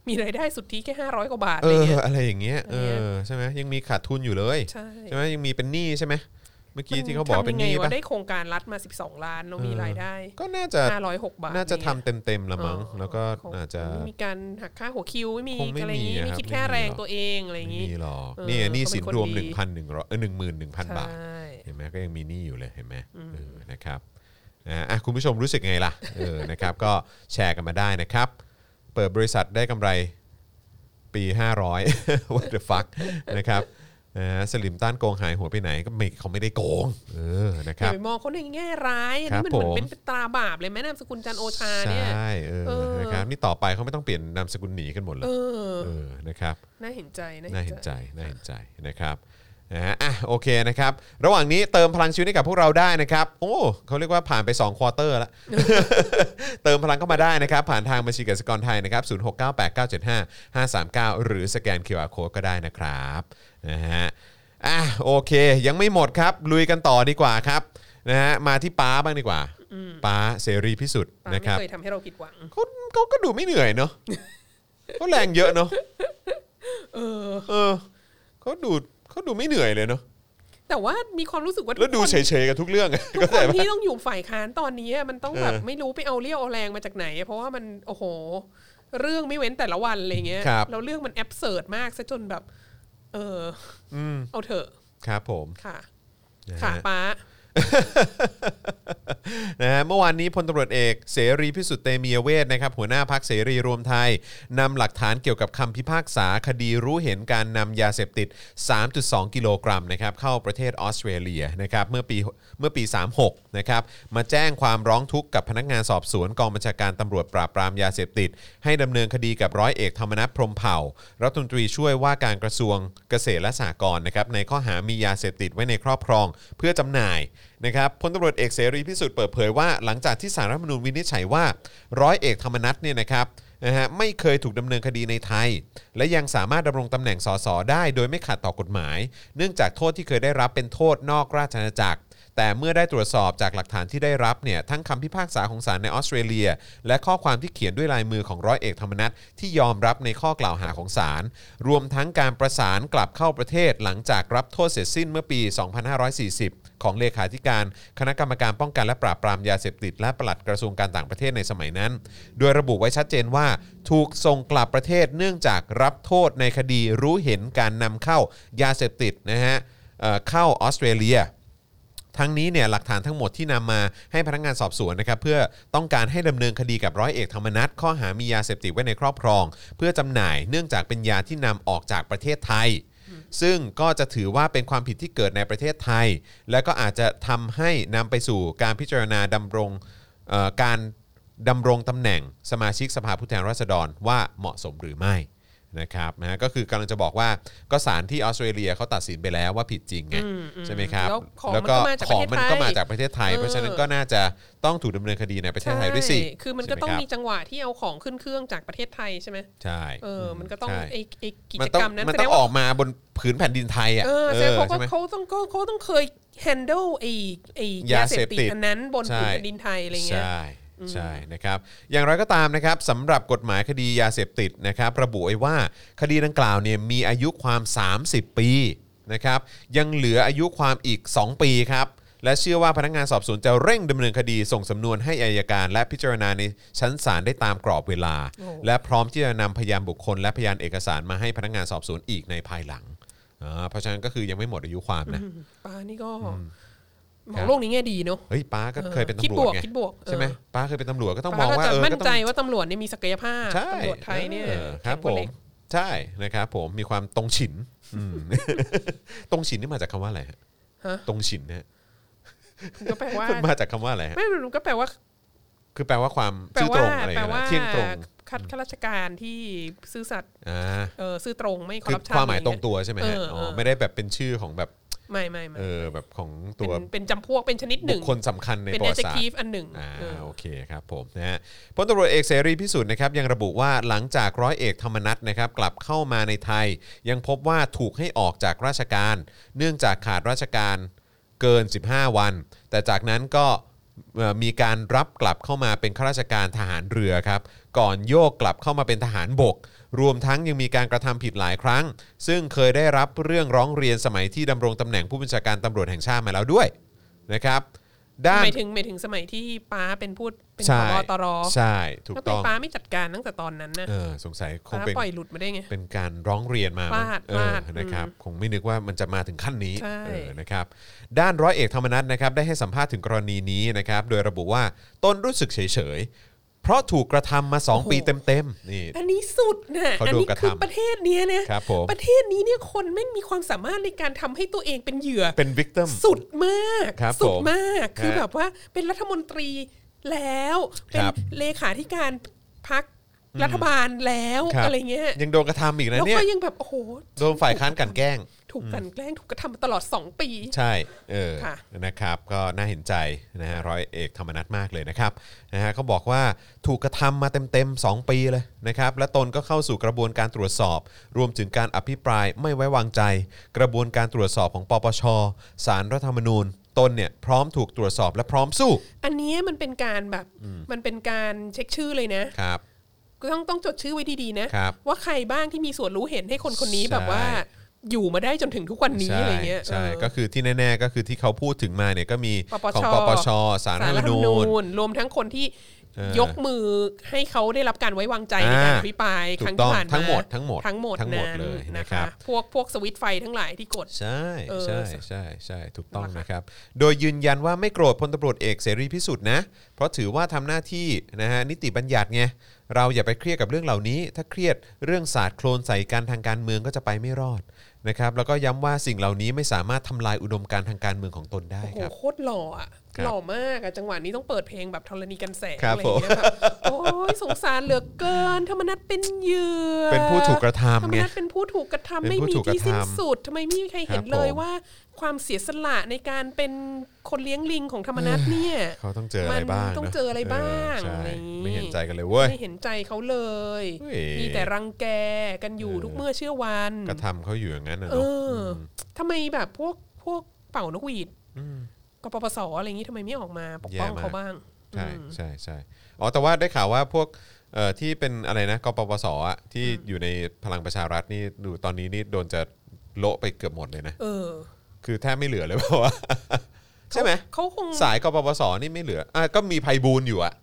Speaker 4: มีรายได้สุทธิแค่ห้าร้อยกว่าบาทอะ
Speaker 2: เออ
Speaker 4: ไรเงี้ย
Speaker 2: อะไรอย่างเงี้ย
Speaker 4: อั
Speaker 2: เอน
Speaker 4: เนี้ย
Speaker 2: อใช่ไหมยังมีขาดทุนอยู่เลย
Speaker 4: ใช่
Speaker 2: ใช่ไหมยังมีเป็นหนี้ใช่ไหมเมื่อกี้
Speaker 4: มัน
Speaker 2: ที่เขาบอกว่าเป็นหนี้
Speaker 4: ทำยังไง
Speaker 2: ปะ
Speaker 4: วะได้โครงการรัฐมา 12 ล้านเรามี
Speaker 2: เออ
Speaker 4: รายได้
Speaker 2: ก็น่าจะ
Speaker 4: 506 บาท
Speaker 2: น่าจะ
Speaker 4: เย
Speaker 2: ทำเต็มๆละมั้ง
Speaker 4: อ๋อ
Speaker 2: แล้วก็
Speaker 4: คง
Speaker 2: อาจจะ
Speaker 4: ไม่มีการหักค่าหัวคิวไม่มี
Speaker 2: คงไม่
Speaker 4: อะไรอย่างงี้
Speaker 2: มีอะค
Speaker 4: ไม่
Speaker 2: รับ
Speaker 4: คิด
Speaker 2: ไม่
Speaker 4: แค่
Speaker 2: มี
Speaker 4: แรง
Speaker 2: หรอก
Speaker 4: ตัวเอง อะไรอ
Speaker 2: ไม่
Speaker 4: ย่างงี้
Speaker 2: มีหรอก
Speaker 4: เออ
Speaker 2: นี่หนี้สิน
Speaker 4: เขาเป็นคน
Speaker 2: รวม
Speaker 4: ดี
Speaker 2: 1,100เออ11,000
Speaker 4: ใช่
Speaker 2: บาท เห็นไหมก็ยังมีหนี้อยู่เลยเห็นไหมเออนะครับนะฮะอ่ะคุณผู้ชมรู้สึกไงล่ะเออนะครับ ก็แชร์กันมาได้นะครับ เปิดบริษัทได้กำไรปี 500 what the fuck นะครับนะฮะสลิมต้านโกงหายหัวไปไหนก็ไม่เขาไม่ได้โกงเออนะค
Speaker 4: อย่า
Speaker 2: รับ
Speaker 4: ไปมองเขาในแง่ร้ายอันนี้มัน
Speaker 2: ครับผม
Speaker 4: เหมือนเป็นตราบาปเลยแม่นามสกุลจันทร์โอชาเนี่ย
Speaker 2: ใช่เออ
Speaker 4: เออ
Speaker 2: นะครับนี่ต่อไปเขาไม่ต้องเปลี่ยนนามสกุลหนีกันหมดเล
Speaker 4: เอย อ
Speaker 2: เออนะครับ
Speaker 4: น่าเห็นใจ
Speaker 2: น่าเห็นใจน่าเห็นใจนะครับนะฮะอ่ะโอเคนะครับระหว่างนี้เติมพลังชีวิตให้กับพวกเราได้นะครับ โอ้เขาเรียกว่าผ่านไป 2 ควอเตอร์แล้ว เติมพลังเข้ามาได้นะครับ ผ่านทางบัญชีกสิกรไทยนะครับ0 6 9 8 9 7 5 5 3 9 หรือสแกน QR Code ก็ได้นะครับนะฮะอ่ะโอเค ยังไม่หมดครับ ลุยกันต่อดีกว่าครับนะฮะมาที่ป้าบ้างดีกว่า ป้าเสรีพิสุทธิ์
Speaker 4: ป้า
Speaker 2: นะค
Speaker 4: ไม่
Speaker 2: รับ
Speaker 4: เคยทำให้เราผิดหวัง
Speaker 2: เขาเขาก็ดูไม่เหนื่อยเนอะ เขาแรงเยอะเนาะ
Speaker 4: เออ
Speaker 2: เออเขาดูเขาดูไม่เหนื่อยเลยเนาะ
Speaker 4: แต่ว่ามีความรู้สึกว่าทุก
Speaker 2: แล้วดู
Speaker 4: คน
Speaker 2: เฉยๆกับทุ กเรื่อง
Speaker 4: ทุก
Speaker 2: ก็
Speaker 4: ค
Speaker 2: แต่
Speaker 4: นที่ต้องอยู่ฝ่ายค้านตอนนี้อะมันต้องแบบ
Speaker 2: เออ
Speaker 4: ไม่รู้ไปเอาเรี่ยวเอาแรงมาจากไหน เพราะว่ามันโอ้โห เรื่องไม่เว้นแต่ละวันอะไรเงี้ย
Speaker 2: ครับ
Speaker 4: แล้วเรื่องมันแอบเสิร์ดมากซะจนแบบ เออ
Speaker 2: อืม
Speaker 4: เอาเถอะ
Speaker 2: ครับผม
Speaker 4: ค่ะ
Speaker 2: นะ
Speaker 4: ค่ะ
Speaker 2: ฮะ
Speaker 4: ป้า
Speaker 2: นะฮะเมื่อวานนี้พลตำรวจเอกเสรีพิสุทธิ์เตมียเวทนะครับหัวหน้าพักเสรีรวมไทยนำหลักฐานเกี่ยวกับคำพิพากษาคดีรู้เห็นการนำยาเสพติด 3.2 กิโลกรัมนะครับเข้าประเทศออสเตรเลียนะครับเมื่อปีเมื่อปี 36นะครับมาแจ้งความร้องทุกข์กับพนักงานสอบสวนกองบัญชาการตำรวจปราบปรามยาเสพติด ให้ดำเนินคดีกับร้อยเอกธรรมนัฐพรหมเผ่ารัฐมนตรีช่วยว่าการกระทรวงเกษตรและสหกรณ์นะครับในข้อหามียาเสพติดไว้ในครอบครองเพื่อจำหน่าย นะครับพลตำรวจเอกเสรีพิสุทธิ์เปิดเผยว่าหลังจากที่สารรัฐธรรมนูญวินิจฉัยว่า ร้อยเอกธรรมนัฐเนี่ยนะครับนะฮะไม่เคยถูกดำเนินคดีในไทย และยังสามารถดำรงตำแหน่งสสได้โดยไม่ขัดต่อกฎหมาย เนื่องจากโทษที่เคยได้รับเป็นโทษนอกราชอาณาจักร แต่เมื่อได้ตรวจสอบจากหลักฐานที่ได้รับเนี่ยทั้งคำพิพากษาของศาลในออสเตรเลีย และข้อความที่เขียนด้วยลายมือของร้อยเอกธรรมนัฐที่ยอมรับในข้อกล่าวหาของศาลรวมทั้งการประสานกลับเข้าประเทศหลังจากรับโทษเสร็จสิ้นเมื่อปี 2540 ของเลขาธิการคณะกรรมการป้องกันและปราบปรามยาเสพติด และปลัดกระทรวงการต่างประเทศในสมัยนั้น โดยระบุไว้ชัดเจนว่า ถูกส่งกลับประเทศเนื่องจากรับโทษในคดีรู้เห็นการนำเข้ายาเสพติดนะฮะเอ่อเข้าออสเตรเลีย ทั้งนี้เนี่ยหลักฐานทั้งหมดที่นำมาให้พนักงานสอบสวนนะครับเพื่อต้องการให้ดำเนินคดีกับร้อยเอกธรรมนัฐข้อหามียาเสพติดไว้ในครอบครอง เพื่อจำหน่ายเนื่องจากเป็นยาที่นำออกจากประเทศไทย ซึ่งก็จะถือว่าเป็นความผิดที่เกิดในประเทศไทย และก็อาจจะทำให้นำไปสู่การพิจารณาดำรงเอ่อการดำรงตำแหน่งสมาชิกสภาผู้แทนราษฎรว่าเหมาะสมหรือไม่นะครับนะก็คือกำลังจะบอกว่าก็ศาลที่ออสเตรเลียเขาตัดสินไปแล้วว่าผิดจริงไง
Speaker 4: อืมอืม
Speaker 2: ใช่ไหมครับ
Speaker 4: แล้วของ
Speaker 2: แล้วก็
Speaker 4: มันก็มาจาก
Speaker 2: ข
Speaker 4: ประ
Speaker 2: องมันก็มาจากป
Speaker 4: เทศไทย
Speaker 2: ระเทศไทย
Speaker 4: เออ
Speaker 2: เพราะฉะนั้นก็น่าจะต้องถูกดำเนินคดีในประเทศไทยด้วยสิ
Speaker 4: ใช่คือมันก็ต้อง
Speaker 2: ใช่ไห
Speaker 4: มี
Speaker 2: รับ
Speaker 4: จังหวะที่เอาของขึ้นเครื่องจากประเทศไทยใช่ไหม
Speaker 2: ใช่
Speaker 4: เออ มันก็ต้อง
Speaker 2: ใช่
Speaker 4: ไอ้ไอ้กิ
Speaker 2: มั
Speaker 4: จ
Speaker 2: นต้อก
Speaker 4: รง รมนั้น
Speaker 2: มัน
Speaker 4: แสด
Speaker 2: ต้อง ง
Speaker 4: ว่า
Speaker 2: ออกมาบนผืนแผ่นดินไทยอ่ะ
Speaker 4: เออแสดงเขา
Speaker 2: ใช่ไหม
Speaker 4: เขาต้องเขาเขาต้องเคย handle ไอ้ไอ้
Speaker 2: ยาย
Speaker 4: า
Speaker 2: เส
Speaker 4: เส
Speaker 2: พ
Speaker 4: พ
Speaker 2: ติ
Speaker 4: ติ
Speaker 2: ด
Speaker 4: ดอันนั้นบนผืนแผ่นดินไทยอะไรเงี้ย
Speaker 2: ใช่ใช่นะครับอย่างไรก็ตามนะครับสำหรับกฎหมายคดียาเสพติดนะครับระบุไว้ว่าคดีดังกล่าวเนี่ยมีอายุความ 30 ปีนะครับยังเหลืออายุความอีก 2 ปีครับและเชื่อว่าพนักงานสอบสวนจะเร่งดำเนินคดีส่งสำนวนให้อายการ และพิจารณาในชั้นศาลได้ตามกรอบเวลา
Speaker 4: โอ้
Speaker 2: และพร้อมที่จะนำพยานบุคคล และพยานเอกสารมาให้พนักงานสอบสวนอีกในภายหลังอ่าเพราะฉะนั้นก็คือยังไม่หมดอายุความนะ
Speaker 4: ป้านี่ก็ม
Speaker 2: ครั
Speaker 4: อบ งโลกนี้แง่ดีเนาะ
Speaker 2: เฮ้ยป้าก็เคยเป็น
Speaker 4: คิด
Speaker 2: ตำร
Speaker 4: บ
Speaker 2: วจ
Speaker 4: วก
Speaker 2: ไง
Speaker 4: คิดบวก
Speaker 2: ใช่ไหม
Speaker 4: เออ
Speaker 2: ป้าเคยเป็นตำรวจก็ต้องม
Speaker 4: ป้า
Speaker 2: อง
Speaker 4: ก็
Speaker 2: ว่า
Speaker 4: จะ
Speaker 2: เออ
Speaker 4: มั่น
Speaker 2: ก็ต้อง
Speaker 4: ใจว่าตำรวจเนี่ยมีศักยภาพ
Speaker 2: ใช่
Speaker 4: ตำรวจไทยเนี่ย
Speaker 2: ออครับผ
Speaker 4: แข็งกว่าม เหล็ก
Speaker 2: ใช่นะครับผมมีความตรงฉินอืม ตรงฉินนี่มาจากคำว่าอะไรฮะ
Speaker 4: ฮะ
Speaker 2: ตรงฉินนะฮะ
Speaker 4: มันก็แปลว่า
Speaker 2: มันมาจากคำว่าอะไรฮะ
Speaker 4: ไม่มันก็แปลว่า
Speaker 2: คือแปลว่าความ
Speaker 4: แปล
Speaker 2: ซื่อต
Speaker 4: ว่า
Speaker 2: รงอะไร
Speaker 4: แปล
Speaker 2: นะ
Speaker 4: ว่า
Speaker 2: เที่ยงตรง
Speaker 4: ข้าข้าราชการที่ซื่อสัตย์
Speaker 2: อ่า
Speaker 4: เออซื่อตรงไม่คอ
Speaker 2: คือ
Speaker 4: ร์รัปชัน
Speaker 2: ความหมายตรง
Speaker 4: อะไเ
Speaker 2: ตัวใช่ไหมฮะ
Speaker 4: เออเอออ๋
Speaker 2: อ๋อไม่ได้แบบเป็นชื่อของแบบ
Speaker 4: ไม่ไม่ไม่
Speaker 2: เออแบบของ
Speaker 4: เป็
Speaker 2: ตัวน
Speaker 4: เป็นจำพวกเป็นชนิดห
Speaker 2: บุ
Speaker 4: นึ่
Speaker 2: ค
Speaker 4: ง
Speaker 2: คลสำคัญใน
Speaker 4: เป็น
Speaker 2: ประวัติศาสตร์
Speaker 4: adjective อันหนึ่ง
Speaker 2: อ่า
Speaker 4: เออ
Speaker 2: โอเคครับผมนะฮะพลตำรวจเอกเสรีพิสุทธิ์นะครับยังระบุว่าหลังจากร้อยเอกธรรมนัฐนะครับกลับเข้ามาในไทย ยังพบว่าถูกให้ออกจากราชการ เนื่องจากขาดราชการเกิน 15 วัน แต่จากนั้นก็เอ่อมีการรับกลับเข้ามาเป็นข้าราชการทหารเรือครับก่อนโยกกลับเข้ามาเป็นทหารบก รวมทั้งยังมีการกระทำผิดหลายครั้ง ซึ่งเคยได้รับเรื่องร้องเรียนสมัยที่ดำรงตำแหน่งผู้บัญชาการตำรวจแห่งชาติมาแล้วด้วยนะครับด้า
Speaker 4: ห
Speaker 2: น
Speaker 4: มายถึงหมายถึงสมัยที่ป้าเป็นพูดเป็นพ
Speaker 2: ใช่
Speaker 4: บตร
Speaker 2: ใช่ถูก
Speaker 4: แล้วทำไม
Speaker 2: ต้อง
Speaker 4: ป้าไม่จัดการตั้งแต่ตอนนั้นนะ
Speaker 2: เออสงสัยคง
Speaker 4: ป้า
Speaker 2: เป็น
Speaker 4: ปล่อยหลุดมาได้ไง
Speaker 2: เป็นการร้องเรียนมา
Speaker 4: พลาด
Speaker 2: เอ
Speaker 4: พ
Speaker 2: อ
Speaker 4: ลาด
Speaker 2: นะครับคงไม่นึกว่ามันจะมาถึงขั้นนี้
Speaker 4: ใช่
Speaker 2: เออนะครับด้านร้อยเอกธรรมนัฐนะครับได้ให้สัมภาษณ์ถึงกรณีนี้นะครับโดยระบุว่าตนรู้สึกเฉยๆ เพราะถูกกระทำมา 2 ปีเต็มๆนี่
Speaker 4: อันนี้สุดนะ
Speaker 2: เขา
Speaker 4: อัน
Speaker 2: โดน
Speaker 4: นี้
Speaker 2: กระทำ
Speaker 4: คือประเทศเนี้ยนะครับ
Speaker 2: ผม
Speaker 4: ประเทศนี้เนี่ยคนไม่มีความสามารถในการทำให้ตัวเองเป็นเหยื่อ
Speaker 2: เป็นวิกเต m ม
Speaker 4: สุดมาก
Speaker 2: ครับ
Speaker 4: สุ
Speaker 2: ผ
Speaker 4: ด
Speaker 2: ม
Speaker 4: มากคือ
Speaker 2: ฮะ
Speaker 4: แบบว่าเป็นรัฐมนตรีแล้ว เป็น
Speaker 2: ครับ
Speaker 4: เลขาธิการพักรัฐบาลแล้ว
Speaker 2: ครับ
Speaker 4: อะไรเงี้ย
Speaker 2: ยังโดนกระทำอีกนะ
Speaker 4: แล้ว
Speaker 2: เนี่ย
Speaker 4: ก็ยังแบบโอ้โห
Speaker 2: โดนฝ่ายค้านกลันแกล้ง
Speaker 4: ถูกกลันแกล้งถูกกระทำมาตลอด 2 ปี
Speaker 2: ใช่เออ
Speaker 4: ค่ะ
Speaker 2: นะครับก็น่าเห็นใจนะฮะร้อยเอกธรรมนัฐมากเลยนะครับนะฮะเขาบอกว่าถูกกระทำมาเต็มๆ 2 ปีเลยนะครับและตนก็เข้าสู่กระบวนการตรวจสอบ รวมถึงการอภิปรายไม่ไว้วางใจ กระบวนการตรวจสอบของปปชสารรัฐธรรมนูญ ตนเนี่ยพร้อมถูกตรวจสอบและพร้อมสู้
Speaker 4: อันเนี้ยมันเป็นการแบบมันเป็นการเช็คชื่อเลยนะ
Speaker 2: ครับ
Speaker 4: ก็ต้องต้องจดชื่อไว้ดีๆนะ
Speaker 2: ครับ
Speaker 4: ว่าใครบ้างที่มีส่วนรู้เห็นให้คนคนนี้
Speaker 2: ใช่
Speaker 4: แบบว่าอยู่มาได้จนถึงทุกวันนี้
Speaker 2: ใช่
Speaker 4: อะไรเงี้ย
Speaker 2: ใช่
Speaker 4: เออ
Speaker 2: ก็คือที่แน่ๆก็คือที่เขาพูดถึงมาเนี่ยก็มี
Speaker 4: ปปช
Speaker 2: ของปปชสาร
Speaker 4: สา
Speaker 2: รัฐ
Speaker 4: ร
Speaker 2: ธรร
Speaker 4: รัฐ
Speaker 2: ม
Speaker 4: ธรรม
Speaker 2: นู
Speaker 4: นู
Speaker 2: ญ
Speaker 4: ญรวมทั้งคนที่
Speaker 2: เออย
Speaker 4: กมือให้เขาได้รับการไว้วางใจใน
Speaker 2: อ่า
Speaker 4: การอภิปรายค
Speaker 2: ถู
Speaker 4: รั้ง
Speaker 2: กต้อ
Speaker 4: ที่
Speaker 2: ง
Speaker 4: ผ่านมา
Speaker 2: ทั้งหมดทั้งหมด
Speaker 4: ทั้งหมด
Speaker 2: ทั้งหมด
Speaker 4: นั้น
Speaker 2: เลยนะ
Speaker 4: นะครับ คะพวกพวกสวิตช์ไฟทั้งหลายที่กด
Speaker 2: ใช่
Speaker 4: เออ
Speaker 2: ใช่
Speaker 4: ส
Speaker 2: ใช่ใช่ถูกต้อง
Speaker 4: นะคะ
Speaker 2: นะครับ โดยยืนยันว่าไม่โกรธพลตำรวจเอกเสรีพิสุทธิ์นะ เพราะถือว่าทำหน้าที่นะฮะนิติบัญญัติไงเราอย่าไปเครียดกับเรื่องเหล่านี้ ถ้าเครียดเรื่องศาสตร์โคลนใส่กันทางการเมืองก็จะไปไม่รอดนะครับแล้วก็ย้ำว่าสิ่งเหล่านี้ไม่สามารถทำลายอุดมการณ์ทางการเมืองของตนได้
Speaker 4: โอ้โห
Speaker 2: ครับ
Speaker 4: โคตรหล่ออะ
Speaker 2: ครับ
Speaker 4: หล่อมากอะจังหวะนี้ต้องเปิดเพลงแบบธรณีกันแสง
Speaker 2: ครั
Speaker 4: อะ
Speaker 2: บ
Speaker 4: ไรอย่างเงี้ยแบบโอ้ยสงสารเหลือเกินธรรมนัตเป็นเหยื่อ
Speaker 2: เป็นผู้ถูกกระ
Speaker 4: ธร
Speaker 2: ทำ
Speaker 4: รม
Speaker 2: ไง
Speaker 4: นัตเป็นผู้ถูกกระทำ
Speaker 2: เป็น
Speaker 4: ไม่
Speaker 2: ผู้
Speaker 4: มี
Speaker 2: ถูกกระ
Speaker 4: ที่
Speaker 2: ทำ
Speaker 4: สิ้นสุดทำไมไม่มีใครเห็
Speaker 2: ครั
Speaker 4: น
Speaker 2: บ
Speaker 4: เลย
Speaker 2: ผม
Speaker 4: ว่าความเสียสละในการเป็นคนเลี้ยงลิงของธรรมนัตเนี่ย
Speaker 2: เขาต้องเจออะไรบ้าง
Speaker 4: มันต้อง
Speaker 2: นะ
Speaker 4: เจออะไรบ้าง
Speaker 2: เออใช่
Speaker 4: อะไรอย่างงี้
Speaker 2: ไม่เห็นใจกันเลยเว้ย
Speaker 4: ไม่เห็นใจเขาเลย
Speaker 2: เฮ้ย
Speaker 4: มีแต่รังแกกันอยู่
Speaker 2: เออ
Speaker 4: ทุกเมื่อเชื่อวัน
Speaker 2: กระทำเขาอยู่อย่างนั้นนะ
Speaker 4: เอ
Speaker 2: เนาะ
Speaker 4: ออทำไมแบบพวกพวกเป่านกหวีด
Speaker 2: ม
Speaker 4: กปปสอะไรอย่างนี้ทำไมไม่ออกมาปกป้อง
Speaker 2: แย่มาก
Speaker 4: เขาบ้าง
Speaker 2: ใช่
Speaker 4: อืม
Speaker 2: ใช่ใช่อ๋อแต่ว่าได้ข่าวว่าพวกเอ่อที่เป็นอะไรนะกปปสอ่ะที่อยู่ในพลังประชารัฐนี่ดูตอนนี้นี่โดนจะโละไปเกือบหมดเลยนะ
Speaker 4: เออ
Speaker 2: คือแทบไม่เหลือเลย เพราะว่า ใช่ไหม
Speaker 4: เขาคง
Speaker 2: สายกปปสนี่ไม่เหลืออ่ะก็มีไพบูลย์อยู่อ่ะ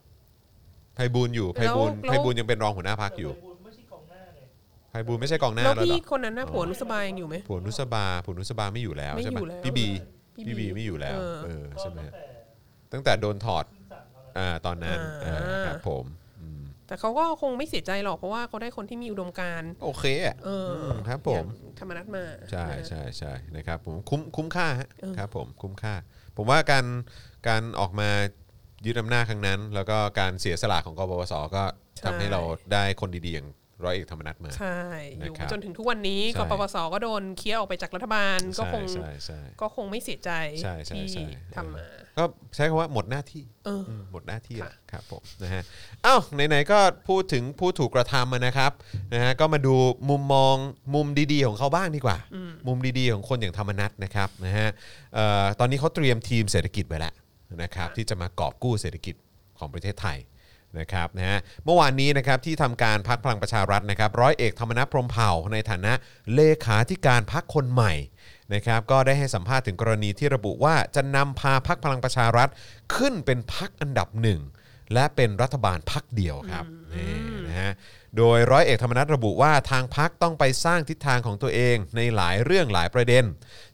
Speaker 2: ไพบูลย์อยู่ไพบูลย์ไพบูลย์ยังเป็นรองหัวหน้าพักอยู่
Speaker 3: ไม่ใช่กองหน้าเลย
Speaker 2: ไพบูลย์ไม่ใช่กองหน้า
Speaker 4: แล้ว
Speaker 2: แล้วเหร
Speaker 4: พี่
Speaker 2: อ
Speaker 4: คนนั้นนะ
Speaker 2: อ๋อ
Speaker 4: ผัวนุสบายยังอยู่ไหม
Speaker 2: ผวนุสบาผวนุสบาไม่อยู่แล้ว
Speaker 4: ไม่
Speaker 2: ใช่ไหม
Speaker 4: อยู่แล้ว
Speaker 2: พี่บี
Speaker 4: พี่
Speaker 2: พี่
Speaker 4: บี
Speaker 2: บีไม่อยู่แล้ว
Speaker 4: เออ
Speaker 2: เออใช่ไหม
Speaker 3: ตั้ง
Speaker 2: ตั้ง
Speaker 3: แต่
Speaker 2: แต่โดนถอด
Speaker 3: ขึ้นศาลเท่านั้น
Speaker 2: อ่าตอนนั้น
Speaker 4: อ่า
Speaker 2: อ่าครับผมอืม
Speaker 4: แต่เขาก็คงไม่เสียใจหรอกเพราะว่าเขาได้คนที่มีอุดมการณ์
Speaker 2: โอเคอะ
Speaker 4: เอออ
Speaker 2: มครับผม
Speaker 4: อย่างธรรมนัตมา
Speaker 2: ใช่
Speaker 4: นะ
Speaker 2: ใช่ใช่นะครับผมคุ้มคุ้มค่าฮะ
Speaker 4: เออ
Speaker 2: ครับผมคุ้มค่า ผมว่าการการออกมายึดอำนาจครั้งนั้น แล้วก็การเสียสละของกบวสก็ทำให้เราได้คนดีๆอย่างร้อยเอกธรรมนัฐมา
Speaker 4: ใช่อยู่
Speaker 2: นะครับ
Speaker 4: จนถึงทุกวันนี้
Speaker 2: ใช่
Speaker 4: กปปสก็โดนเคลียร์ออกไปจากรัฐบาลก็
Speaker 2: ใช่
Speaker 4: คง
Speaker 2: ใช่ใช่
Speaker 4: ก็คงไม่เสียใจ
Speaker 2: ใช่ใช่
Speaker 4: ที่
Speaker 2: ใช่
Speaker 4: ทำมา
Speaker 2: เออก็ใช้คำว่าหมดหน้าที่
Speaker 4: เอออื
Speaker 2: มหมดหน้าที่
Speaker 4: ค่ะ
Speaker 2: แล้วครับผมนะฮะอ้าวไหนๆก็พูดถึงผู้ถูกกระทำมานะครับนะฮะก็มาดูมุมมองมุมดีๆ ของเขาบ้างดีกว่า มุมดีๆ ของคนอย่างธรรมนัฐนะครับนะฮะเอ่อตอนนี้เขาเตรียมทีมเศรษฐกิจไว้แล้วนะครับที่จะมากอบกู้เศรษฐกิจของประเทศไทยนะครับนะฮะเมื่อวานนี้นะครับที่ทำการพักพลังประชารัฐนะครับร้อยเอกธรรมนัฐพรหมเผ่าในฐานะเลขาธิการพักคนใหม่นะครับก็ได้ให้สัมภาษณ์ถึงกรณีที่ระบุว่าจะนำพาพักพลังประชารัฐขึ้นเป็นพักอันดับหนึ่ง และเป็นรัฐบาลพักเดียวครับนี่นะฮะโดยร้อยเอกธรรมนัฐระบุว่าทางพักต้องไปสร้างทิศทางของตัวเองในหลายเรื่องหลายประเด็น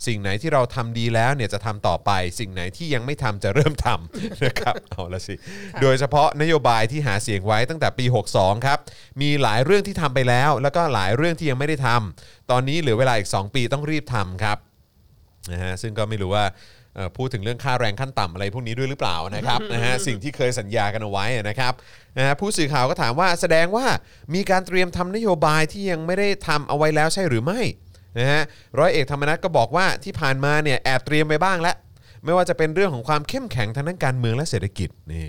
Speaker 2: สิ่งไหนที่เราทำดีแล้วเนี่ยจะทำต่อไป สิ่งไหนที่ยังไม่ทำจะเริ่มทำ นะครับเอาละสิโดยเฉพาะนโยบายที่หาเสียงไว้ตั้งแต่ปี 62 ครับ มีหลายเรื่องที่ทำไปแล้ว แล้วก็หลายเรื่องที่ยังไม่ได้ทำตอนนี้เหลือเวลาอีก 2 ปีต้องรีบทำครับ นะฮะซึ่งก็ไม่รู้ว่าเอ่อพูดถึงเรื่องค่าแรงขั้นต่ำอะไรพวกนี้ด้วยหรือเปล่านะครับ นะฮะสิ่งที่เคยสัญญากันเอาไว้นะครับนะฮะผู้สื่อข่าวก็ถามว่าแสดงว่ามีการเตรียมทำนโยบายที่ยังไม่ได้ทำเอาไว้แล้วใช่หรือไม่นะฮะร้อยเอกธรรมนัฐก็บอกว่าที่ผ่านมาเนี่ยแอบเตรียมไปบ้างแล้ว ไม่ว่าจะเป็นเรื่องของความเข้มแข็งทางด้านการเมืองและเศรษฐกิจนี่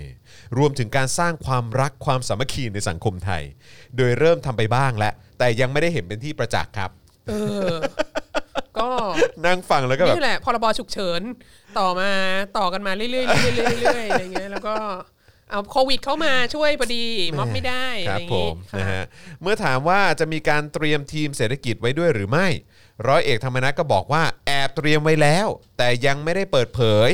Speaker 2: รวมถึงการสร้างความรักความสามัคคีในสังคมไทย โดยเริ่มทำไปบ้างแล้วแต่ยังไม่ได้เห็นเป็นที่ประจักษ์ครับ
Speaker 4: เออ ก็
Speaker 2: นั่งฟังแล้วก็แบบ
Speaker 4: นี่แหละพรบฉุกเฉินต่อมาต่อกันมาเรื่อยๆเรื่อยๆเรื่อยๆอะไรเงี้ยแล้วก็เอาโควิดเข้ามาช่วยพอดีม็อบไม่ได้
Speaker 2: ค
Speaker 4: อะไร
Speaker 2: รับ
Speaker 4: อย่าง
Speaker 2: ผ
Speaker 4: งี้
Speaker 2: ม
Speaker 4: ค่ะ
Speaker 2: นะฮะเมื่อถามว่าจะมีการเตรียมทีมเศรษฐกิจไว้ด้วยหรือไม่ ร้อยเอกธรรมนัฐก็บอกว่าแอบเตรียมไว้แล้ว แต่ยังไม่ได้เปิดเผย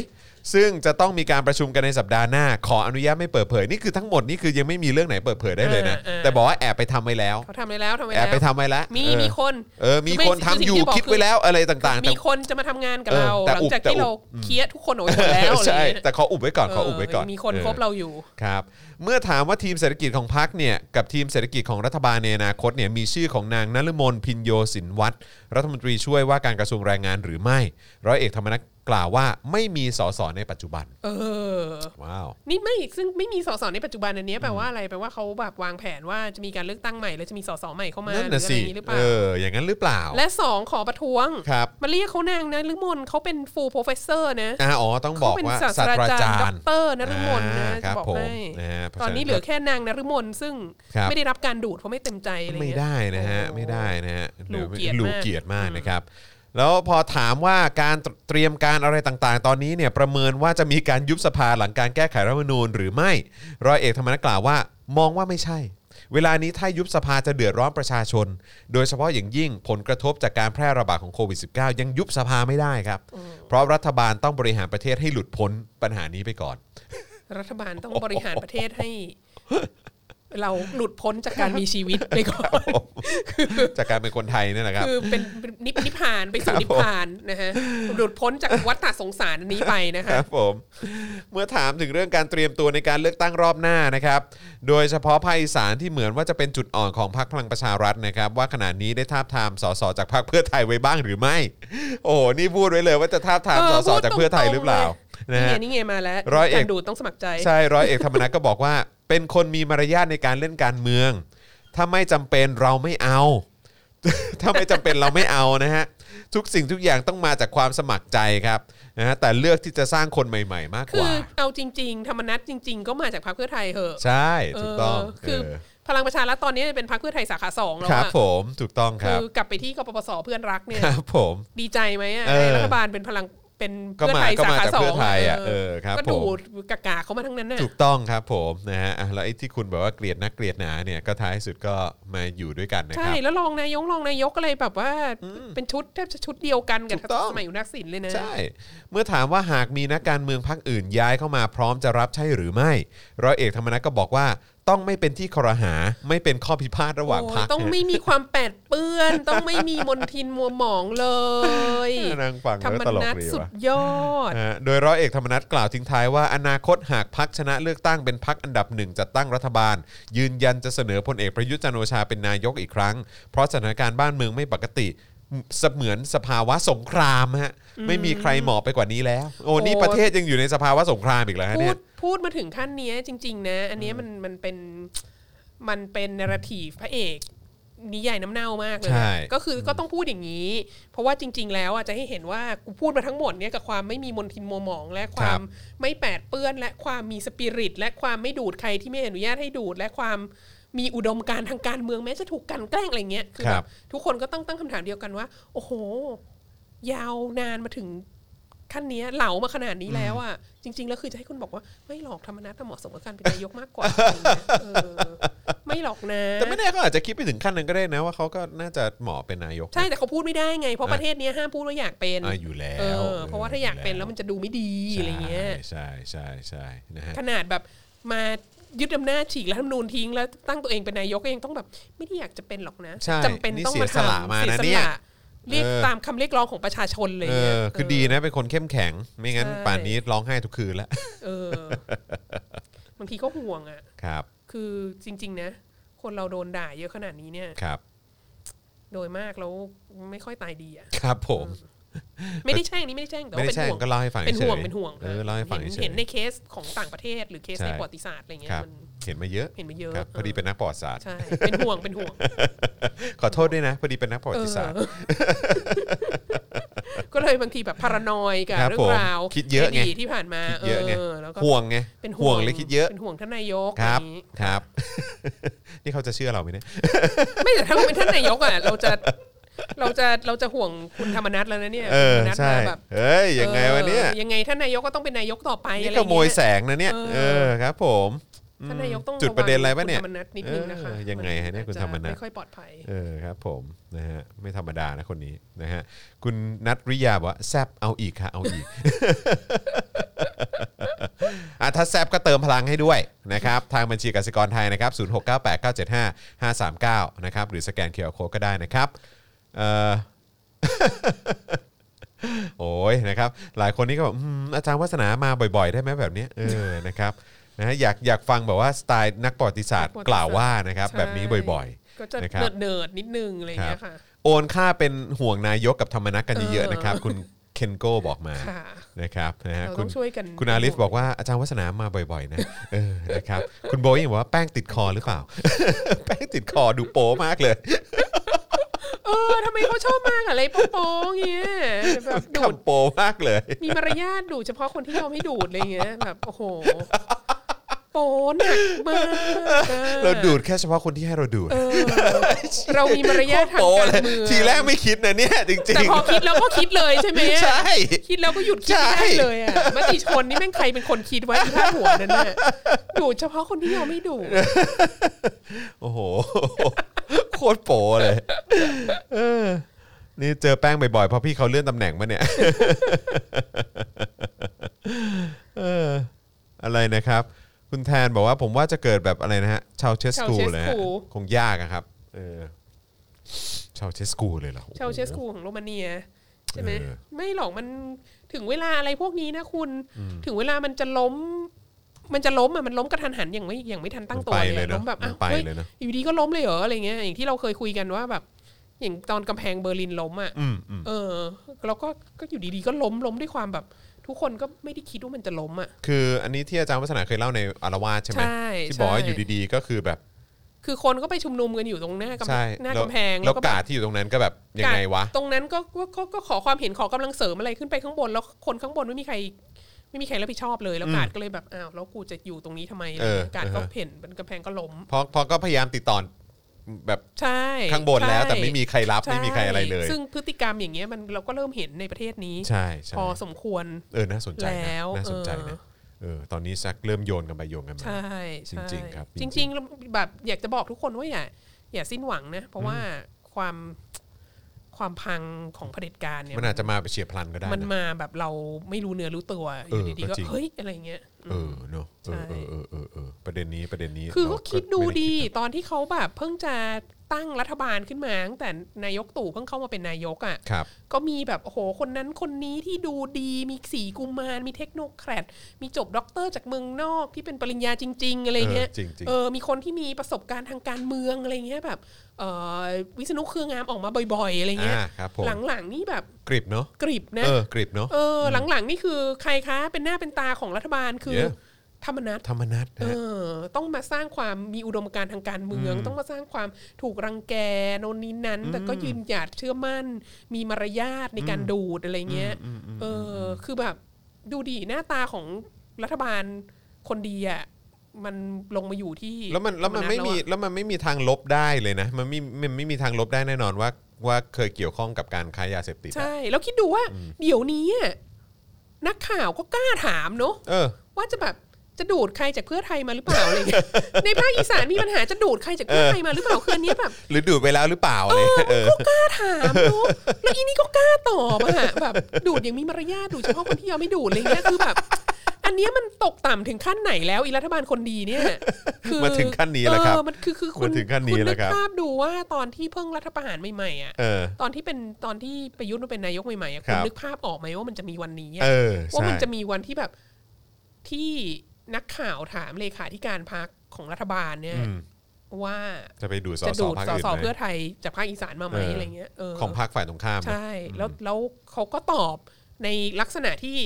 Speaker 2: ซึ่งจะต้องมีการประชุมกันในสัปดาห์หน้า ขออนุญาตไม่เปิดเผยนี่คือทั้งหมดนี่คือยังไม่มีเรื่องไหนเปิดเผยได้เลยนะ
Speaker 4: เออเออ
Speaker 2: แต่บอกว่าแอบไปทำไว้แล้ว
Speaker 4: เขาทำไปแล้วทำไป
Speaker 2: แอบ
Speaker 4: แล้ว
Speaker 2: ไปทำไว้แล้ว
Speaker 4: มี
Speaker 2: เออ
Speaker 4: มีคน
Speaker 2: เออมีคนทำอยู่คิดไว้แล้วอะไรต่างๆแต่
Speaker 4: มีคนจะมาทำงานกับ
Speaker 2: เออ
Speaker 4: เรา
Speaker 2: แต่
Speaker 4: หลั
Speaker 2: อุ
Speaker 4: ง
Speaker 2: บ
Speaker 4: จาก
Speaker 2: แต่
Speaker 4: ที่
Speaker 2: อุบ
Speaker 4: เราเคลียร์ทุกคนออกไปหมดแล้วอะไร
Speaker 2: ใช่
Speaker 4: เงี้ย
Speaker 2: แต่ขออุบไว้ก่อนขออุบไว้ก่อน
Speaker 4: มีคน
Speaker 2: เออ
Speaker 4: ครบเราอยู่
Speaker 2: ครับเมื่อถามว่าทีมเศรษฐกิจของพักเนี่ยกับทีมเศรษฐกิจของรัฐบาลในอนาคตเนี่ยมีชื่อของนางนฤมลพินโยสินวัตรรัฐมนตรีช่วยว่าการกระทรวงแรงงานหรือไม่ ร้อยเอกธรรมนัฐกล่าวว่าไม่มีสสในปัจจุบัน
Speaker 4: เออ
Speaker 2: ว้าว
Speaker 4: นี่ไม่ซึ่งไม่มีสสในปัจจุบันอันเนี้ยแปลว่าอะไรแปลว่าเขาแบบวางแผนว่าจะมีการเลือกตั้งใหม่แล้วจะมีสสใหม่เข้ามาหรื
Speaker 2: นั่
Speaker 4: อน อะไร
Speaker 2: น่ะสิ
Speaker 4: อย่างนี้หรือเปล่า
Speaker 2: เอออย่างนั้นหรือเปล่า
Speaker 4: และสองขอประท้วง
Speaker 2: ครับ
Speaker 4: มาเรียกเขานางนะลึกมนเขาเป็นฟูลโปรเฟสเซอร์นะ
Speaker 2: อ่าอ๋อต้องบอกว่า
Speaker 4: เขเป็น
Speaker 2: ศาสตราจาร
Speaker 4: ด็อ
Speaker 2: ย์
Speaker 4: กเตอร์นฤมนนะ
Speaker 2: อ่าค
Speaker 4: จะ
Speaker 2: รับ
Speaker 4: บอก
Speaker 2: ผม
Speaker 4: ให้
Speaker 2: นะฮะเพราะ
Speaker 4: ตอ
Speaker 2: ฉะ
Speaker 4: นนี้เหลือแค่นางนฤมนซึ่ง
Speaker 2: ครับ
Speaker 4: ไม่ได้รับการดูดเพราะไม่เต็มใจอะไร
Speaker 2: ไม่
Speaker 4: เงี้ย
Speaker 2: ได้นะฮะไม่ได้นะฮะหรือ
Speaker 4: หลูเกียรติ
Speaker 2: ห
Speaker 4: มาก
Speaker 2: ลูเกียรติมากนะครับ แล้วพอถามว่าการเตรียมการอะไรต่างๆ ตอนนี้เนี่ยประเมินว่าจะมีการยุบสภาหลังการแก้ไขรัฐธรรมนูญหรือไม่ร้อยเอกธรรมนัฐกล่าวว่า มองว่าไม่ใช่ เวลานี้ถ้ายุบสภาจะเดือดร้อนประชาชน โดยเฉพาะอย่างยิ่งผลกระทบจากการแพร่ระบาดของโควิด -19 ยังยุบสภาไม่ได้ครับ เพราะรัฐบาลต้องบริหารประเทศให้หลุดพ้นปัญหานี้ไปก่อน
Speaker 4: รัฐบาลต้องบริหารประเทศให้ เราหลุดพ้นจากการมีชีวิตไปก่อน
Speaker 2: จากการเป็นคนไทยเนี่ยนะครับ
Speaker 4: คือเป็นนิพนิพพานไปสู่นิพพานนะฮะหลุดพ้นจากวัฏฏะสงสารอันนี้ไป นะ
Speaker 2: ค
Speaker 4: คะ
Speaker 2: รับผมเมื่อถามถึงเรื่องการเตรียมตัวในการเลือกตั้งรอบหน้านะครับ โดยเฉพาะภาคอีสานที่เหมือนว่าจะเป็นจุดอ่อนของพรรคพลังประชารัฐนะครับ ว่าขณะนี้ได้ทาบทามสสจากพรรคเพื่อไทยไว้บ้างหรือไม่ โอ้โหนี่พูดไว้เลยว่าจะทาบทาม
Speaker 4: เอ
Speaker 2: ส
Speaker 4: อ
Speaker 2: ส
Speaker 4: พูด
Speaker 2: จากเพื่อไทยห
Speaker 4: ตรงๆ
Speaker 2: รือเปล่านะ
Speaker 4: นี่ไง
Speaker 2: ฮะ
Speaker 4: นี่ไงมาแล้ว
Speaker 2: ร้อยเอก
Speaker 4: การดูดต้องสมัครใจ
Speaker 2: ใช่ร้อยเอกธรรมนัฐก็บอกว่า เป็นคนมีมารยาทในการเล่นการเมือง ถ้าไม่จำเป็นเราไม่เอา ถ้าไม่จำเป็นเราไม่เอานะฮะทุกสิ่งทุกอย่างต้องมาจากความสมัครใจครับนะฮะแต่เลือกที่จะสร้างคนใหม่ ๆ มากก
Speaker 4: คือ
Speaker 2: ว่า
Speaker 4: เอาจริง ๆ ธรรมนัตจริง ๆ ก็มาจากพรรคเพื่อไทยเหอะ
Speaker 2: ใช่ถูกต้อง
Speaker 4: เคือ
Speaker 2: เออ
Speaker 4: พลังประชารัฐตอนนี้เป็นพรรคเพื่อไทยสาขาสองแล้ว
Speaker 2: ครับ
Speaker 4: อะ
Speaker 2: ผมถูกต้องค
Speaker 4: คื
Speaker 2: รับ
Speaker 4: อกลับไปที่กปปสเพื่อนรักเนี่ย
Speaker 2: ครับผม
Speaker 4: ดีใจไหมอะ
Speaker 2: เออ
Speaker 4: ได้รัฐบาลเป็นพลังเป็น
Speaker 2: ก็
Speaker 4: เพื่อ
Speaker 2: มา
Speaker 4: ไทย
Speaker 2: ก็
Speaker 4: สา
Speaker 2: มา
Speaker 4: ขา
Speaker 2: จาก
Speaker 4: สอ
Speaker 2: เพื่อง ไทยอ่ะเออครับ
Speaker 4: ก็
Speaker 2: ผ
Speaker 4: ดู
Speaker 2: ม
Speaker 4: ดกากาเขามาทั้งนั้นน่ะ
Speaker 2: ถูกต้องครับผมนะฮะอ่ะแล้วไอ้ที่คุณแบบว่าเกลียดนักเกลียดหนาเนี่ยก็ท้ายสุดก็มาอยู่ด้วยกันนะค
Speaker 4: ใช่
Speaker 2: รับ
Speaker 4: แล้วรองนายกรองนายกอะไรแบบว่าเป็นชุดแทบจะชุดเดียวกันกับ
Speaker 2: ถูกต้อง
Speaker 4: สมัยอยู่นักศิลป์เลยนะ
Speaker 2: ใช่ เมื่อถามว่าหากมีนักการเมืองพรรคอื่นย้ายเข้ามาพร้อมจะรับใช่หรือไม่ ร้อยเอกธรรมนัฐก็บอกว่าต้องไม่เป็นที่คอรหาไม่เป็นข้อพิพาทระหว่าง
Speaker 4: โอ้ย
Speaker 2: พรรค
Speaker 4: ต้องไม่มีความแปดเปื้อน ต้องไม่มีมนทินมัวหมองเลย
Speaker 2: นะนั่งฟัง
Speaker 4: ธร
Speaker 2: แล้
Speaker 4: ร
Speaker 2: ว
Speaker 4: ม
Speaker 2: ตลก
Speaker 4: นัต
Speaker 2: ดี
Speaker 4: สุด
Speaker 2: ว่ะ
Speaker 4: ยอด
Speaker 2: ฮะโดยร้อยเอกธรรมนัฐกล่าวทิ้งท้ายว่าอนาคตหากพักชนะเลือกตั้งเป็นพักอันดับหนึ่งจัดตั้งรัฐบาล ยืนยันจะเสนอพลเอกประยุทธ์จันทร์โอชาเป็นนายกอีกครั้ง เพราะสถานการณ์บ้านเมืองไม่ปกติเสมือนสภาวะสงครามฮะไม่มีใครเหมาะไปกว่านี้แล้ว โอ้นี่
Speaker 4: โอ้
Speaker 2: ประเทศยังอยู่ในสภาวะสงครามอีกแล้ว
Speaker 4: พู
Speaker 2: เนี่
Speaker 4: ด
Speaker 2: ย
Speaker 4: พูดมาถึงขั้นเนี้ยจริง ๆ นะ อันเนี้ยมันมันเป็นมันเป็นนาราทีพระเอกนิยายน้ำเน่ามากเลย
Speaker 2: ใช่
Speaker 4: อะก็คือก็ต้องพูดอย่างนี้ เพราะว่าจริง ๆ แล้วอ่ะจะให้เห็นว่ากูพูดมาทั้งหมดเนี่ยกับความไม่มีมนทินมัวหมอง และความไม่แปดเปื้อน และความมีสปิริต และความไม่ดูดใครที่ไม่อนุญาตให้ดูด และความมีอุดมการณ์ทางการเมืองแม้จะถูกกลันแกล้งอะไรเงี้ยคือแบบทุกคนก็ต้องตั้งคำถามเดียวกันว่า โอ้โห ยาวนานมาถึงขั้นเนี้ยเหลามาขนาดนี้แล้วอ่ะจริง ๆ แล้วคือจะให้คุณบอกว่าไม่หรอกธรรมนัตน่ะเหมาะสมกับการเป็นนายกมากกว่าอะไรเงี้ยเออไม่หรอกนะ
Speaker 2: แต่ไม่แน่เขาอาจจะคิดไปถึงขั้นนั้นก็ได้นะว่าเขาก็น่าจะเหมาะเป็นนายก
Speaker 4: ใช่แต่เขาพูดไม่ได้ไง เพราะประเทศเนี้ยห้ามพูดว่าอยากเป็น
Speaker 2: อ่ะอยู่แล้
Speaker 4: เอ
Speaker 2: ว
Speaker 4: อเพราะว่าถ้าอยากเป็นแล้วมันจะดูไม่ดี
Speaker 2: ใช่
Speaker 4: อะไรเงี้ย
Speaker 2: ใช่ใช่ใช่นะฮะ
Speaker 4: ขนาดแบบมายึดอำนาจฉีกรัฐธรรมนูญทิ้งแล้วตั้งตัวเองเป็นนายกก็ยังต้องแบบ ไม่ได้อยากจะเป็นหรอกนะ
Speaker 2: ใช่
Speaker 4: จำเป็นต้องมา
Speaker 2: นี่เสียสละ
Speaker 4: ทำ
Speaker 2: มา
Speaker 4: เสีย
Speaker 2: นะ
Speaker 4: ส
Speaker 2: เนี่ย
Speaker 4: ละเรียก
Speaker 2: เออ
Speaker 4: ตามคำเรียกร้องของประชาชนเลย
Speaker 2: เอ
Speaker 4: นี่ย
Speaker 2: อคือดีนะเป็นคนเข้มแข็ง ไม่งั้น
Speaker 4: ใช่
Speaker 2: ป่านนี้ร้องไห้ทุกคืนแล้ว
Speaker 4: เออบางทีก็ห่วงอ่ะ
Speaker 2: ครับ
Speaker 4: คือจริง ๆ นะ คนเราโดนด่าเยอะขนาดนี้เนี่ย
Speaker 2: ครับ
Speaker 4: โดยมากแล้วไม่ค่อยตายดีอ่ะ
Speaker 2: ครับผม
Speaker 4: ไม่ได้แช่งนี่ไม่ได้แช่งแต่
Speaker 2: ไม่
Speaker 4: ว่า
Speaker 2: ได้
Speaker 4: เป็น
Speaker 2: แช่ง
Speaker 4: ห่วง
Speaker 2: ก็เล่าให้ฟัง
Speaker 4: เป็น
Speaker 2: ฉย
Speaker 4: ห่วงเป็นห่วง
Speaker 2: เออเล่าให้ฟัง
Speaker 4: เห็น
Speaker 2: เฉย
Speaker 4: เห็นในเคสของต่างประเทศ หรือเคส
Speaker 2: ใช่
Speaker 4: ในประวัติศาสตร์อะไรเงี้
Speaker 2: ค
Speaker 4: ย
Speaker 2: รับ
Speaker 4: มัน
Speaker 2: เห็นมาเยอะ
Speaker 4: เห็นมาเยอะ
Speaker 2: ครับพอดีเป็นนักประวัติศาสตร์
Speaker 4: ใช่เป็นห่วงเป็นห่วง
Speaker 2: ขอโทษด้วยนะพอดีเป็นนักประวัติศาสตร์
Speaker 4: เออก็เลยบางทีแบบพารานอยกับ
Speaker 2: ครับ
Speaker 4: เรื่องราว
Speaker 2: ผมคิดเยอะไง
Speaker 4: ในดีที่ผ่านมา
Speaker 2: คิดเยอะไง
Speaker 4: แล้วก็
Speaker 2: ห่วงไง
Speaker 4: เป็น
Speaker 2: ห่วงเลยคิดเยอะ
Speaker 4: เป็นห่วงท่านนายก
Speaker 2: ครับ
Speaker 4: อย่างนี้
Speaker 2: ครับ นี่เขาจะเชื่อเราไหมเนี่ย
Speaker 4: ไม่แต่ถ้าเราเป็นท่านนายกอ่ะเราจะเราจะเราจะห่วงคุณธรรมนัทแล้วนะเนี่ย
Speaker 2: เออ
Speaker 4: คุณธรรมนัท
Speaker 2: ใช่
Speaker 4: มาแบบ
Speaker 2: เฮ้ยยังไงวะเนี่ย
Speaker 4: ออยังไงท่านนายกก็ต้องเป็นนายกต่อไป
Speaker 2: นี่
Speaker 4: อะ
Speaker 2: ข
Speaker 4: ไรอย่าง
Speaker 2: โมย
Speaker 4: เงี้ย
Speaker 2: แสงนะเนี่ย
Speaker 4: เออ
Speaker 2: เออครับ ผม
Speaker 4: ท่านนายกต้อง
Speaker 2: จุดประเด็นอะไรปะเนี่ย
Speaker 4: คุณธรรมนัทนิดนึงนะคะ
Speaker 2: เออยังไงฮะเนี่ยคุณธรรมนัส
Speaker 4: ไม่ค่อยปลอดภัย
Speaker 2: เออครับผมนะฮะไม่ธรรมดานะคนนี้นะฮะคุณนัทริยาบอกว่าแซบเอาอีกค่ะเอา อีก อ่ะถ้าแซบก็เติมพลังให้ด้วยนะครับ ทางบัญชีกสิกรไทยนะครับ 0698975539 นะครับ หรือสแกนเคอร์โคก็ได้นะครับเอ่ อ โอ้ยนะครับ หลายคนนี่ก็แบบอืมอาจารย์วัฒนามาบ่อยๆ ได้ไหมแบบเนี้ยเออนะครับนะฮะอยากอยากฟังแบบว่าสไตล์นักประวัติศาสตร์
Speaker 4: นักประวัติศาสตร์
Speaker 2: กล่าวว่านะครับ แบบนี้บ่อย ๆ
Speaker 4: ก็จะ
Speaker 2: นะครับ
Speaker 4: เนิร์ดๆนิดนึงอะไรอย่างเงี้ยค่ะ
Speaker 2: โอนค่าเป็นห่วงนายกกับธรรมนักกันเยอะๆนะครับ คุณเคนโก้บอกมา
Speaker 4: ค่ะ
Speaker 2: นะครับนะฮะ
Speaker 4: เรา
Speaker 2: คุ
Speaker 4: ต้
Speaker 2: ณ
Speaker 4: องช่วยกัน
Speaker 2: คุณอาลิสบอกว่าอาจารย์วัฒนามาบ่อยๆนะ เออนะครับคุณโบยิ่งบอกว่าแป้งติดคอหรือเปล่า แป้งติดคอดูโป๊มากเลย
Speaker 4: เออทำไมเขาชอบมากอะไรโป๊ะๆเงี้ยแบบ ดูด
Speaker 2: คำโป๊มากเลย
Speaker 4: มีมารยาทดูดเฉพาะคนที่ยอมให้ดูดอะไรเงี้ยแบบโอ้โห โป๊ หนักมากออ
Speaker 2: เราดูดแค่เฉพาะคนที่ให้เราดูด
Speaker 4: เออเรามีมารยาททาง
Speaker 2: โป๊ะ
Speaker 4: การ
Speaker 2: เลย
Speaker 4: เมือง
Speaker 2: ทีแรกไม่คิดนะเนี่ยจริ
Speaker 4: แต่
Speaker 2: ง
Speaker 4: พอคิดแล้วก็คิดเลยใช่ไหม
Speaker 2: ๆ ใช่
Speaker 4: คิดแล้วก็หยุดคิดไม่
Speaker 2: ใช่
Speaker 4: ได้เลยอ่ะมติชนนี่แม่งใครเป็นคนคิดไว้ที่พาดหัวนั่น น่ะดูดเฉพาะคนที่เราไม่ดูด
Speaker 2: โอ้โห โคตรโปเลยเออนี่เจอแป้งบ่อยๆเพราะพี่เขาเลื่อนตำแหน่งมาเนี่ย เอออะไรนะครับ คุณแทนบอกว่าผมว่าจะเกิดแบบอะไรนะฮะ ชาวเชสกูเลยฮะคงยากอะครับ เออ ชาวเชสกูเลยเหรอ
Speaker 4: เชาวเชสกูของโรมาเนียใช่ไหม
Speaker 2: เออ
Speaker 4: ไม่หรอกมันถึงเวลาอะไรพวกนี้นะคุณ ถึงเวลามันจะล้ม มันจะล้มอ่ะมันล้มกระทันหันอย่างไม่อย่างไม่ทันตั้งตัว
Speaker 2: มันไป
Speaker 4: เล
Speaker 2: เลย ยเนอะ
Speaker 4: ล้มแบบ
Speaker 2: มั
Speaker 4: อ้าน ว
Speaker 2: ไป
Speaker 4: เฮ้ย
Speaker 2: เลยเนอะ
Speaker 4: อยู่ดีก็ล้มเลยเหรออะไรเงี้ยอย่างที่เราเคยคุยกันว่าแบบ อย่างตอนกำแพงเบอร์ลินล้มอ่ะ
Speaker 2: อืมอืม
Speaker 4: เออแล้วก็ก็อยู่ดีๆก็ล้มล้มด้วยความแบบ ทุกคนก็ไม่ได้คิดว่ามันจะล้มอ่ะ
Speaker 2: คืออันนี้ที่อาจารย์วัฒนาเคยเล่าในอารวาสใช่ไหม
Speaker 4: ใช่
Speaker 2: ที่บอกว่า
Speaker 4: ใช่
Speaker 2: อยู่ดีๆก็คือแบบ
Speaker 4: คือคนก็ไปชุมนุมกันอยู่ตรงหน้ากำแพ
Speaker 2: ใช่
Speaker 4: งหน้า
Speaker 2: แล้ว
Speaker 4: กำแพง
Speaker 2: แล้ว
Speaker 4: บบ
Speaker 2: กาดที่อยู่ตรงนั้นก็แบบยังไงวะ
Speaker 4: ตรงนั้นก็ก็ก็ก็ขอความเห็นขอกำลังเสริมอะไรขึ้นไปข้างบน แล้วคนข้างบนไม่มีใคร ไม่มีใครรับผิดชอบเลยแล้วกาดก็เลยแบบอ้าวแล้วกูจะอยู่ตรงนี้ทำไม
Speaker 2: เออ
Speaker 4: กาดก็เห็นเป็นกำแพงก็ล้ม
Speaker 2: เพราะเพราะก็พยายามติดต่อแบบ
Speaker 4: ใช่
Speaker 2: ข้างบนแล้ว
Speaker 4: ใช่
Speaker 2: แต่ไม่มีใครรับไม่มีใครอะไรเลย
Speaker 4: ซึ่งพฤติกรรมอย่างเงี้ยมันเราก็เริ่มเห็นในประเทศนี้
Speaker 2: ใช่ใช่
Speaker 4: พอสมควร
Speaker 2: เออน่าสนใจนะ
Speaker 4: แล้ว
Speaker 2: น่าสนใจนะเออตอนนี้ซักเริ่มโยนกันไปโยนกันมา
Speaker 4: ใช่ใช่
Speaker 2: จริงๆครับ
Speaker 4: จ
Speaker 2: จริ
Speaker 4: ริ
Speaker 2: ง
Speaker 4: ง
Speaker 2: ๆ
Speaker 4: ๆแล้วแบบอยากจะบอกทุกคนว่าอย่าอย่าสิ้นหวังนะ เพราะว่าความความพังของเผด็จการเนี่ย
Speaker 2: มันอาจจะมาไปเฉียบพลันก็ได้
Speaker 4: มัน
Speaker 2: นะ
Speaker 4: มาแบบเราไม่รู้เนื้อรู้ตัวอยู่ดีๆก็
Speaker 2: ก็จริง
Speaker 4: เฮ้ยอะไรเงี้ย
Speaker 2: เออเนอะเออเออเออเออเออประเด็นนี้ประเด็นนี้
Speaker 4: คือ
Speaker 2: เรา
Speaker 4: ก็คิดดู
Speaker 2: ไม่ไ
Speaker 4: ดี
Speaker 2: คิ
Speaker 4: ตอนที่เขาแบบเพิ่งจะตั้งรัฐบาลขึ้นมาตั้งแต่นายกตู่เพิ่งเข้ามาเป็นนายกอ่ะ
Speaker 2: ครับ
Speaker 4: ก็มีแบบโอ้โหคนนั้นคนนี้ที่ดูดีมีสีกุมารมีเทคโนแครดมีจบด็อกเตอร์จากเมืองนอกที่เป็นปริญญาจริง ๆ อะไรเงี้ย
Speaker 2: เออจริงๆ
Speaker 4: เออมีคนที่มีประสบการณ์ทางการเมืองอะไรเงี้ยแบบเออวิษณุเครืองามออกมาบ่อยๆอะไรเงี้ย
Speaker 2: อ่าครับผม
Speaker 4: หลังๆนี่แบบ
Speaker 2: กริบเนาะ
Speaker 4: กริบนะ
Speaker 2: เออกริบเนาะ
Speaker 4: เออหลังๆนี่คือใครคะเป็นหน้าเป็นตาของรัฐบาลคือ
Speaker 2: Yeah
Speaker 4: ธรรมนัต
Speaker 2: ธรรมนัต
Speaker 4: เอ
Speaker 2: นะ
Speaker 4: อต้องมาสร้างความมีอุดมการณ์ทางการเมือง ต้องมาสร้างความถูกรังแกโนนนี้นั้น แต่ก็ยืนหยัดเชื่อมั่น มีมารยาทในการดูดอะไรเงี้ยเอออคือแบบดูดีหน้าตาของรัฐบาลคนดีอ่ะมันลงมาอยู่ที่
Speaker 2: แล้วมันแล้วมันไม่มี
Speaker 4: ธรรท
Speaker 2: แล้วมันไม่มีทางลบได้เลยนะ มันไม่มันไม่มีทางลบได้แน่นอนว่าว่าเคยเกี่ยวข้องกับการค้ายาเสพติดอะ
Speaker 4: แล้วอะใช่ แล้วคิดดูว่า เดี๋ยวนี้อะนักข่าวก็กล้าถามเนอะ
Speaker 2: เออ
Speaker 4: ว่าจะแบบจะดูดใครจากเพื่อไทยมาหรือเปล่าอะไร เงี้ย ในภาคอีสานมีปัญหาจะดูดใครจากเพื่อไทยมาหรือเปล่าคืออันเนี้ยแบบ
Speaker 2: หรือดูดไปแล้วหรือเปล่าอะไรเออ
Speaker 4: ถามเนอะแล้วอีนี่ก็กล้าตอบอะฮะแบบดูดอย่างมีมารยาทดูดเฉพาะคนที่ยอมไม่ดูดอะไรเงี้ยคือแบบ อันเนี้ยมันตกต่ำถึงขั้นไหนแล้วอีรัฐบาลคนดีเนี่ยคือ
Speaker 2: มาถึงขั้นนี้แล้วครับ
Speaker 4: เออมันคือคือคุณ
Speaker 2: มาถึงขั้นนี้
Speaker 4: ณ
Speaker 2: แล้วครับ
Speaker 4: กภาพดูว่าตอนที่เพิ่งรัฐประหารใหม่ๆอ่ะ
Speaker 2: เออ
Speaker 4: ตอนที่เป็นตอนที่ประยุทธ์มาเป็นนายกใหม่ๆอะคุ
Speaker 2: ค
Speaker 4: ณ
Speaker 2: รับ
Speaker 4: นึกภาพออกไหมว่ามันจะมีวันนี้อะ
Speaker 2: เออ
Speaker 4: ว่า
Speaker 2: ใช่
Speaker 4: มันจะมีวันที่แบบที่นักข่าวถามเลขาธิการพักของรัฐบาลเนี่ย
Speaker 2: อืม
Speaker 4: ว่า
Speaker 2: จะไปดูดส
Speaker 4: จะ
Speaker 2: ส
Speaker 4: ดูด
Speaker 2: พรรค
Speaker 4: ส
Speaker 2: อื่น
Speaker 4: ส
Speaker 2: ไหม
Speaker 4: เพื่อไทยจากภาคอีสานมาไหม
Speaker 2: เอออ
Speaker 4: อะไรเงี้ยเออ
Speaker 2: ของพรรคฝ่ายตรงข้ามนะ
Speaker 4: ใช่ แล้วแล้วเขาก็ตอบในลักษณะที่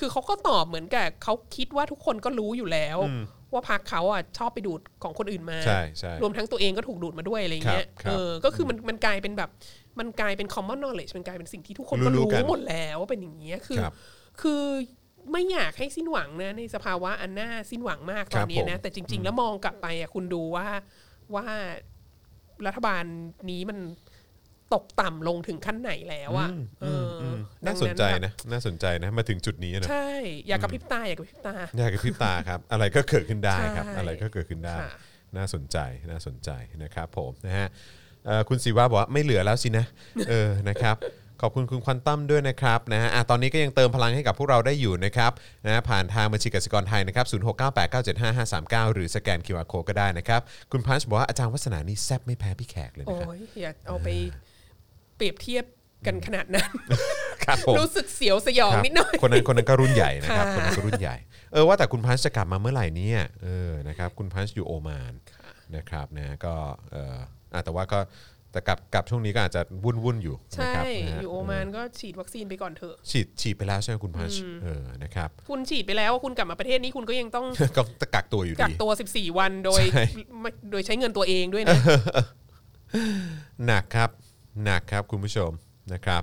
Speaker 4: คือเขาก็ตอบเหมือนกับเขาคิดว่าทุกคนก็รู้อยู่แล้ว
Speaker 2: อืม
Speaker 4: ว่าพักเขาอ่ะชอบไปดูดของคนอื่นมา
Speaker 2: ใช่ใช่
Speaker 4: รวมทั้งตัวเองก็ถูกดูดมาด้วยอะไรเงี้ย
Speaker 2: ครับครับ
Speaker 4: เออ ก็คือมันมันกลายเป็นแบบ มันกลายเป็น common knowledge มันกลายเป็นสิ่งที่ทุกคนก็
Speaker 2: รู้
Speaker 4: รู้
Speaker 2: ๆกัน
Speaker 4: หมดแล้วว่าเป็นอย่างเงี้ย คือ
Speaker 2: ครับ
Speaker 4: คือไม่อยากให้สิ้นหวังนะในสภาวะอันน่าสิ้นหวังมากต
Speaker 2: ค
Speaker 4: อ
Speaker 2: รั
Speaker 4: น
Speaker 2: บ
Speaker 4: นี้นะ
Speaker 2: ผม
Speaker 4: แต่จริง ๆ แล้วมองกลับไปอ่ะคุณดูว่าว่ารัฐบาลนี้มันตกต่ำลงถึงขั้นไหนแล้วอ่ะเอออดั
Speaker 2: น่าง สนใจ
Speaker 4: แบบ
Speaker 2: นะน่าสนใจนะมาถึงจุดนี้นะ
Speaker 4: ใช่ อยากกระพริบตาอยากกระพริบตา
Speaker 2: อยากกระพริบตาครับ อะไรก็เกิดขึ้นได้ครับ
Speaker 4: ใช่
Speaker 2: อะไรก็เกิดขึ้นได้
Speaker 4: ค่ะ
Speaker 2: น่าสนใจน่าสนใจนะครับผมนะฮะเอ่อคุณศิวะบอกว่าไม่เหลือแล้วสินะเออนะครับขอบคุณคุณควันตั้มด้วยนะครับนะฮะอ่ะตอนนี้ก็ยังเติมพลังให้กับพวกเราได้อยู่นะครับนะฮะผ่านทางบัญชีกสิกรไทยนะครับศูนย์หกเก้หรือสแกน QR Code ก็ได้นะครับ คุณพันช์บอกว่าอาจารย์วัฒนานี่แซบไม่แพ้พี่แขกเลย
Speaker 4: โอ้
Speaker 2: นะครับ
Speaker 4: ยอยากเอาไปเปรียบเทียบกันขนาดนั้น
Speaker 2: ครับผม
Speaker 4: รู้สึกเสียวสยอง
Speaker 2: ครับ
Speaker 4: นิดหน่อย
Speaker 2: คนนั้นคนนั้นก็รุ่นใหญ่นะครับคน
Speaker 4: ค่ะ
Speaker 2: นั้นก็รุ่นใหญ่ เออว่าแต่คุณพันช์จะกลับมาเมื่อไหร่เนี่ย เออนะครับคุณพันช์อยู่โอมานนะครับนะก็เอออ่ะแต่ว่าก็แต่กลับกลับช่วงนี้ก็อาจจะวุ่นวุ่นๆอยู่
Speaker 4: ใช่
Speaker 2: นะครับนะฮะ
Speaker 4: อยู่โอมานก็ฉีดวัคซีนไปก่อนเถอะ
Speaker 2: ฉีดฉีดไปแล้วใช่ไหมคุณพันช์เออนะครับ
Speaker 4: คุณฉีดไปแล้วคุณกลับมาประเทศนี้คุณก็ยังต้อง
Speaker 2: ก็จะกักตัวอยู่
Speaker 4: กัก
Speaker 2: ดี
Speaker 4: ตัว 14 วันโดย
Speaker 2: ใช่
Speaker 4: ไม่โดยใช้เงินตัวเองด้วยนะ
Speaker 2: หนักครับหนักครับคุณผู้ชมนะครับ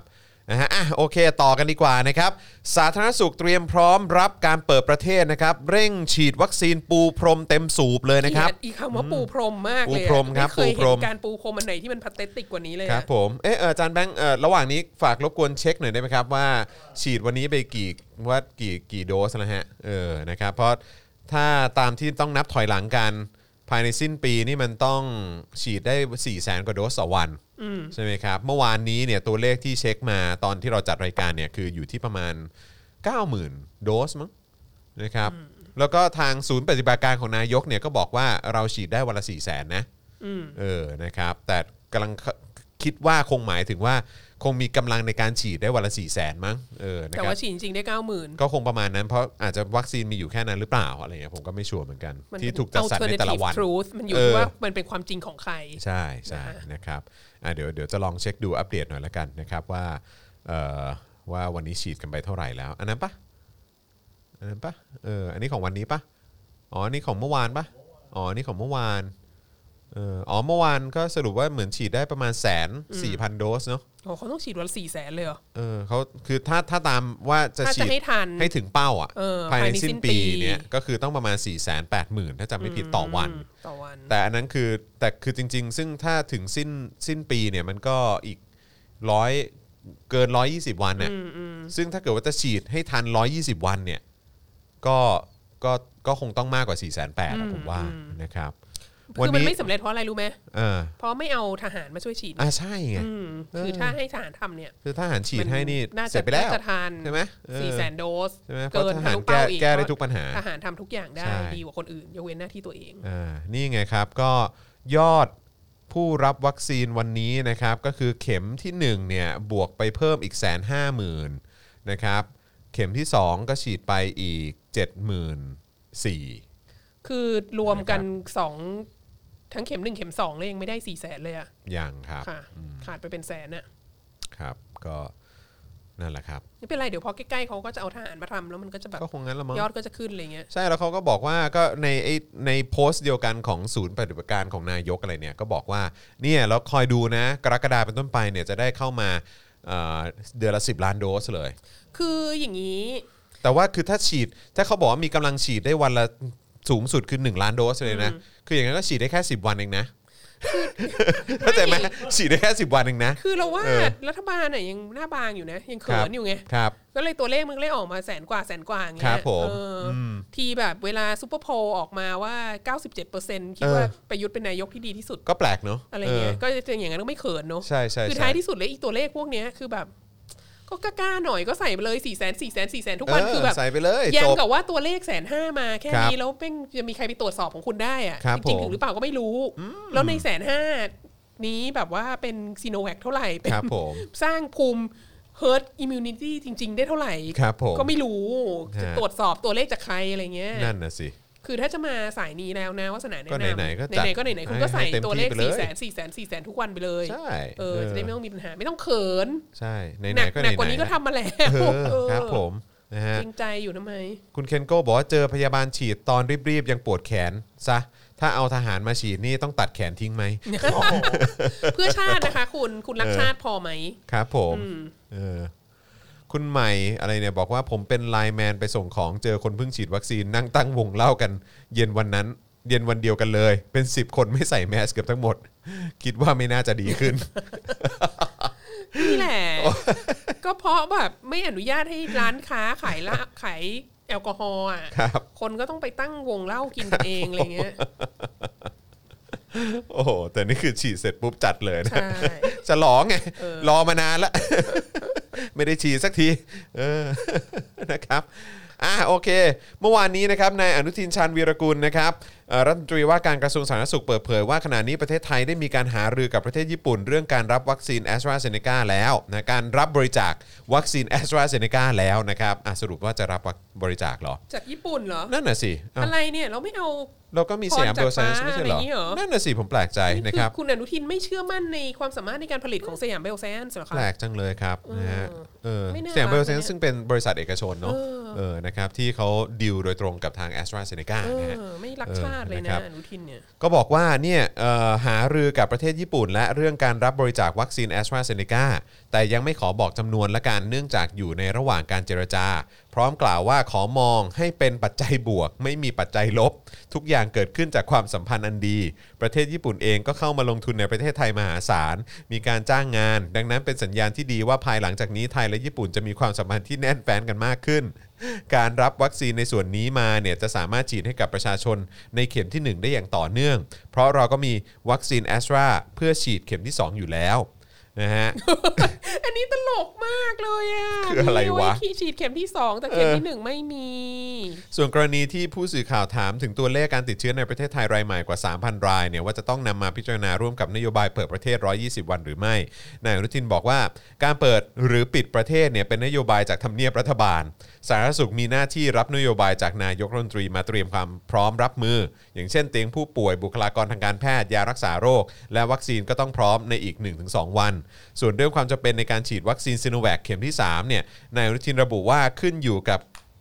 Speaker 2: นะฮะอ่ะโอเค ต่อกันดีกว่านะครับ สาธารณสุขเตรียมพร้อมรับการเปิดประเทศนะครับ เร่งฉีดวัคซีนปูพรมเต็มสูบเลยนะครับ
Speaker 4: อีกคำว่าปูพรมมากเลย
Speaker 2: ปู
Speaker 4: อะ
Speaker 2: พรมครับ
Speaker 4: ไม่เคย
Speaker 2: ปูพรม
Speaker 4: เห็นการปูพรมอันไหนที่มันพัตเตติกกว่านี้เลย
Speaker 2: ค
Speaker 4: อะ
Speaker 2: รับผม เอะเอออาจารย์แบงค์เอ่อระหว่างนี้ฝากรบกวนเช็คหน่อยได้ไหมครับว่า ฉีดวันนี้ไปกี่ว่ากี่กี่โดสนะฮะ เออ นะครับ เพราะถ้าตามที่ต้องนับถอยหลังกัน ภายในสิ้นปีนี่มันต้องฉีดได้ 4 0 0แสนกว่าโดสต่อวันใช่ไหมครับ เมื่อวานนี้เนี่ยตัวเลขที่เช็คมาตอนที่เราจัดรายการเนี่ยคืออยู่ที่ประมาณ 90,000 โดสมั้งนะครับ แล้วก็ทางศูนย์ปฏิบัติการของนายกเนี่ยก็บอกว่าเราฉีดได้วันละ 4 0 0แสนนะ
Speaker 4: อืม
Speaker 2: เออ นะครับ แต่กำลังคคิดว่าคงหมายถึงว่าคงมีกำลังในการฉีดได้วันละสี่แสนมั้ง เออ นะค
Speaker 4: แต่
Speaker 2: รับ
Speaker 4: ว่าฉีดจริงๆได้เก้าหมื่น
Speaker 2: ก็คงประมาณนั้น เพราะอาจจะวัคซีนมีอยู่แค่นั้นหรือเปล่าอะไรเงี้ยผมก็ไม่ชัวร์เหมือนกัน
Speaker 4: มัน
Speaker 2: ที่
Speaker 4: เป็น
Speaker 2: ถูกจัดสรรในแต่ละวัน
Speaker 4: alternative truth มันอยู่
Speaker 2: เออ
Speaker 4: ที่ว่ามันเป็นความจริงของใคร
Speaker 2: ใช่ใช่นะครับอ่ะเดี๋ยวเดี๋ยวจะลองเช็คดูอัปเดตหน่อยละกันนะครับว่าเอ่อว่าวันนี้ฉีดกันไปเท่าไหร่แล้ว อันนั้นปะอันนั้นปะเอออันนี้ของวันนี้ปะอ๋ออันนี้ของเมื่อวานปะอ๋ออันนี้ของเมื่อวานเอออ๋อเมื่อวานก็สรุปว่าเหมือนฉีดได้ประมาณแสนสี่พันโดสเนาะ
Speaker 4: โอ้เขาต้องฉีดวันละสี่แสนเลยเหรอ
Speaker 2: เออเขาคือถ้าถ้าตามว่าจะ
Speaker 4: ถ้า
Speaker 2: ฉี
Speaker 4: จะ
Speaker 2: ด
Speaker 4: ให้ทัน
Speaker 2: ให้ถึงเป้าอ่ะ
Speaker 4: เออ
Speaker 2: ภายใน
Speaker 4: ภายในสิ้
Speaker 2: สิ้น
Speaker 4: น
Speaker 2: ปี
Speaker 4: ปี
Speaker 2: เนี่ยก็คือต้องประมาณ4ี่แสนแปดหมื่นถ้าจำไม่ผิดต่อวัน
Speaker 4: มต่อวัน
Speaker 2: แต่อันนั้นคือแต่คือจริง ๆ ซึ่งถ้าถึงสิ้นสิ้นปีเนี่ยมันก็อีกร้อยเกิน 120 วันเนี่ยซึ่งถ้าเกิดว่าจะฉีดให้ทัน 120 วันเนี่ยก็ก็ก็คงต้องมากกว่า 4 8 0 0 0 0ผมว่านะครับ วัน
Speaker 4: คือมัน
Speaker 2: นี้
Speaker 4: ไม่สำเร็จเพราะอะไรรู้ไหม
Speaker 2: เออ
Speaker 4: เพราะไม่เอาทหารมาช่วยฉีด
Speaker 2: อ่าใช่ไง
Speaker 4: อืม
Speaker 2: เออ
Speaker 4: คือถ้าให้ทหารทำเนี่ย
Speaker 2: คือถ้าหารฉีด
Speaker 4: มั
Speaker 2: ให้นี่
Speaker 4: น่า
Speaker 2: เส
Speaker 4: จะ
Speaker 2: ร็จไปแล้ว
Speaker 4: น่าจะทาน
Speaker 2: ใช่ไหมเออ
Speaker 4: สี่แสนโดส
Speaker 2: ใช่ไหมเพราะ
Speaker 4: เกิน
Speaker 2: ท
Speaker 4: ทะ
Speaker 2: หาร
Speaker 4: ลุ
Speaker 2: แก้
Speaker 4: เป้าอีก
Speaker 2: แก้ได้ทุกปัญหา
Speaker 4: ทหารทำทุกอย่างได้
Speaker 2: ใช่
Speaker 4: ดีกว่าคนอื่นยกเว้นหน้าที่ตัวเอง
Speaker 2: อ่านี่ไงครับก็ยอดผู้รับวัคซีนวันนี้นะครับ ก็คือเข็มที่ 1 เนี่ย บวกไปเพิ่มอีกแสนห้าหมื่นนะครับ เข็มที่ 2 ก็ฉีดไปอีก 74,000
Speaker 4: คือรวมกันสองทั้งเข็มหนึ่งเข็มสองเลยยังไม่ได้สี่แสนเลยอะ
Speaker 2: อย่างครับ
Speaker 4: ค่ะ ขาดไปเป็นแสนอะ
Speaker 2: ครับก็นั่นแหละครับ
Speaker 4: ไม่เป็นไรเดี๋ยวพอใกล้ๆเขาก็จะเอาทหารมาทำแล้วมันก็จะแบบ
Speaker 2: ก็คงงั้นละมั้ง
Speaker 4: ยอดก็จะขึ้นอะไรเงี้ย
Speaker 2: ใช่แล้วเขาก็บอกว่าก็ในไอ้ในโพสต์เดียวกันของศูนย์ปฏิบัติการของนายกอะไรเนี่ยก็บอกว่าเนี่ยเราคอยดูนะ กรกฎาเป็นต้นไปเนี่ยจะได้เข้ามาเอ่อเดือนละ 10 ล้านโดสเลย
Speaker 4: คืออย่างนี้
Speaker 2: แต่ว่าคือถ้าฉีดถ้าเขาบอกว่ามีกำลังฉีดได้วันละสูงสุดคือ 1 ล้านโดสเลยนะ คืออย่างนั้นก็ฉีดได้แค่ 10 วันเองนะเข้าใจไหม
Speaker 4: ไม่
Speaker 2: ฉีดได้แค่ 10 วันเองนะ
Speaker 4: คือเราว่า
Speaker 2: เออ
Speaker 4: รัฐบาลน่ะยังหน้าบางอยู่นะ ยังเขินอยู่ไง
Speaker 2: ครับ
Speaker 4: ก็เลยตัวเลขมันก็เลยออกมาแสนกว่าแสนกว่าอย่างเงี้
Speaker 2: ครั
Speaker 4: ย
Speaker 2: บผม
Speaker 4: เอออทีแบบเวลาซูเปอร์โพลออกมาว่า 97%คิด
Speaker 2: เออ
Speaker 4: ว่าประยุทธ์เป็นนายกที่ดีที่สุด
Speaker 2: ก็แปลกเนอะ
Speaker 4: อะไรเงี้ย
Speaker 2: ออ
Speaker 4: ก็จะอย่างนั้นก็ไม่เขินเนอะ
Speaker 2: ใช่ใช่
Speaker 4: คือ
Speaker 2: ใช่
Speaker 4: ท้ายที่สุดเลยอีตัวเลขพวกเนี้ยคือแบบ ก็กล้าๆหน่อยก็ใส่ไปเลย4ี่แสนสี่แสนสี่แสนทุกวัน
Speaker 2: เออ
Speaker 4: คือแบบ
Speaker 2: ใส่ไปเลย
Speaker 4: ยั
Speaker 2: จ
Speaker 4: ง
Speaker 2: บ
Speaker 4: กับว่าตัวเลขแสนห้ามาแค่
Speaker 2: ครับ
Speaker 4: นี้แล้วแม่งจะมีใครไปตรวจสอบของคุณได้อะ
Speaker 2: ครับ
Speaker 4: จริง
Speaker 2: ผม
Speaker 4: ๆถึงหรือเปล่าก็ไม่รู้ แล้วในแสนห้านี้แบบว่าเป็นซีโนแวคเท่าไหร่เป็น
Speaker 2: ครับผม
Speaker 4: สร้างภูมิ herd immunity จริง ๆ ได้เท่าไหร่
Speaker 2: ครับผม
Speaker 4: ก็ไม่รู้จะ
Speaker 2: ฮะ
Speaker 4: ตรวจสอบตัวเลขจากใครอะไรเงี้ย
Speaker 2: นั่นนะสิ
Speaker 4: คือถ้าจะมาสายนี้แล้วนะวาสนาแนะ
Speaker 2: ก็
Speaker 4: นำ
Speaker 2: ไหนๆก็จัด
Speaker 4: ไหนๆก็ไหนๆคุณก็
Speaker 2: ให้
Speaker 4: ใส่
Speaker 2: เต็ม
Speaker 4: ตัวเลข
Speaker 2: ที่ไปเลย
Speaker 4: สี่แสนสี่แสนสี่แสนทุกวันไปเลย
Speaker 2: ใช่
Speaker 4: เออจะได้ไม่
Speaker 2: เออ
Speaker 4: ต้องมีปัญหาไม่ต้องเขิน
Speaker 2: ใช่ไห
Speaker 4: ห
Speaker 2: น
Speaker 4: นัก
Speaker 2: ๆก็ไห
Speaker 4: ห
Speaker 2: น
Speaker 4: นั
Speaker 2: ๆ
Speaker 4: กกว่านี้ก็ทำมาแล้ว
Speaker 2: เออ
Speaker 4: เออ
Speaker 2: ครับผมนะฮะ
Speaker 4: เกรงใจอยู่ทำไม
Speaker 2: คุณเคนโก้บอกว่าเจอพยาบาลฉีดตอนรีบๆ ยังปวดแขนซะถ้าเอาทหารมาฉีดนี่ต้องตัดแขนทิ้งไหม
Speaker 4: เพื่อชาตินะคะ คุณคุณรักชาติพอไหม
Speaker 2: ครับผมเออคุณใหม่อะไรเนี่ยบอกว่าผมเป็นไลน์แมนไปส่งของเจอคนเพิ่งฉีดวัคซีนนั่งตั้งวงเล่ากัน เย็นวันนั้น เย็นวันเดียวกันเลย เป็น 10 คนไม่ใส่แมสเกือบทั้งหมด คิดว่าไม่น่าจะดีขึ้น
Speaker 4: นี่แหละ ก็เพราะแบบไม่อนุญาตให้ร้านค้าขายละขายแอลกอฮอล์อ่ะ
Speaker 2: ครับ
Speaker 4: คนก็ต้องไปตั้งวงเหล้ากินกันเองอะไรเงี้ย
Speaker 2: โอ้โหแต่นี่คือฉีดเสร็จปุ๊บจัดเลยนะ
Speaker 4: ใช่
Speaker 2: จะรอไงรอมานานละ ไม่ได้ฉีดสักทีเออ นะครับอ่ะโอเค เมื่อวานนี้นะครับนายอนุทินชาญวีรกุลนะครับเอ่อรัฐมนตรีว่าการกระทรวงสาธารณสุขเปิดเผยว่าขณะนี้ประเทศไทยได้มีการหารือกับประเทศญี่ปุ่น เรื่องการรับวัคซีนแอสตราเซเนกาแล้วนะการรับบริจาควัคซีนแอสตราเซเนกาแล้วนะครับอ่ะสรุปว่าจะรับวัคบริจาคเหรอ
Speaker 4: จากญี่ปุ่นเหรอ
Speaker 2: นั่นน่ะสิอ้าว
Speaker 4: อะไรเนี่ยเราไม่เอา
Speaker 2: เราก็มีสยาม
Speaker 4: พร
Speaker 2: เบล
Speaker 4: จาก
Speaker 2: ไซน์
Speaker 4: ฟ้า
Speaker 2: ไม่ใช่เหรอ
Speaker 4: อะไรอย่างงี้เหรอ
Speaker 2: นั่นน่ะสิผมแปลกใจนะ
Speaker 4: คื
Speaker 2: ครับ
Speaker 4: คุณอนุทินไม่เชื่อมั่นในความสามารถในการผลิตของสยามเบลแซนส์เหรอคะ
Speaker 2: แปลกจังเลยครับนะฮะเออ
Speaker 4: ไม่น่า
Speaker 2: เสียงเบลเซน
Speaker 4: รักนะ
Speaker 2: ซึ่งเป็นบริษัทเอกชนเนาะ
Speaker 4: เออ
Speaker 2: เออนะครับที่เขาดิวโดยตรงกับทาง a s t r a z e ซ e c a
Speaker 4: เอ
Speaker 2: นะฮะ
Speaker 4: อ ไม่รักชา าติเลย
Speaker 2: นะครั
Speaker 4: นะ
Speaker 2: บ
Speaker 4: อนุทินเนี่ย
Speaker 2: ก็บอกว่าเนี่ยเอ่อหารือกับประเทศญี่ปุ่น และเรื่องการรับบริจาควัคซีนแอสตราเซเนกาแต่ยังไม่ขอบอกจำนวนและกันเนื่องจากอยู่ในระหว่างการเจรจา พร้อมกล่าวว่าขอมองให้เป็นปัจจัยบวก ไม่มีปัจจัยลบ ทุกอย่างเกิดขึ้นจากความสัมพันธ์อันดี ประเทศญี่ปุ่นเองก็เข้ามาลงทุนในประเทศไทยมหาศาล มีการจ้างงาน ดังนั้นเป็นสัญญาณที่ดีว่าภายหลังจากนี้ไทยและญี่ปุ่นจะมีความสัมพันธ์ที่แน่นแฟ้นกันมากขึ้น การรับวัคซีนในส่วนนี้มาเนี่ยจะสามารถฉีดให้กับประชาชนในเข็มที่ 1 ได้อย่างต่อเนื่อง เพราะเราก็มีวัคซีนแอสตราเพื่อฉีดเข็มที่ 2 อยู่แล้วนะฮะ
Speaker 4: อันนี้ตลกมากเลยอ่ะ
Speaker 2: คืออะไร
Speaker 4: มี
Speaker 2: วะ
Speaker 4: ที่ฉีดเข็มที่สองแต่เข็มที่หนึ่งไม่มี
Speaker 2: ส่วนกรณีที่ผู้สื่อข่าวถามถึงตัวเลขการติดเชื้อในประเทศไทยรายใหม่กว่า 3,000 รายเนี่ยว่าจะต้องนำมาพิจารณาร่วมกับนโยบายเปิดประเทศ 120 วันหรือไม่ นายอนุทินบอกว่า การเปิดหรือปิดประเทศเนี่ยเป็นนโยบายจากทำเนียบรัฐบาล สาธารณสุขมีหน้าที่รับนโยบายจากนายกรัฐมนตรีมาเตรียมความพร้อมรับมือ อย่างเช่นเตียงผู้ป่วยบุคลากรทางการแพทย์ยารักษาโรค และวัคซีนก็ต้องพร้อมในอีก 1-2 วัน ส่วนเรื่องความจำเป็นในการฉีดวัคซีนซิโนแวคเข็มที่สามเนี่ยนายอนุทินระบุว่าขึ้นอยู่กับ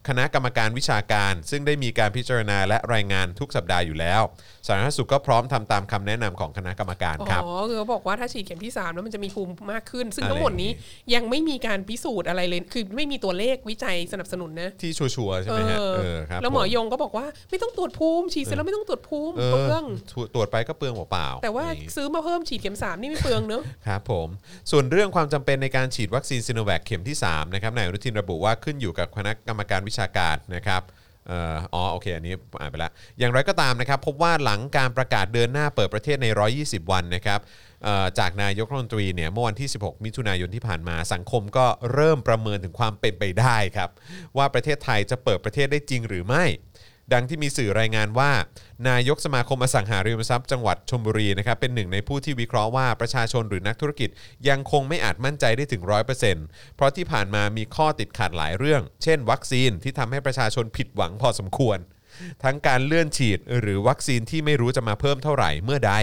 Speaker 2: คณะกรรมการวิชาการ ซึ่งได้มีการพิจารณาและรายงานทุกสัปดาห์อยู่แล้ว สาธารณสุขก็พร้อมทำตามคำแนะนำของคณะกรรมการ
Speaker 4: อ๋
Speaker 2: ครับ
Speaker 4: อคือเขาบอกว่าถ้าฉีดเข็มที่สามแล้วมันจะมีภูมิมากขึ้น ซึ่ง
Speaker 2: อะไร
Speaker 4: ทั้งหมดนี้
Speaker 2: อย่าง
Speaker 4: ยังไม่มีการพิสูจน์อะไรเลย คือไม่มีตัวเลขวิจัยสนับสนุนนะ
Speaker 2: ที่ชัวร์ๆใช่ไหมฮะ
Speaker 4: เออ
Speaker 2: เออครับ
Speaker 4: แล้วหมอ
Speaker 2: ผ
Speaker 4: ยงก็บอกว่าไม่ต้องตรวจภูมิฉีดเสร็จแล้วไม่ต้องตรวจภูมิ
Speaker 2: เอ
Speaker 4: เป
Speaker 2: อ
Speaker 4: ลือง
Speaker 2: ตรวจไปก็เปลืองเปล่าๆ
Speaker 4: แต่ว่า
Speaker 2: นี่
Speaker 4: ซื้อมาเพิ่มฉีดเข็มสามนี่ไม่เปลืองเนอะ
Speaker 2: ครับผม ส่วนเรื่องความจำเป็นในการฉีดวัคซีนซิโนแวคเข็มที่ 3 นะครับนายอนุทินระบุว่าขึ้นอยู่กับคณะกรรมการวิชาการนะครับเอ่ออ๋อโอเค อันนี้อ่านไปแล้วอย่างไรก็ตามนะครับ พบว่าหลังการประกาศเดินหน้าเปิดประเทศใน 120 วันนะครับเอ่อจากนายกรัฐมนตรีเนี่ยเมื่อวันที่ 16 มิถุนายนที่ผ่านมาสังคมก็เริ่มประเมินถึงความเป็นไปได้ครับ ว่าประเทศไทยจะเปิดประเทศได้จริงหรือไม่ ดังที่มีสื่อรายงานว่า นายกสมาคมอสังหาริมทรัพย์จังหวัดชลบุรีนะครับเป็นหนึ่งในผู้ที่วิเคราะห์ว่าประชาชนหรือนักธุรกิจยังคงไม่อาจมั่นใจได้ถึง 100%เพราะที่ผ่านมามีข้อติดขัดหลายเรื่อง เช่น วัคซีนที่ทำให้ประชาชนผิดหวังพอสมควร ทั้งการเลื่อนฉีดหรือวัคซีนที่ไม่รู้จะมาเพิ่มเท่าไหร่เมื่อใด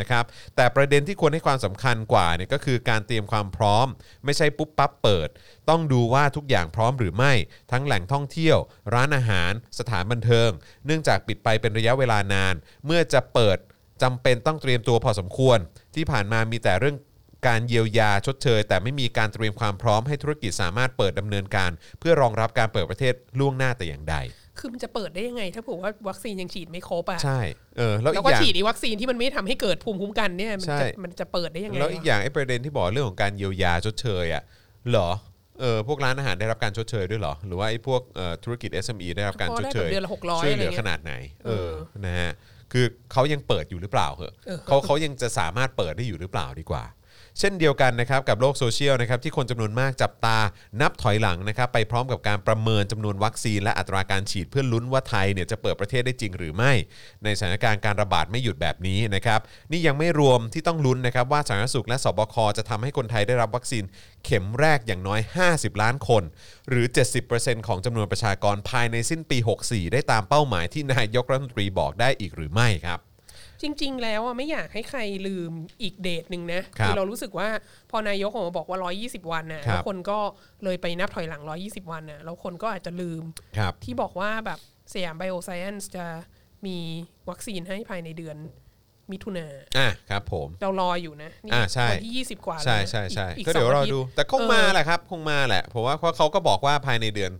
Speaker 2: นะครับแต่ประเด็นที่ควรให้ความสำคัญกว่าเนี่ยก็คือการเตรียมความพร้อม ไม่ใช่ปุ๊บปั๊บเปิด ต้องดูว่าทุกอย่างพร้อมหรือไม่ ทั้งแหล่งท่องเที่ยว ร้านอาหาร สถานบันเทิง เนื่องจากปิดไปเป็นระยะเวลานาน เมื่อจะเปิดจำเป็นต้องเตรียมตัวพอสมควร ที่ผ่านมามีแต่เรื่อง การเยียวยาชดเชย แต่ไม่มีการเตรียมความพร้อมให้ธุรกิจสามารถเปิดดำเนินการ เพื่อรองรับการเปิดประเทศล่วงหน้าแต่อย่างใด
Speaker 4: คือมันจะเปิดได้ยังไง ถ้าผมว่าวัคซีนยังฉีดไม่ครบอ่ะ
Speaker 2: ใช่เออแล้วอี
Speaker 4: แล้
Speaker 2: ก
Speaker 4: ว
Speaker 2: อ
Speaker 4: ก็
Speaker 2: ย่าง
Speaker 4: ฉีดไอีวัคซีนที่มันไม่ทำให้เกิดภูมิคุ้มกันเนี่ยมัน
Speaker 2: ใช่
Speaker 4: จะมันจะเปิดได้ยังไง
Speaker 2: แล้วอีก
Speaker 4: วะ
Speaker 2: อย่างไอ้ประเด็นที่บอกเรื่องของการเยียวยาชดเชยอ่ะเหรอเออพวกร้านอาหารได้รับการชดเชยด้วยเหรอ หรือว่าไอ้พวกเอ่อธุรกิจ SME ได้รับการ
Speaker 4: พอ
Speaker 2: ชด
Speaker 4: ได้
Speaker 2: เช
Speaker 4: แบบ
Speaker 2: ย
Speaker 4: เดือนละหกร้อย
Speaker 2: ช่วย
Speaker 4: อะ
Speaker 2: เห
Speaker 4: ไร
Speaker 2: ลือข
Speaker 4: เงี้ย
Speaker 2: นาดไหน เออ
Speaker 4: เออ
Speaker 2: นะฮะ คือเขายังเปิดอยู่หรือเปล่าเหอะ
Speaker 4: เออ
Speaker 2: เขาเขายังจะสามารถเปิดได้อยู่หรือเปล่าดีกว่า เช่นเดียวกันนะครับกับโลกโซเชียลนะครับที่คนจำนวนมากจับตา นับถอยหลังนะครับไปพร้อมกับการประเมินจำนวนวัคซีนและอัตราการฉีดเพื่อลุ้นว่าไทยเนี่ยจะเปิดประเทศได้จริงหรือไม่ ในสถานการณ์การระบาดไม่หยุดแบบนี้นะครับนี่ยังไม่รวมที่ต้องลุ้นนะครับว่าสาธารณสุขและสบคจะทำให้คนไทยได้รับวัคซีนเข็มแรกอย่างน้อย 50 ล้านคน หรือ 70%ของจำนวนประชากรภายในสิ้นปี 64 ได้ตามเป้าหมายที่นายกรัฐมนตรีบอกได้อีกหรือไม่ครับ
Speaker 4: จริง ๆ แล้วอะไม่อยากให้ใครลืมอีกเดทหนึ่งนะครับ เรารู้สึกว่าพอนายกออกมาบอกว่า 120 วันนะครับ แล้วคนก็เลยไปนับถอยหลัง 120 วันนะแล้วคนก็อาจจะลืม
Speaker 2: ครับ
Speaker 4: ที่บอกว่าแบบสยามไบโอไซเอนซ์จะมีวัคซีนให้ภายในเดือนมิถุนา
Speaker 2: อ่ะครับผม
Speaker 4: เรารออยู่นะนี่
Speaker 2: อ่าใช่
Speaker 4: วัที่ 20 กว่าแล้ว
Speaker 2: ใช่
Speaker 4: นะ
Speaker 2: ใช่ใช่
Speaker 4: อีอี
Speaker 2: ก็เดี๋ยว
Speaker 4: ส
Speaker 2: รอง
Speaker 4: ทิต
Speaker 2: ดู
Speaker 4: ย์
Speaker 2: แต่คง
Speaker 4: เออ
Speaker 2: มาแหละครับ คงมาแหละ เพราะว่าเพราะเขาก็บอกว่าภายในเดือน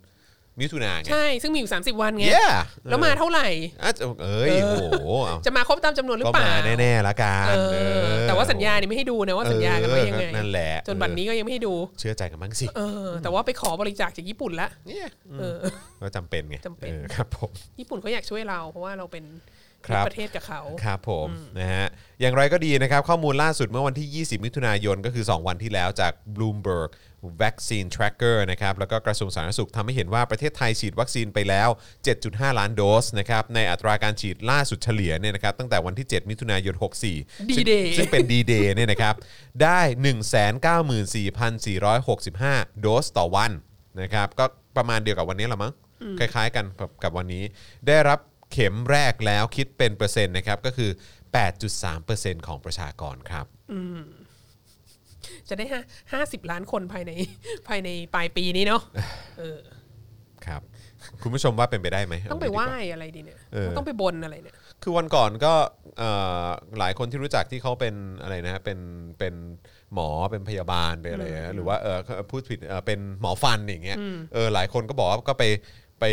Speaker 2: มิถุนายนไง
Speaker 4: ใช่ ซึ่งมีอยู่ 30 วันไง
Speaker 2: Yeah
Speaker 4: แล้วมาเท่าไหร่
Speaker 2: อ่ะเอ้ย
Speaker 4: เออ
Speaker 2: โอ้โหเอา
Speaker 4: จะมาครบตามจำนวนหรือ
Speaker 2: ก็
Speaker 4: เปล่า
Speaker 2: มาแน่ๆละกัน
Speaker 4: เอ
Speaker 2: เอ
Speaker 4: อ
Speaker 2: อ
Speaker 4: แต่ว่าสัญญาเนี่ยไม่ให้ดูนะว่าสัญญากันไว้ยังไง
Speaker 2: เออนั่นแหละ
Speaker 4: จนบัดนี้ก็ยังไม่ให้ดู
Speaker 2: เชื่อใจกันบ้างสิ
Speaker 4: เออ แต่ว่าไปขอบริจาคจากญี่ปุ่นละ
Speaker 2: เนี่ย
Speaker 4: เออ
Speaker 2: ก็จำเป็นไง
Speaker 4: จำเป็น
Speaker 2: ออครับผม
Speaker 4: ญี่ปุ่นเขาอยากช่วยเรา เพราะว่าเราเป็น
Speaker 2: ครับ
Speaker 4: ประเทศกับเขา
Speaker 2: ครับผมนะฮะอย่างไรก็ดีนะครับข้อมูลล่าสุดเมื่อวันที่ 20 มิถุนายนก็คือ 2 วันที่แล้วจาก Bloomberg Vaccine Tracker นะครับแล้วก็กระทรวงสาธารณสุขทำให้เห็นว่าประเทศไทยฉีดวัคซีนไปแล้ว 7.5 ล้านโดสนะครับในอัตราการฉีดล่าสุดเฉลี่ยเนี่ยนะครับตั้งแต่วันที่ 7 มิถุนายน 64
Speaker 4: D-Day
Speaker 2: ซึ่งเป็น D-Day เนี่ยนะครับได้ 194,465 โดสต่อวันนะครับก็ประมาณเดียวกับวันนี้ละมั้งคล้ายๆกันกับกับวันนี้ ได้รับเข็มแรกแล้วคิดเป็นเปอร์เซ็นต์นะครับก็คือ 8.3%ของประชากรครับ
Speaker 4: จะได้ห้าห้าสิบล้านคนภายในภายในปลายปีนี้ เนาะ เออ
Speaker 2: ครับ คุณผู้ชมว่าเป็นไปได้ไหม
Speaker 4: ต้องไป
Speaker 2: เา
Speaker 4: ไห
Speaker 2: งี้ดีก
Speaker 4: ว้อะไรดีเนี่ย
Speaker 2: เออ
Speaker 4: ต้องไปบนอะไรเนี่ย
Speaker 2: คือวันก่อนก็เอ่อหลายคนที่รู้จักที่เขาเป็นอะไรนะฮะเป็นเป็นหมอเป็นพยาบาลเป็นอะไรอย่างเงี้ยหรือว่าเออพูดผิดเอ่อเป็นหมอฟันอย่างเงี้ยเออหลายคนก็บอกว่าก็ไปไป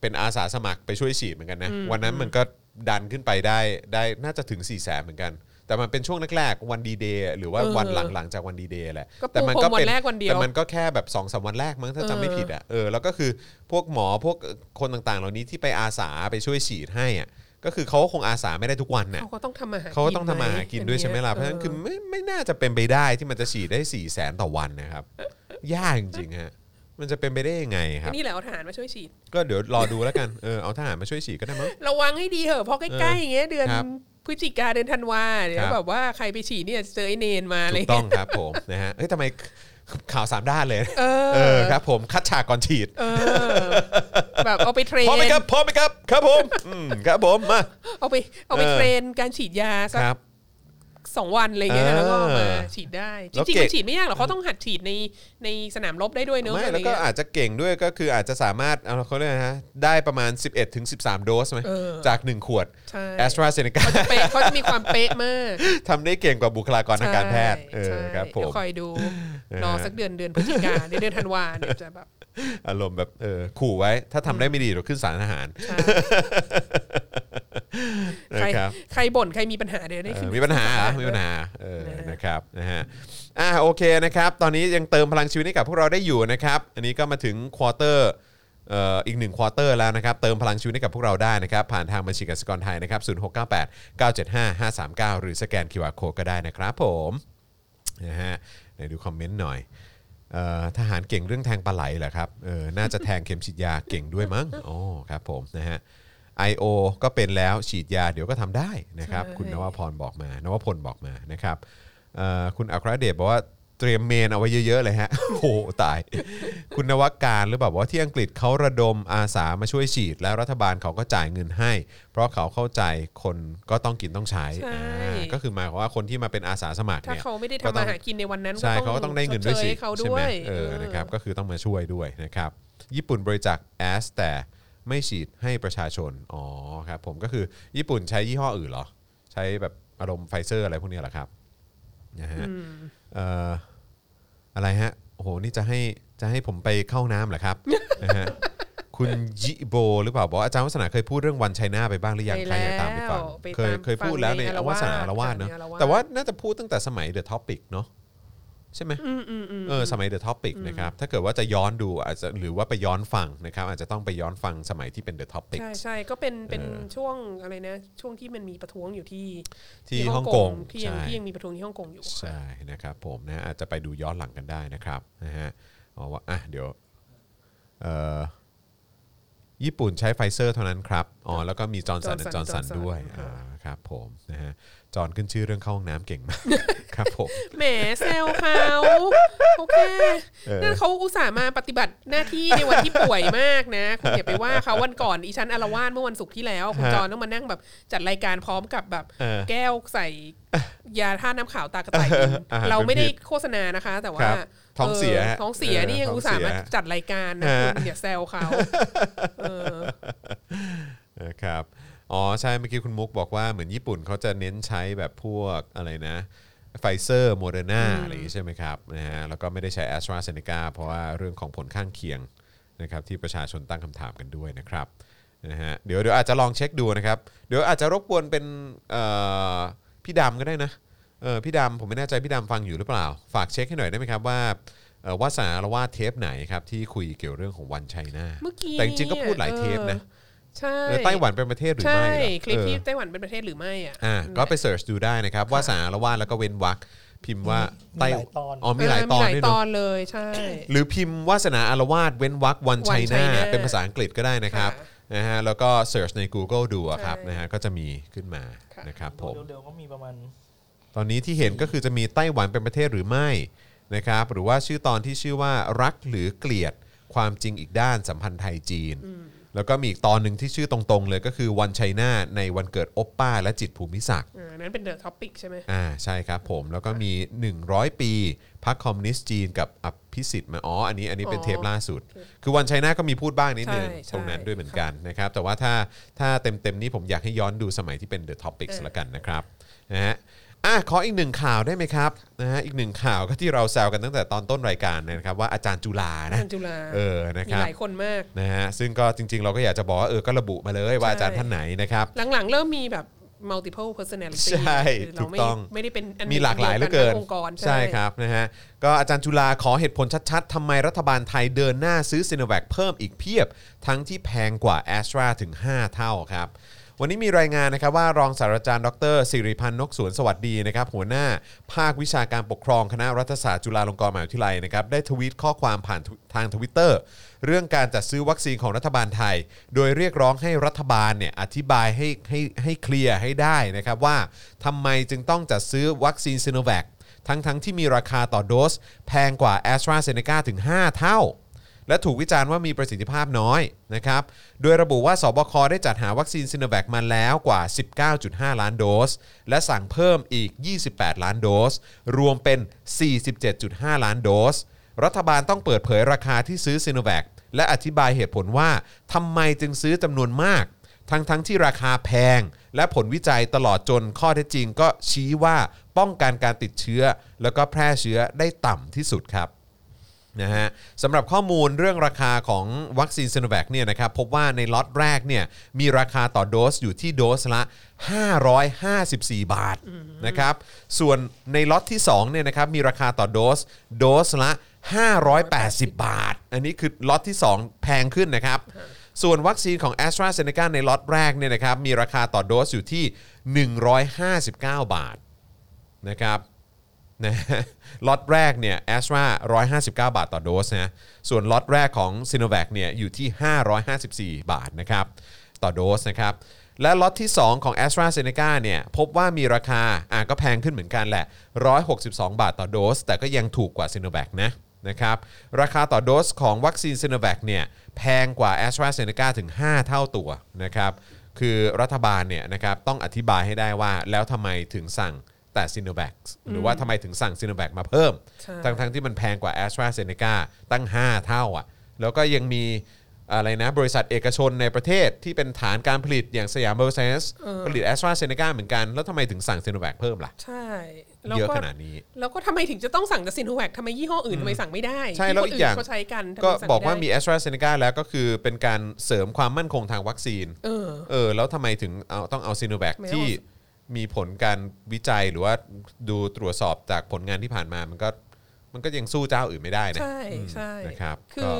Speaker 2: เป็นอาสาสมัครไปช่วยฉีดเหมือนกันนะวันนั้นมันก็ดันขึ้นไปได้ได้น่าจะถึง4ี่แสนเหมือนกัน แต่มันเป็นช่วงแรกๆวันดีเดย์หรือว่า
Speaker 4: เออ
Speaker 2: วันหลังๆจากวันดีเดย์แหละ
Speaker 4: ก็ปู
Speaker 2: แต่มัก็
Speaker 4: พรมวันแรกวันเดียว
Speaker 2: แต่มันก็แค่แบบ2อสวันแรกมั้งถ้าจำไม่ผิด อ่ะเออแล้วก็คือพวกหมอพวกคนต่างๆ เหล่านี้ที่ไปอาสาไปช่วยฉีดให้อ่ะก็คือเขาก็คงอาสาไม่ได้ทุกวันน่ะ
Speaker 4: เขาก็ต้องทำมาหา
Speaker 2: เขาก็ต้องทำมาหากินด้วยใช่ไหมล่ะเพ
Speaker 4: อั
Speaker 2: ราะฉะนั้นคือไม่ไม่น่าจะเป็นไปได้ที่มันจะฉีดได้4ี่แสนต่อวันนะครับ ยากจริงๆฮะมันจะเป็นไปได้ยังไงค
Speaker 4: ก็
Speaker 2: รับ
Speaker 4: นี่แหละเอาทหารมาช่วยฉีด
Speaker 2: ก็เดี๋ยวรอดูแล้วกันเออเอาทหารมาช่วยฉีดก็ได้มั้ง
Speaker 4: ระวังให้ดีเหอะเพราะใกล้ๆอย่างเงี้ยเดือน
Speaker 2: ครับ
Speaker 4: พฤศจิกาเดือนธันวาเดี๋ย
Speaker 2: ครั
Speaker 4: ว
Speaker 2: บ
Speaker 4: แบบว่าใครไปฉีดเนี่ยเจอไอเนนมาอะไร
Speaker 2: ถูกต้องครับผมนะฮะเฮ้ยทำไมข่าวสามด้านเลย
Speaker 4: เออ
Speaker 2: เออครับ ผมคัดฉากก่อนฉีด
Speaker 4: เออ แบบเอาไปเทรน
Speaker 2: พร้อมไหมครับพร้อมไหมครับครับผมอืมครับผมมา
Speaker 4: เอาไปเอาไป
Speaker 2: เออ
Speaker 4: เทรนการฉีดยาสัก
Speaker 2: ครับ
Speaker 4: สองวันอะไรเงี้ย
Speaker 2: เออ
Speaker 4: แล้วก็เอามาฉีดได้จ
Speaker 2: แล้ว
Speaker 4: ริง
Speaker 2: เก่
Speaker 4: ๆ
Speaker 2: ง
Speaker 4: มันฉีดไม่ยากหรอกเขาต้องหัดฉีดในในสนามรบได้ด้วยเนอะ
Speaker 2: ไม่
Speaker 4: อะไร
Speaker 2: แล้วก็
Speaker 4: เงี้ย
Speaker 2: อาจจะเก่งด้วยก็คืออาจจะสามารถเอาเขาเรียกอะไรนะได้ประมาณ 11ถึง13 โดสไหม
Speaker 4: เออ
Speaker 2: จาก 1 ขวด
Speaker 4: ใช่
Speaker 2: แอสตราเซเนกา
Speaker 4: เขาจะเป๊ะเขาจะมีความเป๊ะมาก
Speaker 2: ทำได้เก่งกว่าบุคลากรทางการแพทย์เออ
Speaker 4: ใช่
Speaker 2: ครับผ
Speaker 4: เดี๋ย
Speaker 2: ม
Speaker 4: วคอยดู
Speaker 2: เออ
Speaker 4: รอสักเดือนเดือนพฤศจิกาเดือนเดือนธันวาเนี่ยจะแบบ
Speaker 2: อารมณ์แบบเออขู่ไว้ ถ้าทำได้ไม่ดีเดี๋ยวขึ้นศาลทหาร
Speaker 4: ใช่ใคร
Speaker 2: นะครับ
Speaker 4: ใครบ่นใครมีปัญหาเดี๋ยวได้
Speaker 2: เอ
Speaker 4: ขึ้
Speaker 2: อน มีปัญหาเหรอมีปัญหาเออ
Speaker 4: นะฮะ
Speaker 2: นะครับนะฮะอ่ะโอเคนะครับ ตอนนี้ยังเติมพลังชีวิตให้กับพวกเราได้อยู่นะครับ อันนี้ก็มาถึงควอเตอร์เอ่ออีกหนึ่งควอเตอร์แล้วนะครับ เติมพลังชีวิตให้กับพวกเราได้นะครับ ผ่านทางบัญชีกสิกรไทยนะครับ0698 975 539 หรือสแกน QR Code ก็ได้นะครับผมนะฮะไหนดูคอมเมนต์หน่อยเอ่อทหารเก่งเรื่องแทงปลาไหลเหรอครับเออน่าจะแทงเข็มฉีดยาเก่งด้วยมั้งอ๋อครับผมนะฮะ IO ก็เป็นแล้วฉีดยาเดี๋ยวก็ทำได้นะครับ
Speaker 4: ใช่
Speaker 2: คุณนวพรบอกมานวพลบอกมานะครับเอ่อคุณอัครเดชบอกว่าเตรียมเมนเอาไว้เยอะ ๆ เลยฮะ โอ้โหตาย คุณนวการหรือแบบว่าที่อังกฤษเขาระดมอาสามาช่วยฉีด แล้วรัฐบาลเขาก็จ่ายเงินให้ เพราะเขาเข้าใจคนก็ต้องกินต้องใช้
Speaker 4: ใช่
Speaker 2: อ่าก็คือหมายความว่าคนที่มาเป็นอาสาสมัคร
Speaker 4: ถ้า
Speaker 2: เนี่ย
Speaker 4: เขาไม่ได้
Speaker 2: ก็ต้
Speaker 4: ทำ
Speaker 2: อง
Speaker 4: มาหากินในวันนั้น
Speaker 2: ใช่เขาก็ต้องได้เงินด้วย
Speaker 4: ช
Speaker 2: สิ
Speaker 4: ชให้เขา
Speaker 2: ใช่
Speaker 4: ด้
Speaker 2: ไห
Speaker 4: ว
Speaker 2: ม
Speaker 4: ย
Speaker 2: เออนะครับก็คือต้องมาช่วยด้วยนะครับญี่ปุ่นบริจาคแอสแต่ไม่ฉีดให้ประชาชนอ๋อครับผมก็คือญี่ปุ่นใช้ยี่ห้ออื่นเหรอ ใช้แบบอารมณ์ไฟเซอร์อะไรพวกเนี้ยเหรอครับนะฮะเอ่ออะไรฮะโอ้โหนี่จะให้จะให้ผมไปเข้าน้ำเหรอ ครับ นะฮะคุณยิโบหรือเปล่าบอกว่าอาจารย์วัฒนาเคยพูดเรื่องวันไชน่าไปบ้างหรือยังใครอยากตามไปฟัง
Speaker 4: ไป
Speaker 2: เคย
Speaker 4: ตาม
Speaker 2: เคยพูดแล้วในอวสานอารวาสเนอะ
Speaker 4: ใอรส
Speaker 2: แต่ว่าน่าจะพูดตั้งแต่สมัยเดอะท็อปิกเนาะใช่ไหม
Speaker 4: อืมอืมอืม
Speaker 2: เออสมัย The Topic นะครับถ้าเกิดว่าจะย้อนดูอาจจะหรือว่าไปย้อนฟังนะครับ อาจจะต้องไปย้อนฟังสมัยที่เป็น The Topic
Speaker 4: ใช่ใช่ก็เป็นเป็น
Speaker 2: เออ
Speaker 4: ช่วงอะไรนะ ช่วงที่มันมีประท้วงอยู่ที่
Speaker 2: ที่ฮ่องกง
Speaker 4: ที่ยัง
Speaker 2: ใช่
Speaker 4: ที่ยังมีประท้วงที่ฮ่องกงอยู่
Speaker 2: ใช่นะครับผมนะอาจจะไปดูย้อนหลังกันได้นะครับนะฮะเอาว่าอ่ะเดี๋ยวเอ่อญี่ปุ่นใช้ไฟเซอร์เท่านั้นครับอ๋อแล้วก็มีจอร์นสัน
Speaker 4: Johnson
Speaker 2: จอร์นสัน
Speaker 4: Johnson
Speaker 2: ด้วย
Speaker 4: ค่ะ
Speaker 2: อ่าครับผมนะฮะจอร์นขึ้นชื่อเรื่องเข้าห้องน้ำเก่งม ากครับผม
Speaker 4: แหมเซลเขาโอเค
Speaker 2: เออ
Speaker 4: นั่นเขาอุตส่าห์มาปฏิบัติหน้าที่ในวันที่ป่วยมาก นะคุณอย่าไปว่าเขาวันก่อนอีชั้นอารวาสเมื่อวันศุกร์ที่แล้ว คุณจอนต้องมานั่งแบบจัดรายการพร้อมกับแบบ
Speaker 2: เออ
Speaker 4: แก้วใส่ยาท่าตุน้ำขาวตากระต่ายกิน
Speaker 2: อาหาร
Speaker 4: เราไม่ได้
Speaker 2: เป็นพิษ
Speaker 4: โฆษณานะคะ แต่
Speaker 2: ค
Speaker 4: ว่า
Speaker 2: รับท้องเสียฮะ
Speaker 4: ท้องเสีย
Speaker 2: เออ
Speaker 4: นี่ยัง
Speaker 2: ท้อง
Speaker 4: อุตส่าห์
Speaker 2: เสีย
Speaker 4: มาจัดรายการนะ
Speaker 2: ฮะ
Speaker 4: คุณอย่าแซวเขาเออ
Speaker 2: นะครับ อ๋อ ใช่ เมื่อกี้คุณมุกบอกว่าเหมือนญี่ปุ่นเขาจะเน้นใช้แบบพวกอะไรนะไฟเซอร์โมเดอร์นาอะไรอย่างงี้ใช่ไหมครับนะฮะแล้วก็ไม่ได้ใช้แอสตราเซเนกาเพราะว่าเรื่องของผลข้างเคียงนะครับที่ประชาชนตั้งคำถามกันด้วยนะครับนะฮะเดี๋ยวเดี๋ยวอาจจะลองเช็คดูนะครับ เดี๋ยวอาจจะรบกวนเป็นเอ่อพี่ดำก็ได้นะเออพี่ดำผมไม่แน่ใจพี่ดำฟังอยู่หรือเปล่า ฝากเช็คให้หน่อยได้ไหมครับว่าเอ่อวาสนาละว่าเทปไหนครับที่คุยเกี่ยวเรื่องของวันไชน่า
Speaker 4: เมื่อกี้
Speaker 2: แต่จริงๆก็พูดหลายเทปนะ
Speaker 4: ใช่
Speaker 2: เออไต้หวันเป็นประเทศหรือไม่
Speaker 4: ใช่
Speaker 2: เหรอ
Speaker 4: คลิปที่
Speaker 2: เออ
Speaker 4: ไต้หวันเป็นประเทศหรือไม่อ่ะ
Speaker 2: อ่าก็ไปเสิร์ชดูได้นะครับ ว่าสารละว่าดแล้วก็เว้นวรรคพิมพ์ว่าไต้
Speaker 3: มีหลายตอน
Speaker 2: อ๋อมีหลายตอนด้ว
Speaker 4: เมีห
Speaker 2: ย
Speaker 4: ลายตอ
Speaker 2: เนาะ
Speaker 4: นเลย ใช่
Speaker 2: หรือพิมพ์วาสนาอารวาสเว้นวรรควันไช
Speaker 4: One
Speaker 2: น่า
Speaker 4: China
Speaker 2: เป็นภาษาอังกฤษก็ได้นะครับ
Speaker 4: ค่
Speaker 2: นะฮะแล้วก็เสิร์ชใน Google ดูอะครับ
Speaker 4: ใช่
Speaker 2: นะฮะก็จะมีขึ้นมา
Speaker 4: ค่ะ
Speaker 2: นะครับผม
Speaker 3: เดี๋ยวๆก็มีประมาณ
Speaker 2: ตอนนี้ที่เห็นก็คือจะมีไต้หวันเป็นประเทศหรือไม่นะครับ หรือว่าชื่อตอนที่ชื่อว่ารักหรือเกลียดความจริงอีกด้านสัมพันธ์ไทยจีน แ แล้วก็มีอีกตอนหนึ่งที่ชื่อตรงๆเลยก็คือวันไชน่าในวันเกิดโอปป้าและจิตรภูมิศักดิ์
Speaker 4: อ่านั้นเป็นเดอะท็อปิกใช่ไหม
Speaker 2: อ่าใช่ครับผมแล้วก็มี 100 ปีพรรคคอมมิวนิสต์จีนกับอภิสิทธิ์มาอ๋ออันนี้อันนี้เป็นเทปล่าสุด คือวันไชน่าก็มีพูดบ้างนิดนึง
Speaker 4: ใช่ใช่
Speaker 2: ตรงนั้นด้วยเหมือนกันนะครับแต่ว่าถ้าถ้าเต็มๆนี้ผมอยากให้ย้อนดูสมัยที่เป็นเดอะท็อปิก
Speaker 4: เออ
Speaker 2: ละกันนะครับนะฮะอ่ะขออีกหนึ่งข่าวได้ไหมครับนะฮะอีกหนึ่งข่าวก็ที่เราแซวกันตั้งแต่ตอนต้นรายการนะครับว่าอาจารย์จุฬานะ
Speaker 4: ท่านจุฬา
Speaker 2: เออนะ
Speaker 4: มี
Speaker 2: ครับ
Speaker 4: หลายคนมาก
Speaker 2: นะฮะซึ่งก็จริง ๆ เราก็อยากจะบอกว่าเออก็ระบุมาเลยว่า
Speaker 4: ใช่
Speaker 2: อาจารย์ท่านไหนนะครับ
Speaker 4: หลังๆ เริ่มมีแบบ multiple personality
Speaker 2: ใช่
Speaker 4: คือเราไม่
Speaker 2: ถูกต้อง
Speaker 4: ไม่ได้เป็นอัน
Speaker 2: มีหลากหลายเหลือเกิน
Speaker 4: ดียวทั้งองค์กร
Speaker 2: ใช่ครับนะฮะก็อาจารย์จุฬาขอเหตุผลชัดๆทำไมรัฐบาลไทยเดินหน้าซื้อซ i n o v a c เพิ่มอีกเพียบ ทั้งที่แพงกว่า a s t r a ถึง 5 เท่าครับ วันนี้มีรายงานนะครับว่ารองศาสตราจารย์ดรสิริพันธ์นกสวนสวัสดีนะครับหัวหน้าภาควิชาการปกครองคณะรัฐศาสตร์จุฬาลงกรณ์มหาวิทยาลัยนะครับได้ทวีตข้อความผ่านทางทวิตเตอร์ เรื่องการจัดซื้อวัคซีนของรัฐบาลไทย โดยเรียกร้องให้รัฐบาลเนี่ยอธิบายให้ให้ให้เคลียร์ให้ได้นะครับว่าทำไมจึงต้องจัดซื้อวัคซีนซ i n o v a c ทั้งทั้งที่มีราคาต่อโดส แพงกว่า a s t r a z เซ e c a ถึง 5 เท่า และถูกวิจารณ์ว่ามีประสิทธิภาพน้อยนะครับ โดยระบุว่าสบคได้จัดหาวัคซีนซิโนแวคมาแล้วกว่า 19.5 ล้านโดส และสั่งเพิ่มอีก 28 ล้านโดส รวมเป็น 47.5 ล้านโดส รัฐบาลต้องเปิดเผยราคาที่ซื้อซิโนแวคและอธิบายเหตุผลว่าทำไมจึงซื้อจำนวนมาก ทั้งทั้งที่ราคาแพง และผลวิจัยตลอดจนข้อเท็จจริงก็ชี้ว่าป้องกันการติดเชื้อ แล้วก็แพร่เชื้อได้ต่ำที่สุดครับ นะฮะสำหรับข้อมูลเรื่องราคาของวัคซีนซ i n o v a c เนี่ยนะครับพบว่าในล็อตแรกเนี่ยมีราคาต่อโดสอยู่ที่โดสละ 554 บาทนะครับส่วนในล็อตที่2เนี่ยนะครับมีราคาต่อโดสโดสละ 580 บาท อันนี้คือล็อตที่ 2 แพงขึ้นนะครับ ส่วนวัคซีนของ a s t r a z เซ e c a ในล็อตแรกเนี่ยนะครับมีราคาต่อโดสอยู่ที่ 159 บาท นะครับนะ ฮะล็อตแรกเนี่ยแอสตรา159 บาทต่อโดสนะส่วนล็อตแรกของซ i n o v a c เนี่ยอยู่ที่ 554 บาทนะครับต่อโดสนะครับและล็อตที่ 2 ของ a s t r a z เซ e c a เนี่ยพบว่ามีราคาอ่ะก็แพงขึ้นเหมือนกันแหละ 162 บาทต่อโดส แต่ก็ยังถูกกว่า s i n o v a c นะนะครับราคาต่อโดสของวัคซีน s i n o v a c เนี่ยแพงกว่า a s t r a z เซ e c a ถึง 5 เท่าตัวนะครับคือรัฐบาลเนี่ยนะครับต้องอธิบายให้ได้ว่าแล้วทำไมถึงสั่ง แต่ซิโนแวคหรือว่าทำไมถึงสั่งซิโนแวคมาเพิ่ม
Speaker 4: ใช่
Speaker 2: ทั้งๆที่มันแพงกว่าแอสตราเซเนกาตั้ง 5 เท่าอ่ะ แล้วก็ยังมีอะไรนะ บริษัทเอกชนในประเทศที่เป็นฐานการผลิตอย่างสยามเบอร์เซนส์ผลิตแอสตราเซเนกาเหมือนกัน แล้วทำไมถึงสั่งซิโนแวคเพิ่มล่ะ
Speaker 4: ใช่
Speaker 2: เยอะ
Speaker 4: ก็
Speaker 2: ขนาดนี้
Speaker 4: แล้วก็ทำไมถึงจะต้องสั่งแต่ซินโนแวคทำไมยี่ห้ออื่นทำไมสั่งไม่ได้
Speaker 2: ใช่แล้วอีกอย่าง
Speaker 4: ที่คนนเขาใช้กันทำไม
Speaker 2: ก็
Speaker 4: สั่งไได้
Speaker 2: บอกว่ามีแอสตราเซเนกาแล้วก็คือเป็นการเสริมความมั่นคงทางวัคซีน
Speaker 4: เออ
Speaker 2: เออแล้วทำไมถึงเอาต้องเอาซีโนแวค
Speaker 4: ไม่เอา
Speaker 2: ที่มีผลการวิจัยหรือว่าดูตรวจสอบจากผลงานที่ผ่านมามันก็มันก็ยังสู้เจ้าอื่นไม่ได้นะ
Speaker 4: ใช่ใช่
Speaker 2: นะครับ
Speaker 4: คื
Speaker 2: ก็
Speaker 4: อ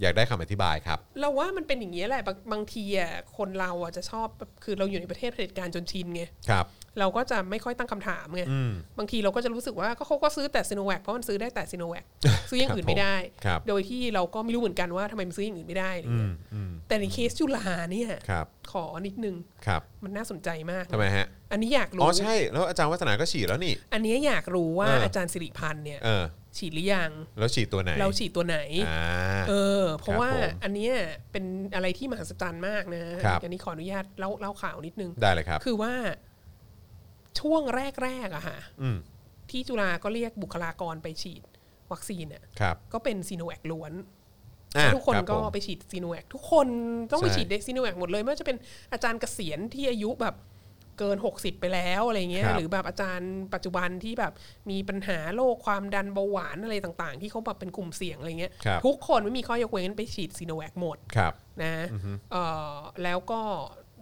Speaker 2: อยากได้คำอธิบายครับ
Speaker 4: เราว่ามันเป็นอย่างนี้ยแหละบางบางทีอ่ะคนเราอ่ะจะชอบแบบคือเราอยู่ในประเทศเผด็จการจนชินไง
Speaker 2: ครับ
Speaker 4: เราก็จะไม่ค่อยตั้งคำถามไง
Speaker 2: อืม
Speaker 4: บางทีเราก็จะรู้สึกว่าก็เขาก็ซื้อแต่ซิโนแวคเพราะมันซื้อได้แต่ซิโนแว ค ซื้ออย่างอื่นไม่ได้
Speaker 2: ครับ
Speaker 4: โดยที่เราก็ไม่รู้เหมือนกันว่าทำไมมันซื้ออย่างอื่นไม่ได้อะไร
Speaker 2: อื
Speaker 4: เงี้
Speaker 2: ม
Speaker 4: ย
Speaker 2: อืม
Speaker 4: แต่ในเคสจุฬาเนี่ย
Speaker 2: ครับ
Speaker 4: ขอนิดนึง
Speaker 2: ครับ
Speaker 4: มันน่าสนใจมาก
Speaker 2: ทำไมฮะ
Speaker 4: อันนี้อยาก
Speaker 2: อ๋
Speaker 4: รู้
Speaker 2: อใช่แล้วอาจารย์วัฒนาก็ฉีดแล้วนี่
Speaker 4: อันเนี้ยอยากรู้ว่า
Speaker 2: เอออ
Speaker 4: อาจารย์สิริพันธ์เนี่ย
Speaker 2: เออ
Speaker 4: ฉีดหรือยัง
Speaker 2: แล้วฉีดตัวไหน
Speaker 4: เราฉีดตัวไหน
Speaker 2: อ่า
Speaker 4: เออเพ
Speaker 2: ครั
Speaker 4: ราะ
Speaker 2: บ
Speaker 4: ว่า
Speaker 2: ผม
Speaker 4: อันเนี้ยเป็นอะไรที่มหัศจรรย์มากนะครับ อันนี้ขออนุญาตเล่าเล่าข่าวนิดนึง
Speaker 2: ได้เลยครับ
Speaker 4: คือว่าช่วงแรกๆอะค่ะ
Speaker 2: อืม
Speaker 4: ที่จุฬาก็เรียกบุคลากรไปฉีดวัคซีนเนี่ย
Speaker 2: ครับ
Speaker 4: ก็เป็นซีโนแวคล้วน
Speaker 2: อ่ะ
Speaker 4: ทุกคน
Speaker 2: รับ
Speaker 4: ก็
Speaker 2: ผม
Speaker 4: ไปฉีดซีโนแวคทุกคนต้องไป
Speaker 2: ใช่
Speaker 4: ฉีดซีโนแวคหมดเลย ไม่ว่าจะเป็นอาจารย์เกษียณที่อายุแบบเกิน 60 ไปแล้วอะไรเงี้
Speaker 2: ค
Speaker 4: ย
Speaker 2: รับ
Speaker 4: หรือแบบอาจารย์ปัจจุบันที่แบบมีปัญหาโรคความดันเบาหวานอะไรต่างๆ ที่เขาแบบเป็นกลุ่มเสี่ยงอะไรเงี้ย
Speaker 2: ครับ
Speaker 4: ทุกคนไม่มีข้อยกเว้นไปฉีดซีโนแวคหมด
Speaker 2: ครับ
Speaker 4: นะเอ่อแล้วก็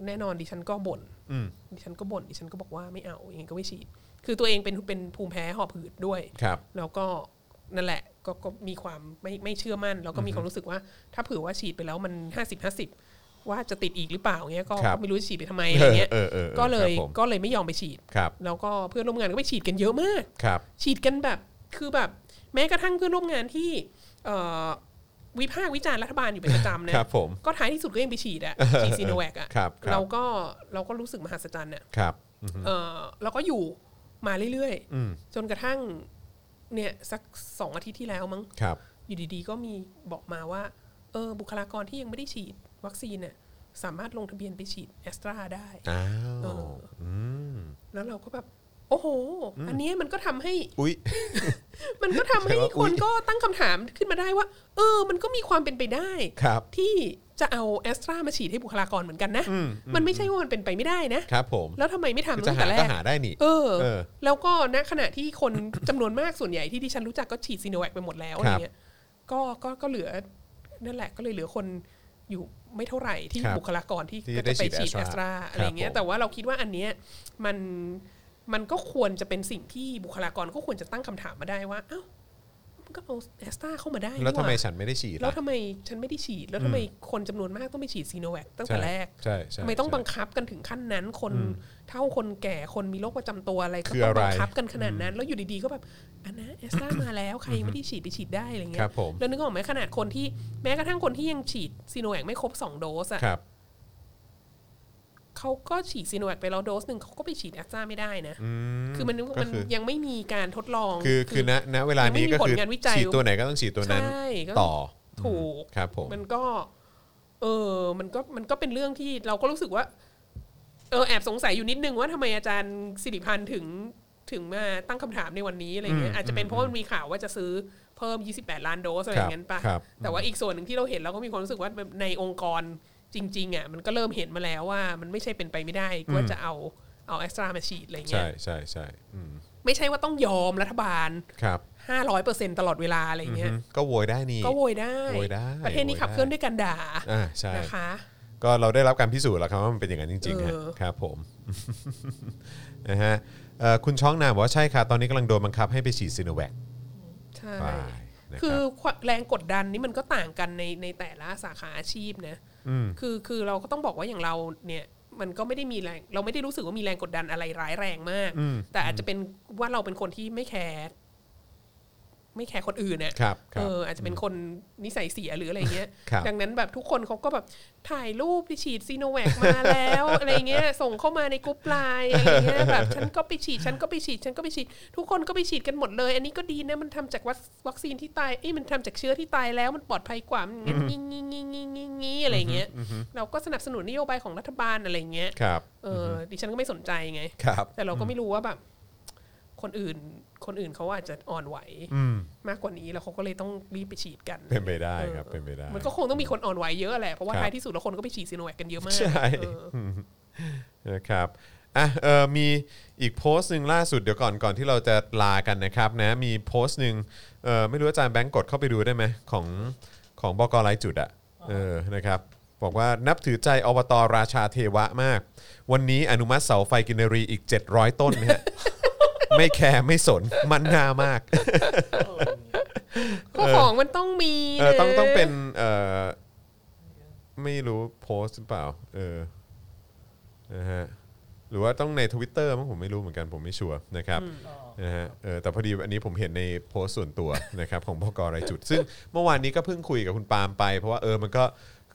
Speaker 4: แน่นอนดิฉันก็บ่น
Speaker 2: อืม
Speaker 4: ดิฉันก็บ่นดิฉันก็บอกว่าไม่เอายังไงก็ไม่ฉีด คือตัวเองเป็นเป็นภูมิแพ้หอบหืดด้วย
Speaker 2: ครับ
Speaker 4: แล้วก็นั่นแหละก็ก็มีความไม่ไม่เชื่อมั่น แล้วก็มีความรู้สึกว่า ถ้าเผื่อว่าฉีดไปแล้วมัน 50 50 ว่าจะติดอีกหรือเปล่าเงี้ยก็
Speaker 2: ครับ
Speaker 4: ก็ไม่รู้จะฉีดไปทำไมอะไรเงี้ย
Speaker 2: เออเออเออ
Speaker 4: ก็เลย
Speaker 2: ครับผม
Speaker 4: ก็เลยไม่ยอมไปฉีด
Speaker 2: ครับ
Speaker 4: แล้วก็เพื่อนร่วมงานก็ไปฉีดกันเยอะมาก
Speaker 2: ครับ
Speaker 4: ฉีดกันแบบคือแบบแม้กระทั่งเพื่อนร่วมงานที่เอ่อวิพากษ์วิจารณ์รัฐบาลอยู่เป็นประจำนะครับ
Speaker 2: ผม
Speaker 4: ก็ท้ายที่สุดก็ยังไปฉี ดอะฉีดซีโนแวคอะ
Speaker 2: ครับครับ
Speaker 4: เราก็เราก็รู้สึกมหัศจรรย์อะ
Speaker 2: ครับอืม
Speaker 4: เออแล้วก็อยู่มาเรื่อย
Speaker 2: อืม
Speaker 4: ๆ จนกระทั่งเนี่ยสักสองอาทิตย์ที่แล้วมั้ง
Speaker 2: ครับ
Speaker 4: อยู่ดีๆ ก็มีบอกมาว่า เออบุคลากรที่ยังไม่ได้ฉีด วัคซีนเนี่ยสามารถลงทะเบียนไปฉีดแอสตราได้
Speaker 2: อ้า
Speaker 4: เอ
Speaker 2: ว
Speaker 4: อ
Speaker 2: อืม
Speaker 4: แล้วเราก็แบบ โอ้โห อันเนี้ยมันก็ทำให้
Speaker 2: อุ๊ย
Speaker 4: มันก็ทำให้
Speaker 2: แต่ว่าอุ๊
Speaker 4: คน
Speaker 2: ย
Speaker 4: ก็ตั้งคำถามขึ้นมาได้ว่า เออ มันก็มีความเป็นไปได้
Speaker 2: ครับ
Speaker 4: ที่จะเอาแอสตรามาฉีดให้บุคลากรเหมือนกันนะ
Speaker 2: อืมอืม
Speaker 4: มันไม่ใช่ว่ามันเป็นไปไม่ได้นะ
Speaker 2: ครับผม
Speaker 4: แล้วทำไมไม่
Speaker 2: คือ
Speaker 4: ทำ
Speaker 2: จะ
Speaker 4: ตั้
Speaker 2: หา
Speaker 4: งแต่แร
Speaker 2: ก็
Speaker 4: ก
Speaker 2: หาได้นี่
Speaker 4: เออ
Speaker 2: เออ
Speaker 4: แล้วก็ณขณะที่คน จำนวนมากส่วนใหญ่ที่ดิฉันรู้จักก็ฉีดซีโนแวคไปหมดแล้วอะ
Speaker 2: ค
Speaker 4: ไร
Speaker 2: รับ
Speaker 4: เงี้ยก็ก็ก็เหลือนั่นแหละก็เลยเหลือคนอยู่ไม่เท่าไหร่ที่
Speaker 2: ครับ
Speaker 4: บุคลากรที่
Speaker 2: ที่
Speaker 4: ก็
Speaker 2: จะได้
Speaker 4: จะไป
Speaker 2: ฉีด
Speaker 4: ฉีด
Speaker 2: Astra
Speaker 4: แอสตราอะไรเงี้
Speaker 2: ผ
Speaker 4: ย
Speaker 2: ม
Speaker 4: แต่ว่าเราคิดว่าอันเนี้ยมันมันก็ควรจะเป็นสิ่งที่บุคลากรก็ควรจะตั้งคำถามมาได้ว่าเอ้ามันก็เอาแอสตราเข้ามาได้นี่
Speaker 2: แล้วทำไม
Speaker 4: หา
Speaker 2: ฉันไม่ได้ฉีด
Speaker 4: แล้ว
Speaker 2: ล่ะ
Speaker 4: ทำไมฉันไม่ได้ฉีด แล้วทำไมคนจำนวนมากต้องไปฉีดซีโนแวคตั้งแต่
Speaker 2: ใช่
Speaker 4: แรก
Speaker 2: ใช่ใช่
Speaker 4: ทำไมต้อง
Speaker 2: ใช่
Speaker 4: บังคับกันถึงขั้นนั้น คนเท่าคนแก่คนมีโรคประจำตัวอะไรก็
Speaker 2: คือ
Speaker 4: ต้อง
Speaker 2: อะไร
Speaker 4: บังคับกันขนาดนั้น แล้วอยู่ดีๆก็แบบอันนะเอสตา มาแล้วใครยังไม่ได้ฉีดไปฉีดได้อะไรเงี้
Speaker 2: ครั
Speaker 4: ย
Speaker 2: บผม
Speaker 4: แล้วนึกออกไหมขนาดคนที่แม้กระทั่งคนที่ยังฉีดซีโนแวคไม่ครบ 2 โดสอ่ะ
Speaker 2: ครับ
Speaker 4: เขาก็ฉีดซีโนแวคไปแล้วโดสหนึ่งเขาก็ไปฉีดแอสตาไม่ได้นะ
Speaker 2: อืม
Speaker 4: คือมัน
Speaker 2: ก็
Speaker 4: มัน
Speaker 2: คือ
Speaker 4: ยังไม่มีการทดลอง
Speaker 2: คือคือณณเวลานี้
Speaker 4: ยังไม่มี
Speaker 2: ก็คือ
Speaker 4: ผลงานวิจัย
Speaker 2: ฉีดตัวไหนก็ต้องฉีดตัวนั้น
Speaker 4: ใช่ก็
Speaker 2: ต่อ
Speaker 4: ถูก
Speaker 2: ครับผม
Speaker 4: มันก็ เออ มันก็ มันก็เป็นเรื่องที่เราก็รู้สึกว่า เออ แอบสงสัยอยู่นิดนึงว่าทำไมอาจารย์สิริพันธ์ถึง ถึงมาตั้งคำถามในวันนี้อะไรเงี้
Speaker 2: อื
Speaker 4: ย
Speaker 2: ม
Speaker 4: อาจจะเป็นเพราะมันมีข่าวว่าจะซื้อเพิ่ม 28 ล้านโดสอะไรอย่างนั้นปะ
Speaker 2: ครับ
Speaker 4: แต่ว่าอีกส่วนหนึ่งที่เราเห็นเราก็มีความรู้สึกว่าแบบในองค์กรจริง ๆอ่ะ มันก็เริ่มเห็นมาแล้วว่า มันไม่ใช่เป็นไปไม่ได้ว่าจะเอา เอาแอสตรามาฉีดอะไรเงี้
Speaker 2: ใช่
Speaker 4: ย
Speaker 2: ใช่ใช่อืม
Speaker 4: ไม่ใช่ว่าต้องยอมรัฐบาล
Speaker 2: ครับ
Speaker 4: 500%ตลอดเวลาอะไร
Speaker 2: อือ
Speaker 4: เงี้ย
Speaker 2: ฮึก็โวยได้นี่
Speaker 4: ก็โวยได้
Speaker 2: โวยได้
Speaker 4: ประเทศนี้
Speaker 2: โวย
Speaker 4: ขับ
Speaker 2: ได้
Speaker 4: เคลื่อนด้วยการด่า
Speaker 2: อ่าใช่
Speaker 4: นะคะ
Speaker 2: ก็เราได้รับการพิสูจน์แล้วครับว่ามันเป็นอย่างนั้นจริงๆฮะ
Speaker 4: เออ
Speaker 2: ครับผม นะฮะเอ่อคุณช้องนามบอกว่าใช่ค่ะ ตอนนี้กำลังโดนบังคับให้ไปฉีดซีโนแวค
Speaker 4: ใช่
Speaker 2: ไปนะ
Speaker 4: คื
Speaker 2: ค
Speaker 4: อ
Speaker 2: รับ
Speaker 4: แรงกดดันนี่มันก็ต่างกันในในแต่ละสาขาอาชีพนะ
Speaker 2: อืม
Speaker 4: คือคือเราก็ต้องบอกว่าอย่างเราเนี่ยมันก็ไม่ได้มีแรงเราไม่ได้รู้สึกว่ามีแรงกดดันอะไรร้ายแรงมาก
Speaker 2: อืม
Speaker 4: แต่อาจจะเป็นว่าเราเป็นคนที่ไม่แคร์ไม่แคร์คนอื่นเนี่ย
Speaker 2: ครับค
Speaker 4: เอ
Speaker 2: รับ
Speaker 4: ออาจจะเป็นคนนิสัยเสียหรืออะไรเงี้ย
Speaker 2: ครับ
Speaker 4: ดังนั้นแบบทุกคนเขาก็แบบถ่ายรูปไปฉีดซีโนแวคมาแล้ว อะไรเงี้ยส่งเข้ามาในกรุ๊ปไลน์อะไรเงี้ยแบบฉันก็ไปฉีดฉันก็ไปฉีดฉันก็ไปฉีด ทุกคนก็ไปฉีดกันหมดเลย อันนี้ก็ดีนะมันทำจากวัควัคซีนที่ตายเอ้ยมันทำจากเชื้อที่ตายแล้วมันปลอดภัยกว่ามันอย่างงี้งี้งี้งี้งี้งี้อะไรเงี้ยเราก็สนับสนุนนโยบายของรัฐบาลอะไรเงี้ย
Speaker 2: ครับ
Speaker 4: เอออดิฉันก็ไม่สนใจไง
Speaker 2: ครับ
Speaker 4: แต่เราก็ไม่รู้ว่าแบบ คนอื่น คนอื่นเขาอาจจะอ่อนไหว
Speaker 2: อืม
Speaker 4: มากกว่านี้แล้วเขาก็เลยต้องรีบไปฉีดกัน
Speaker 2: เป็นไปได้
Speaker 4: เออ
Speaker 2: ครับเป็นไปได้
Speaker 4: มันก็คงต้องมีคนอ่อนไหวเยอะแหละ เพราะว่า
Speaker 2: ครับ
Speaker 4: ท้ายที่สุดแล้วคนก็ไปฉีดซีโนแวคกันเยอะมาก
Speaker 2: ใช่
Speaker 4: เออ
Speaker 2: นะครับอ่ะเออมีอีกโพสต์หนึ่งล่าสุดเดี๋ยวก่อนก่อนที่เราจะลากันนะครับนะมีโพสต์หนึ่งเออไม่รู้อาจารย์แบงก์กดเข้าไปดูได้ไหมของของบกรายจุดอะเออนะครับบอกว่านับถือใจอบตราชาเทวะมาก วันนี้อนุมัติเสาไฟกินรีอีก 700 ต้นนะฮะ ไม่แคร์ไม่สนมันหน้ามาก
Speaker 4: ก็ของมันต้องมี
Speaker 2: เออต้อง
Speaker 4: ะ
Speaker 2: ต้องเป็นเออไม่รู้โพสต์หรือเปล่า เออนะฮะหรือว่าต้องใน Twitter มั้งผมไม่รู้เหมือนกันผมไม่ชัวร์นะครับนะฮะเออแต่พอดีอันนี้ผมเห็นในโพสต์ส่วน ตัว นะครับของบกรายจุด ซึ่งเมื่อวานนี้ก็เพิ่งคุยกับคุณปาล์มไป เพราะว่าเออมันก็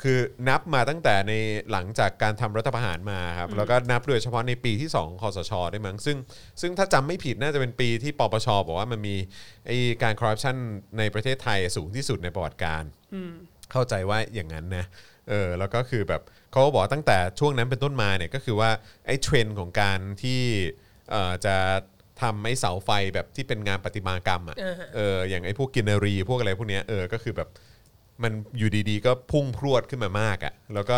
Speaker 2: คือนับมาตั้งแต่ในหลังจากการทำรัฐประหารมาครับแล้วก็นับโดยเฉพาะในปีที่ 2คอสชได้วยมั้งซึ่ง ซึ่งถ้าจำไม่ผิดน่าจะเป็นปีที่ปปชบอกว่ามันมีไอการคอร์รัปชันในประเทศไทยสูงที่สุดในประวัติการ เข้าใจว่าอย่างนั้นนะ เออ แล้วก็คือแบบเขาก็บอกว่าตั้งแต่ช่วงนั้นเป็นต้นมาเนี่ยก็คือว่าไอ้เทรนด์ของการที่เอ่อจะทำไอ้เสาไฟแบบที่เป็นงานประติมากรรมอะ่ะ เออ อย่างไอ้พวกกินรีพวกอะไรพวกเนี้ย เออ ก็คือแบบมันอยู่ดีๆ ก็พุ่งพรวดขึ้นมามากอะ่ะ แล้วก็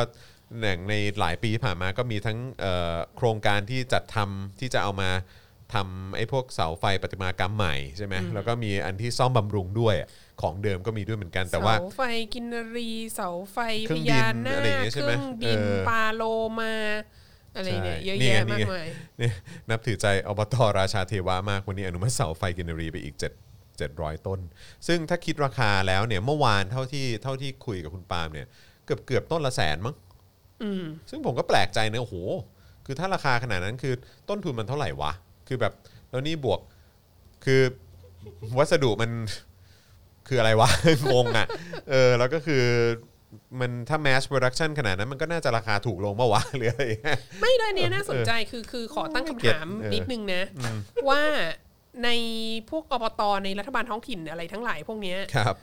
Speaker 2: อย่างในหลายปีที่ผ่านมาก็มีทั้งเอ่อโครงการที่จัดทำที่จะเอามาทำไอ้พวกเสาไฟประติมากรรมใหม่ใช่ไหมแล้วก็มีอันที่ซ่อมบำรุงด้วยอะของเดิมก็มีด้วยเหมือนกันแต่ว่า
Speaker 4: เสาไฟกินรีเสาไฟ
Speaker 2: เครื่
Speaker 4: พ
Speaker 2: องบิน
Speaker 4: ญานา
Speaker 2: อะ
Speaker 4: ค
Speaker 2: ไรอย่างเงี้ยใช่
Speaker 4: เค
Speaker 2: ไหม
Speaker 4: รื่องบิน
Speaker 2: เออ
Speaker 4: ปลาโลมาอะไรเนี่ย
Speaker 2: ใช่
Speaker 4: เยอะ
Speaker 2: นี่ไง
Speaker 4: แยะ
Speaker 2: นี่
Speaker 4: มา
Speaker 2: ไง
Speaker 4: กมาย
Speaker 2: เนี่ยนับถือใจอบตราชาเทวะมากวันนี้อนุมัติเสาไฟกินรีไปอีก 7 700 ต้น ซึ่งถ้าคิดราคาแล้วเนี่ยเมื่อวานเท่าที่เท่าที่คุยกับคุณปาล์มเนี่ยเกือบเกือบต้นละแสนมั้ง
Speaker 4: อืม
Speaker 2: ซึ่งผมก็แปลกใจเนะโอ้โห คือถ้าราคาขนาดนั้นคือต้นทุนมันเท่าไหร่วะ คือแบบแล้วนี่บวกคือวัสดุมันคืออะไรว ะ งงอ่ะเออแล้วก็คือมันถ้า mass production ขนาดนั้นมันก็น่าจะราคาถูกลงเมื่อวะ หรืออะไรอย่างเงี้ย
Speaker 4: ไม่เลยเนี่ยน่าสนใจคือคือขอตั้งคำถาม
Speaker 2: เก็ตเออ
Speaker 4: นิดนึงนะ ว่าในพวกอบตในรัฐบาลท้องถิ่นอะไรทั้งหลายพวกเนี้ย
Speaker 2: ครับ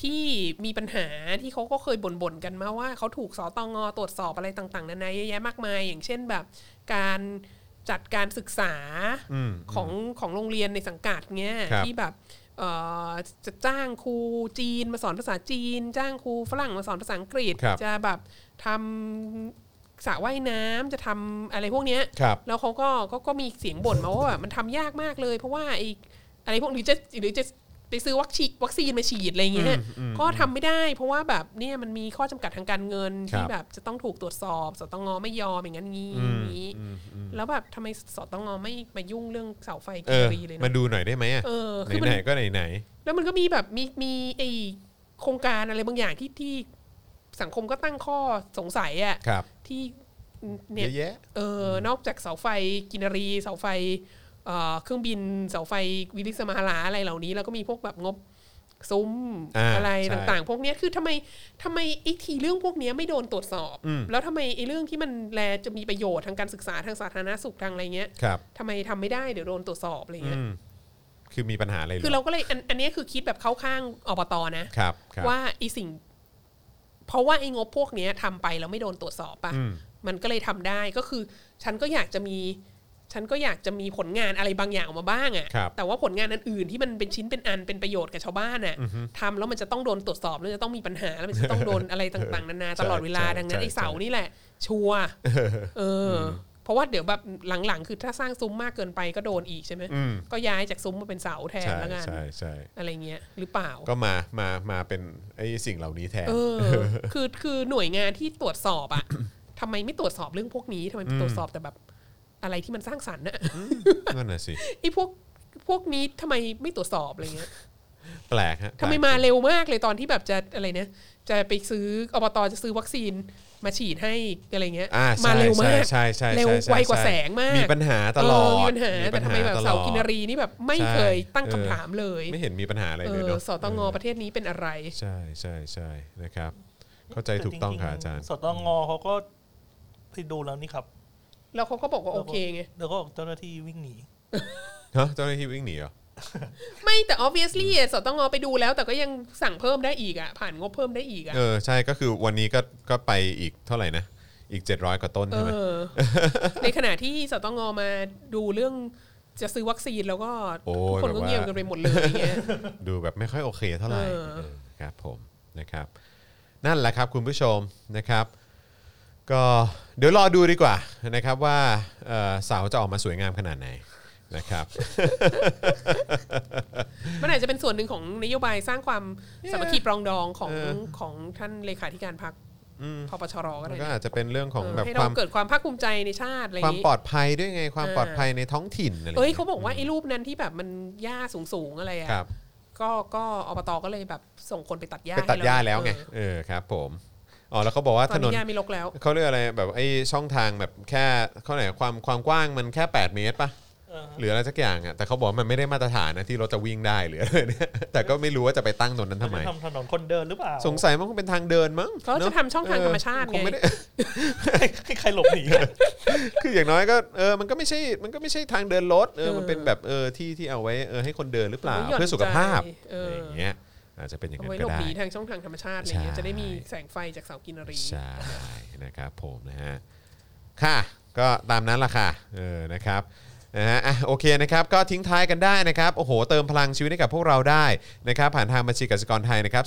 Speaker 4: ที่มีปัญหาที่เขาก็เคยบ่นๆกันมาว่าเขาถูกสตงตรวจสอบอะไรต่างๆนานาเยอะแยะมากมาย อย่างเช่นแบบการจัดการศึกษา
Speaker 2: อืม
Speaker 4: ของของโรงเรียนในสังกัดเงี้ย
Speaker 2: ครับ
Speaker 4: ที่แบบเอ่อจะจ้างครูจีนมาสอนภาษาจีน จ้างครูฝรั่งมาสอนภาษาอังกฤษ
Speaker 2: ครับ
Speaker 4: จะแบบทำสระว่ายน้ำจะทำอะไรพวกเนี้ย
Speaker 2: ครับ
Speaker 4: แล้วเขาก็ก็ก็มีเสียงบ่นมาว่าแบบมันทำยากมากเลย เพราะว่าไอ้อะไรพวกหรือจะหรือจะไปซื้อวัคซีนวัคซีนมาฉีดอะไรเงี้ย
Speaker 2: อืม
Speaker 4: ก็ทำไม่ได้ เพราะว่าแบบเนี่ยมันมีข้อจำกัดทางการเงิน
Speaker 2: ครับ
Speaker 4: ที่แบบจะต้องถูกตรวจสอบสตงไม่ยอมอย่างนั้นงี้
Speaker 2: อืม
Speaker 4: อย่างนี้
Speaker 2: อืมอืม
Speaker 4: แล้วแบบทำไมสตงไม่มายุ่งเรื่องเสาไฟ
Speaker 2: เอ
Speaker 4: คี
Speaker 2: อ
Speaker 4: รีเลย
Speaker 2: มา
Speaker 4: เนาะ
Speaker 2: ดูหน่อยได้ไหมอะ
Speaker 4: เออคือมัน
Speaker 2: ไหนๆก็ไหน
Speaker 4: แล้วมันก็มีแบบมีมีไอโครงการอะไรบางอย่างที่ที่สังคมก็ตั้งข้อสงสัยอะ
Speaker 2: ๆครับ
Speaker 4: ที่
Speaker 2: เย
Speaker 4: เนี่ย
Speaker 2: อะแยะ
Speaker 4: เออนอกจากเสาไฟกินรี เสาไฟเอ่อเครื่องบิน เสาไฟวิลิสมาลาอะไรเหล่านี้ แล้วก็มีพวกแบบงบซุ้ม
Speaker 2: อ่า
Speaker 4: อะไร
Speaker 2: ใช่
Speaker 4: ต่างๆ พวกเนี้ยคือทำไมทำไมไอ้ทีเรื่องพวกเนี้ยไม่โดนตรวจสอบ
Speaker 2: อืม
Speaker 4: แล้วทำไมไอ้เรื่องที่มันแลจะมีประโยชน์ทางการศึกษาทางสาธารณสุขทางอะไรเงี้ย
Speaker 2: ครับ
Speaker 4: ทำไมทำไม่ได้เดี๋ยวโดนตรวจสอบอะไร
Speaker 2: อื
Speaker 4: เงี้ย
Speaker 2: มคือมีปัญหาอะไรห
Speaker 4: คือ
Speaker 2: ร
Speaker 4: เราก็เลยอันอันเนี้ยคือคิดแบบเข้าข้างอบตนะ
Speaker 2: ครับครับ
Speaker 4: ว่าไอสิ่ง เพราะว่าไองบพวกเนี้ยทำไปแล้วไม่โดนตรวจสอบปะ
Speaker 2: อืม
Speaker 4: มันก็เลยทำได้ก็คือ ฉันก็อยากจะมี ฉันก็อยากจะมีผลงานอะไรบางอย่างออกมาบ้าง
Speaker 2: ครั
Speaker 4: อะ่ะ
Speaker 2: บ
Speaker 4: แต่ว่าผลงานอันอื่นที่มันเป็นชิ้นเป็นอันเป็นประโยชน์กับชาวบ้านอะ่ะทำแล้วมันจะต้องโดนตรวจสอบแล้วจะต้องมีปัญหาแล้วมันจะต้องโดนอะไรต่ างๆนานาตลอดเวลาดังนั้นไอเสานี่แหละ ชัวร์เอออ เพราะว่าเดี๋ยวแบบหลังๆ คือถ้าสร้างซุ้มมากเกินไปก็โดนอีกใช่ไหม
Speaker 2: อืม
Speaker 4: ก็ย้ายจากซุ้มมาเป็นเสาแทน
Speaker 2: ใช่
Speaker 4: แล้วกัน
Speaker 2: ใช่ใช่
Speaker 4: อะไรเงี้ยหรือเปล่า
Speaker 2: ก็มามามาเป็นไอ้สิ่งเหล่านี้แทน
Speaker 4: เออ คือคือหน่วยงานที่ตรวจสอบอะ ทำไมไม่ตรวจสอบเรื่องพวกนี้ทำไมไปตรวจสอบแต่แบบ อะไรที่มันสร้างสรรค์นะ
Speaker 2: นั่นน่ะสิ
Speaker 4: ไอ้พวกพวกนี้ทำไมไม่ตรวจสอบอะไรเงี้ย
Speaker 2: แปลกฮะ
Speaker 4: ทำไมมาเร็วมากเลยตอนที่แบบจะอะไรนะจะไปซื้ออบตจะซื้อวัคซีนมาฉีดให้อะไรเงี้ย
Speaker 2: อ่า
Speaker 4: มา
Speaker 2: ใช่
Speaker 4: เร็วมาก
Speaker 2: ใช่ใช่ใช่
Speaker 4: เร็ว
Speaker 2: ใช่ใช่
Speaker 4: ไวกว่าแสงมาก
Speaker 2: มีปัญหาตลอด
Speaker 4: เมีปัญหาแต่ทำไมแบบเสากิน
Speaker 2: รี
Speaker 4: รีนี่แบบไม่เคยตั้ง
Speaker 2: ใช่
Speaker 4: คำถามเลย
Speaker 2: ไม่เห็นมีปัญหาอะไร
Speaker 4: เอ
Speaker 2: เลย
Speaker 4: อ
Speaker 2: เนาะ
Speaker 4: สตงประเทศนี้เป็นอะไร
Speaker 2: ใช่ใช่ใช่นะครับ เข้าใจถูกต้องค่ะอาจารย์
Speaker 3: สตงเขาก็ที่ดูแล้วนี่ครับ
Speaker 4: แล้วเขาก็บอกว่าโอเคไง
Speaker 3: แล้วก็เจ้าหน้าที่วิ่งหนี
Speaker 2: ฮะเจ้าหน้าที่วิ่งหนีเหรอ
Speaker 4: ไม่แต่ obviously อะสตงไปดูแล้ว แต่ก็ยังสั่งเพิ่มได้อีกอ่ะ ผ่านงบเพิ่มได้อีกอ่ะ
Speaker 2: เออ ใช่ก็คือวันนี้ก็ก็ไปอีกเท่าไหร่นะ อีก 700 กว่าต้น
Speaker 4: เอ
Speaker 2: ใช่ไหม
Speaker 4: อ ในขณะที่สตงมาดูเรื่องจะซื้อวัคซีนแล้วก็
Speaker 2: โอ้
Speaker 4: ทุก
Speaker 2: ย
Speaker 4: คน
Speaker 2: แบบ
Speaker 4: ก็
Speaker 2: ว่า
Speaker 4: เงียบกันไปหมดเลยอย่างเงี้ย
Speaker 2: ดูแบบไม่ค่อยโอเคเท่าไหร่
Speaker 4: เออ
Speaker 2: เออครับผมนะครับ นั่นแหละครับคุณผู้ชมนะครับ ก็เดี๋ยวรอดูดีกว่านะครับว่าเอ่อเสาจะออกมาสวยงามขนาดไหนนะครับ
Speaker 4: มันอาจจะเป็นส่วนหนึ่งของนโยบายสร้างความสามัคคีปรองดองของ
Speaker 2: เออ
Speaker 4: ของท่านเลขาธิการพรรค
Speaker 2: อืม
Speaker 4: พปชรก็
Speaker 2: มัน
Speaker 4: ได้
Speaker 2: ก็
Speaker 4: นะ
Speaker 2: อาจจะเป็นเรื่องของ
Speaker 4: เออ
Speaker 2: แบบ
Speaker 4: ให้
Speaker 2: ค
Speaker 4: เรา
Speaker 2: วาม
Speaker 4: เกิดความภาคภูมิใจในชาติอะไรอย่าว
Speaker 2: คาง ม
Speaker 4: งี้
Speaker 2: ปลอดภัยด้วยไงความ
Speaker 4: เออ
Speaker 2: ปลอดภัยในท้องถิ่นอะไร
Speaker 4: เอ้ย
Speaker 2: งี้
Speaker 4: เขาบอกว่าไอ้รูปนั้นที่แบบมันหญ้าสูงๆอะไรอ่ะ
Speaker 2: ครับ
Speaker 4: ก็ก็อบตก็เลยแบบส่งคนไปตัดหญ้า
Speaker 2: ไปตัดหญ้า
Speaker 4: ให้เร
Speaker 2: แล้วไงเออครับผมอ๋อแล้วเขาบอกว่า
Speaker 4: ตอ
Speaker 2: ถน
Speaker 4: นนี้
Speaker 2: น
Speaker 4: หญ้าไม่รกแล้ว
Speaker 2: เขาเรียกอะไรแบบไอ้ช่องทางแบบแค่เขาไหนความความกว้างมันแค่ 8 เมตรปะ
Speaker 3: เออ
Speaker 2: หรืออะไรสักอย่างอ่ะแต่เขาบอกว่ามันไม่ได้มาตรฐานนะที่รถจะวิ่งได้หรือ อะไรเนี่ยแต่ก็ไม่รู้ว่าจะไปตั้งตรงนั้นทำไม
Speaker 3: จะทำถนนคนเดินหรือเปล่า
Speaker 2: สงสัยมันคงเป็นทางเดินมั้ง
Speaker 4: เขาจะ
Speaker 2: นอ
Speaker 4: ทำช่องทางธรรมชาติ
Speaker 2: คง
Speaker 4: ไง
Speaker 2: ไม่ได้
Speaker 3: ให้ให้ใครหลบหนี
Speaker 2: คืออย่างน้อยก็เออมันก็ไม่ใช่มันก็ไม่ใช่ทางเดินรถเออ
Speaker 4: เออ
Speaker 2: มันเป็นแบบเออที่ที่เอาไว้เออให้คนเดินหรือเปล่า
Speaker 4: เอาไว้หย่อน
Speaker 2: เพื่อสุขภาพ
Speaker 4: ใจเอออ
Speaker 2: ย่างเงี้ยอาจจะเป็นอย่าง
Speaker 4: เอา
Speaker 2: นั้
Speaker 4: ไว้
Speaker 2: น
Speaker 4: หล
Speaker 2: ก็
Speaker 4: บ
Speaker 2: ได้
Speaker 4: หนีทางช่องทางธรรมชาติอะไรเงี้ย
Speaker 2: ใช่
Speaker 4: จะได้มีแสงไฟจากเสากินรี
Speaker 2: ใช่นะครับผมนะฮะค่ะก็ตามนั้นละค่ะเออนะครับนะฮะอ่ะโอเคนะครับก็ทิ้งท้ายกันได้นะครับโอ้โหเติมพลังชีวิตให้กับพวกเราได้นะครับผ่านทางบัญชีกสิกรไทยนะครับ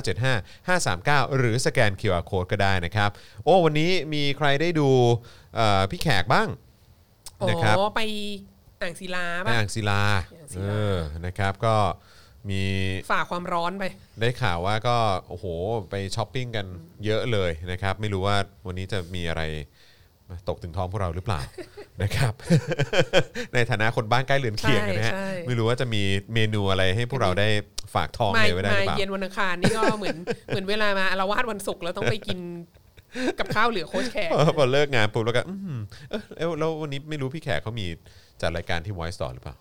Speaker 2: 0698975539 หรือสแกน QR Code ก็ได้นะครับโอ้วันนี้มีใครได้ดูเอ่อพี่แขกบ้าง
Speaker 4: อ๋
Speaker 2: นะครับ
Speaker 4: อ ไปอ่างศิลา
Speaker 2: ใน
Speaker 4: ป่ะ
Speaker 2: อ่างศิลา
Speaker 4: อ่างศิ
Speaker 2: เอ
Speaker 4: ลา
Speaker 2: อนะครับก็มี
Speaker 4: ฝ่าความร้อนไป
Speaker 2: ได้ข่าวว่าก็โอ้โหไปช้อปปิ้งกันเยอะเลยนะครับไม่รู้ว่าวันนี้จะมีอะไร ตกถึงท้องพวกเราหรือเป ล่า นะครับ ในฐานะคนบ้านใกล้เรือนเคียงกันนะฮะ
Speaker 4: ใช่ใช่
Speaker 2: ไม่รู้ว่าจะมีเมนูอะไรให้พวกเราได้ฝากท้อง
Speaker 4: มา
Speaker 2: เลยไว้ได้หรือเปล่า
Speaker 4: เย็นวันอังคารนี่ก็เหมือน เหมือนเวลามาอารวาสวันศุกร์แล้วต้องไปกินกับข้าวเหลือโค้ชแขก
Speaker 2: พอพอเลิกงานปุ๊บแล้วก็อืมเออแล้วแล้ววันนี้ไม่รู้พี่แขกเขามีจัดรายการที่ Voice ต่อหรือเปล่า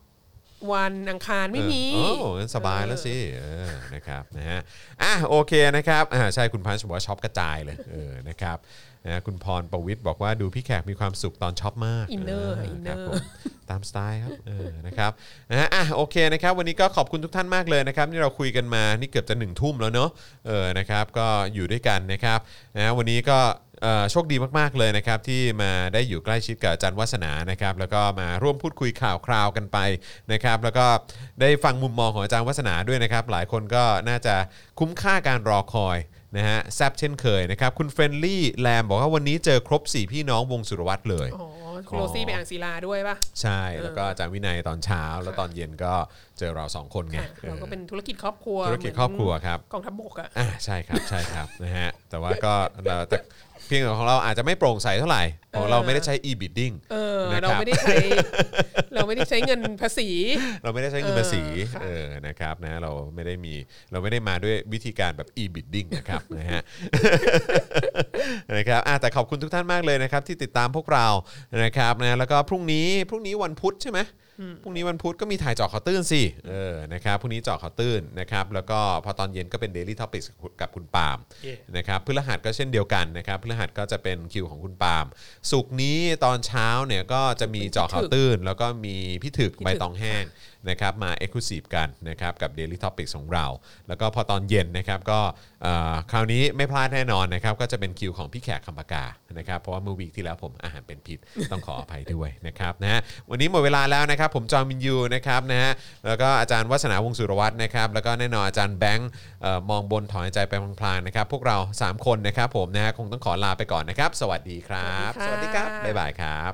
Speaker 4: วันอังคารไม่มี
Speaker 2: เออโอ้งั้นสบายแล้วสิเออนะครับนะฮะอ่ะโอเคนะครับอ่าใช่คุณพันธ์บอกว่าช็อปกระจายเลยเออนะครับนะคุณพรประวิทย์บอกว่าดูพี่แขกมีความสุขตอนช็อปมาก
Speaker 4: อินเนอร์อินเนอ
Speaker 2: ครับ
Speaker 4: ร์
Speaker 2: ผม ตามสไตล์ครับเออนะครับนะฮะอ่ะโอเคนะครับ วันนี้ก็ขอบคุณทุกท่านมากเลยนะครับนี่เราคุยกันมานี่เกือบจะหนึ่งทุ่มแล้วเนอะเออนะครับ ก็อยู่ด้วยกันนะครับนะฮะวันนี้ก็เอ่อโชคดีมากๆเลยนะครับ ที่มาได้อยู่ใกล้ชิดกับอาจารย์วัฒนานะครับ แล้วก็มาร่วมพูดคุยข่าวคราวกันไปนะครับ แล้วก็ได้ฟังมุมมองของอาจารย์วัฒนาด้วยนะครับ หลายคนก็น่าจะคุ้มค่าการรอคอย นะฮะแซบเช่นเคยนะครับ คุณเฟรนลี่แลมบอกว่าวันนี้เจอครบ 4 พี่น้องวงสุรวัตรเลย
Speaker 4: อ๋อโคลซี่ไปอ่างศิลาด้วยป่ะ
Speaker 2: ใช่ แล้วก็อาจารย์วินัยตอนเช้า แล้วตอนเย็นก็เจอเรา 2 คนไง
Speaker 4: ค่ะเราก็เป็นธุรกิจครอบครัว
Speaker 2: เออธุรกิจ
Speaker 4: เหมืน
Speaker 2: ครอบครัวครับ
Speaker 4: กองทัพบกอะ
Speaker 2: อ่าใช่ครับใช่ครับ นะฮะแต่ว่าก็เราแต่เพียงแต่ของเราอาจจะไม่โปร่งใสเท่าไหร่ของเราไม่ได้ใช้ e-bidding
Speaker 4: เออ
Speaker 2: นะครับ
Speaker 4: เราไม่ได้ใช้ เราไม่ได้ใช้เงินภาษี
Speaker 2: เราไม่ได้ใช้เงินภาษี
Speaker 4: เออค่ะ
Speaker 2: เออนะครับนะเราไม่ได้มีเราไม่ได้มาด้วยวิธีการแบบ e-bidding นะครับ นะฮะ นะครับอ่ะแต่ขอบคุณทุกท่านมากเลยนะครับ ที่ติดตามพวกเรานะครับนะแล้วก็พรุ่งนี้พรุ่งนี้วันพุธใช่ไหมพรุ่งนี้วันพุธก็มีถ่ายเจอข่าวตื้นสิเออนะครับพรุ่งนี้เจอข่าวตื้นนะครับแล้วก็พอตอนเย็นก็เป็น Daily Topics กับคุณปาล์ม
Speaker 3: เย่
Speaker 2: นะครับพฤหัสก็เช่นเดียวกันนะครับพฤหัสก็จะเป็นคิวของคุณปาล์มสุกร์นี้ตอนเช้าเนี่ยก็จะมีเจาะข่าวตื้น แล้วก็มีพี่ถึก
Speaker 4: พี่ถึก
Speaker 2: ใบตองแห้งนะครับมา e x c l u s i v e กันนะครับกับ Daily Topics ของเรา แล้วก็พอตอนเย็นนะครับก็เอ่อคราวนี้ไม่พลาดแน่นอนนะครับก็จะเป็นคิวของพี่แขกคำปากานะครับเพราะว่าเมื่อวีคที่แล้วผมอาหารเป็นพิษ ต้องขออภัยด้วยนะครับนะฮะวันนี้หมดเวลาแล้วนะครับผมจอมินยูนะครับนะฮะแล้วก็อาจารย์วัฒนาวงศ์สุรวัตรนะครับแล้วก็แน่นอนอาจารย์แบงค์เอ่อมองบนถอนหายใจไปพลางๆนะครับพวกเรา 3 คนนะครับผมนะฮะคงต้องขอลาไปก่อนนะครับ สวัสดีครับ
Speaker 4: สวัสดีค่ะ
Speaker 2: บ๊ายบายครับ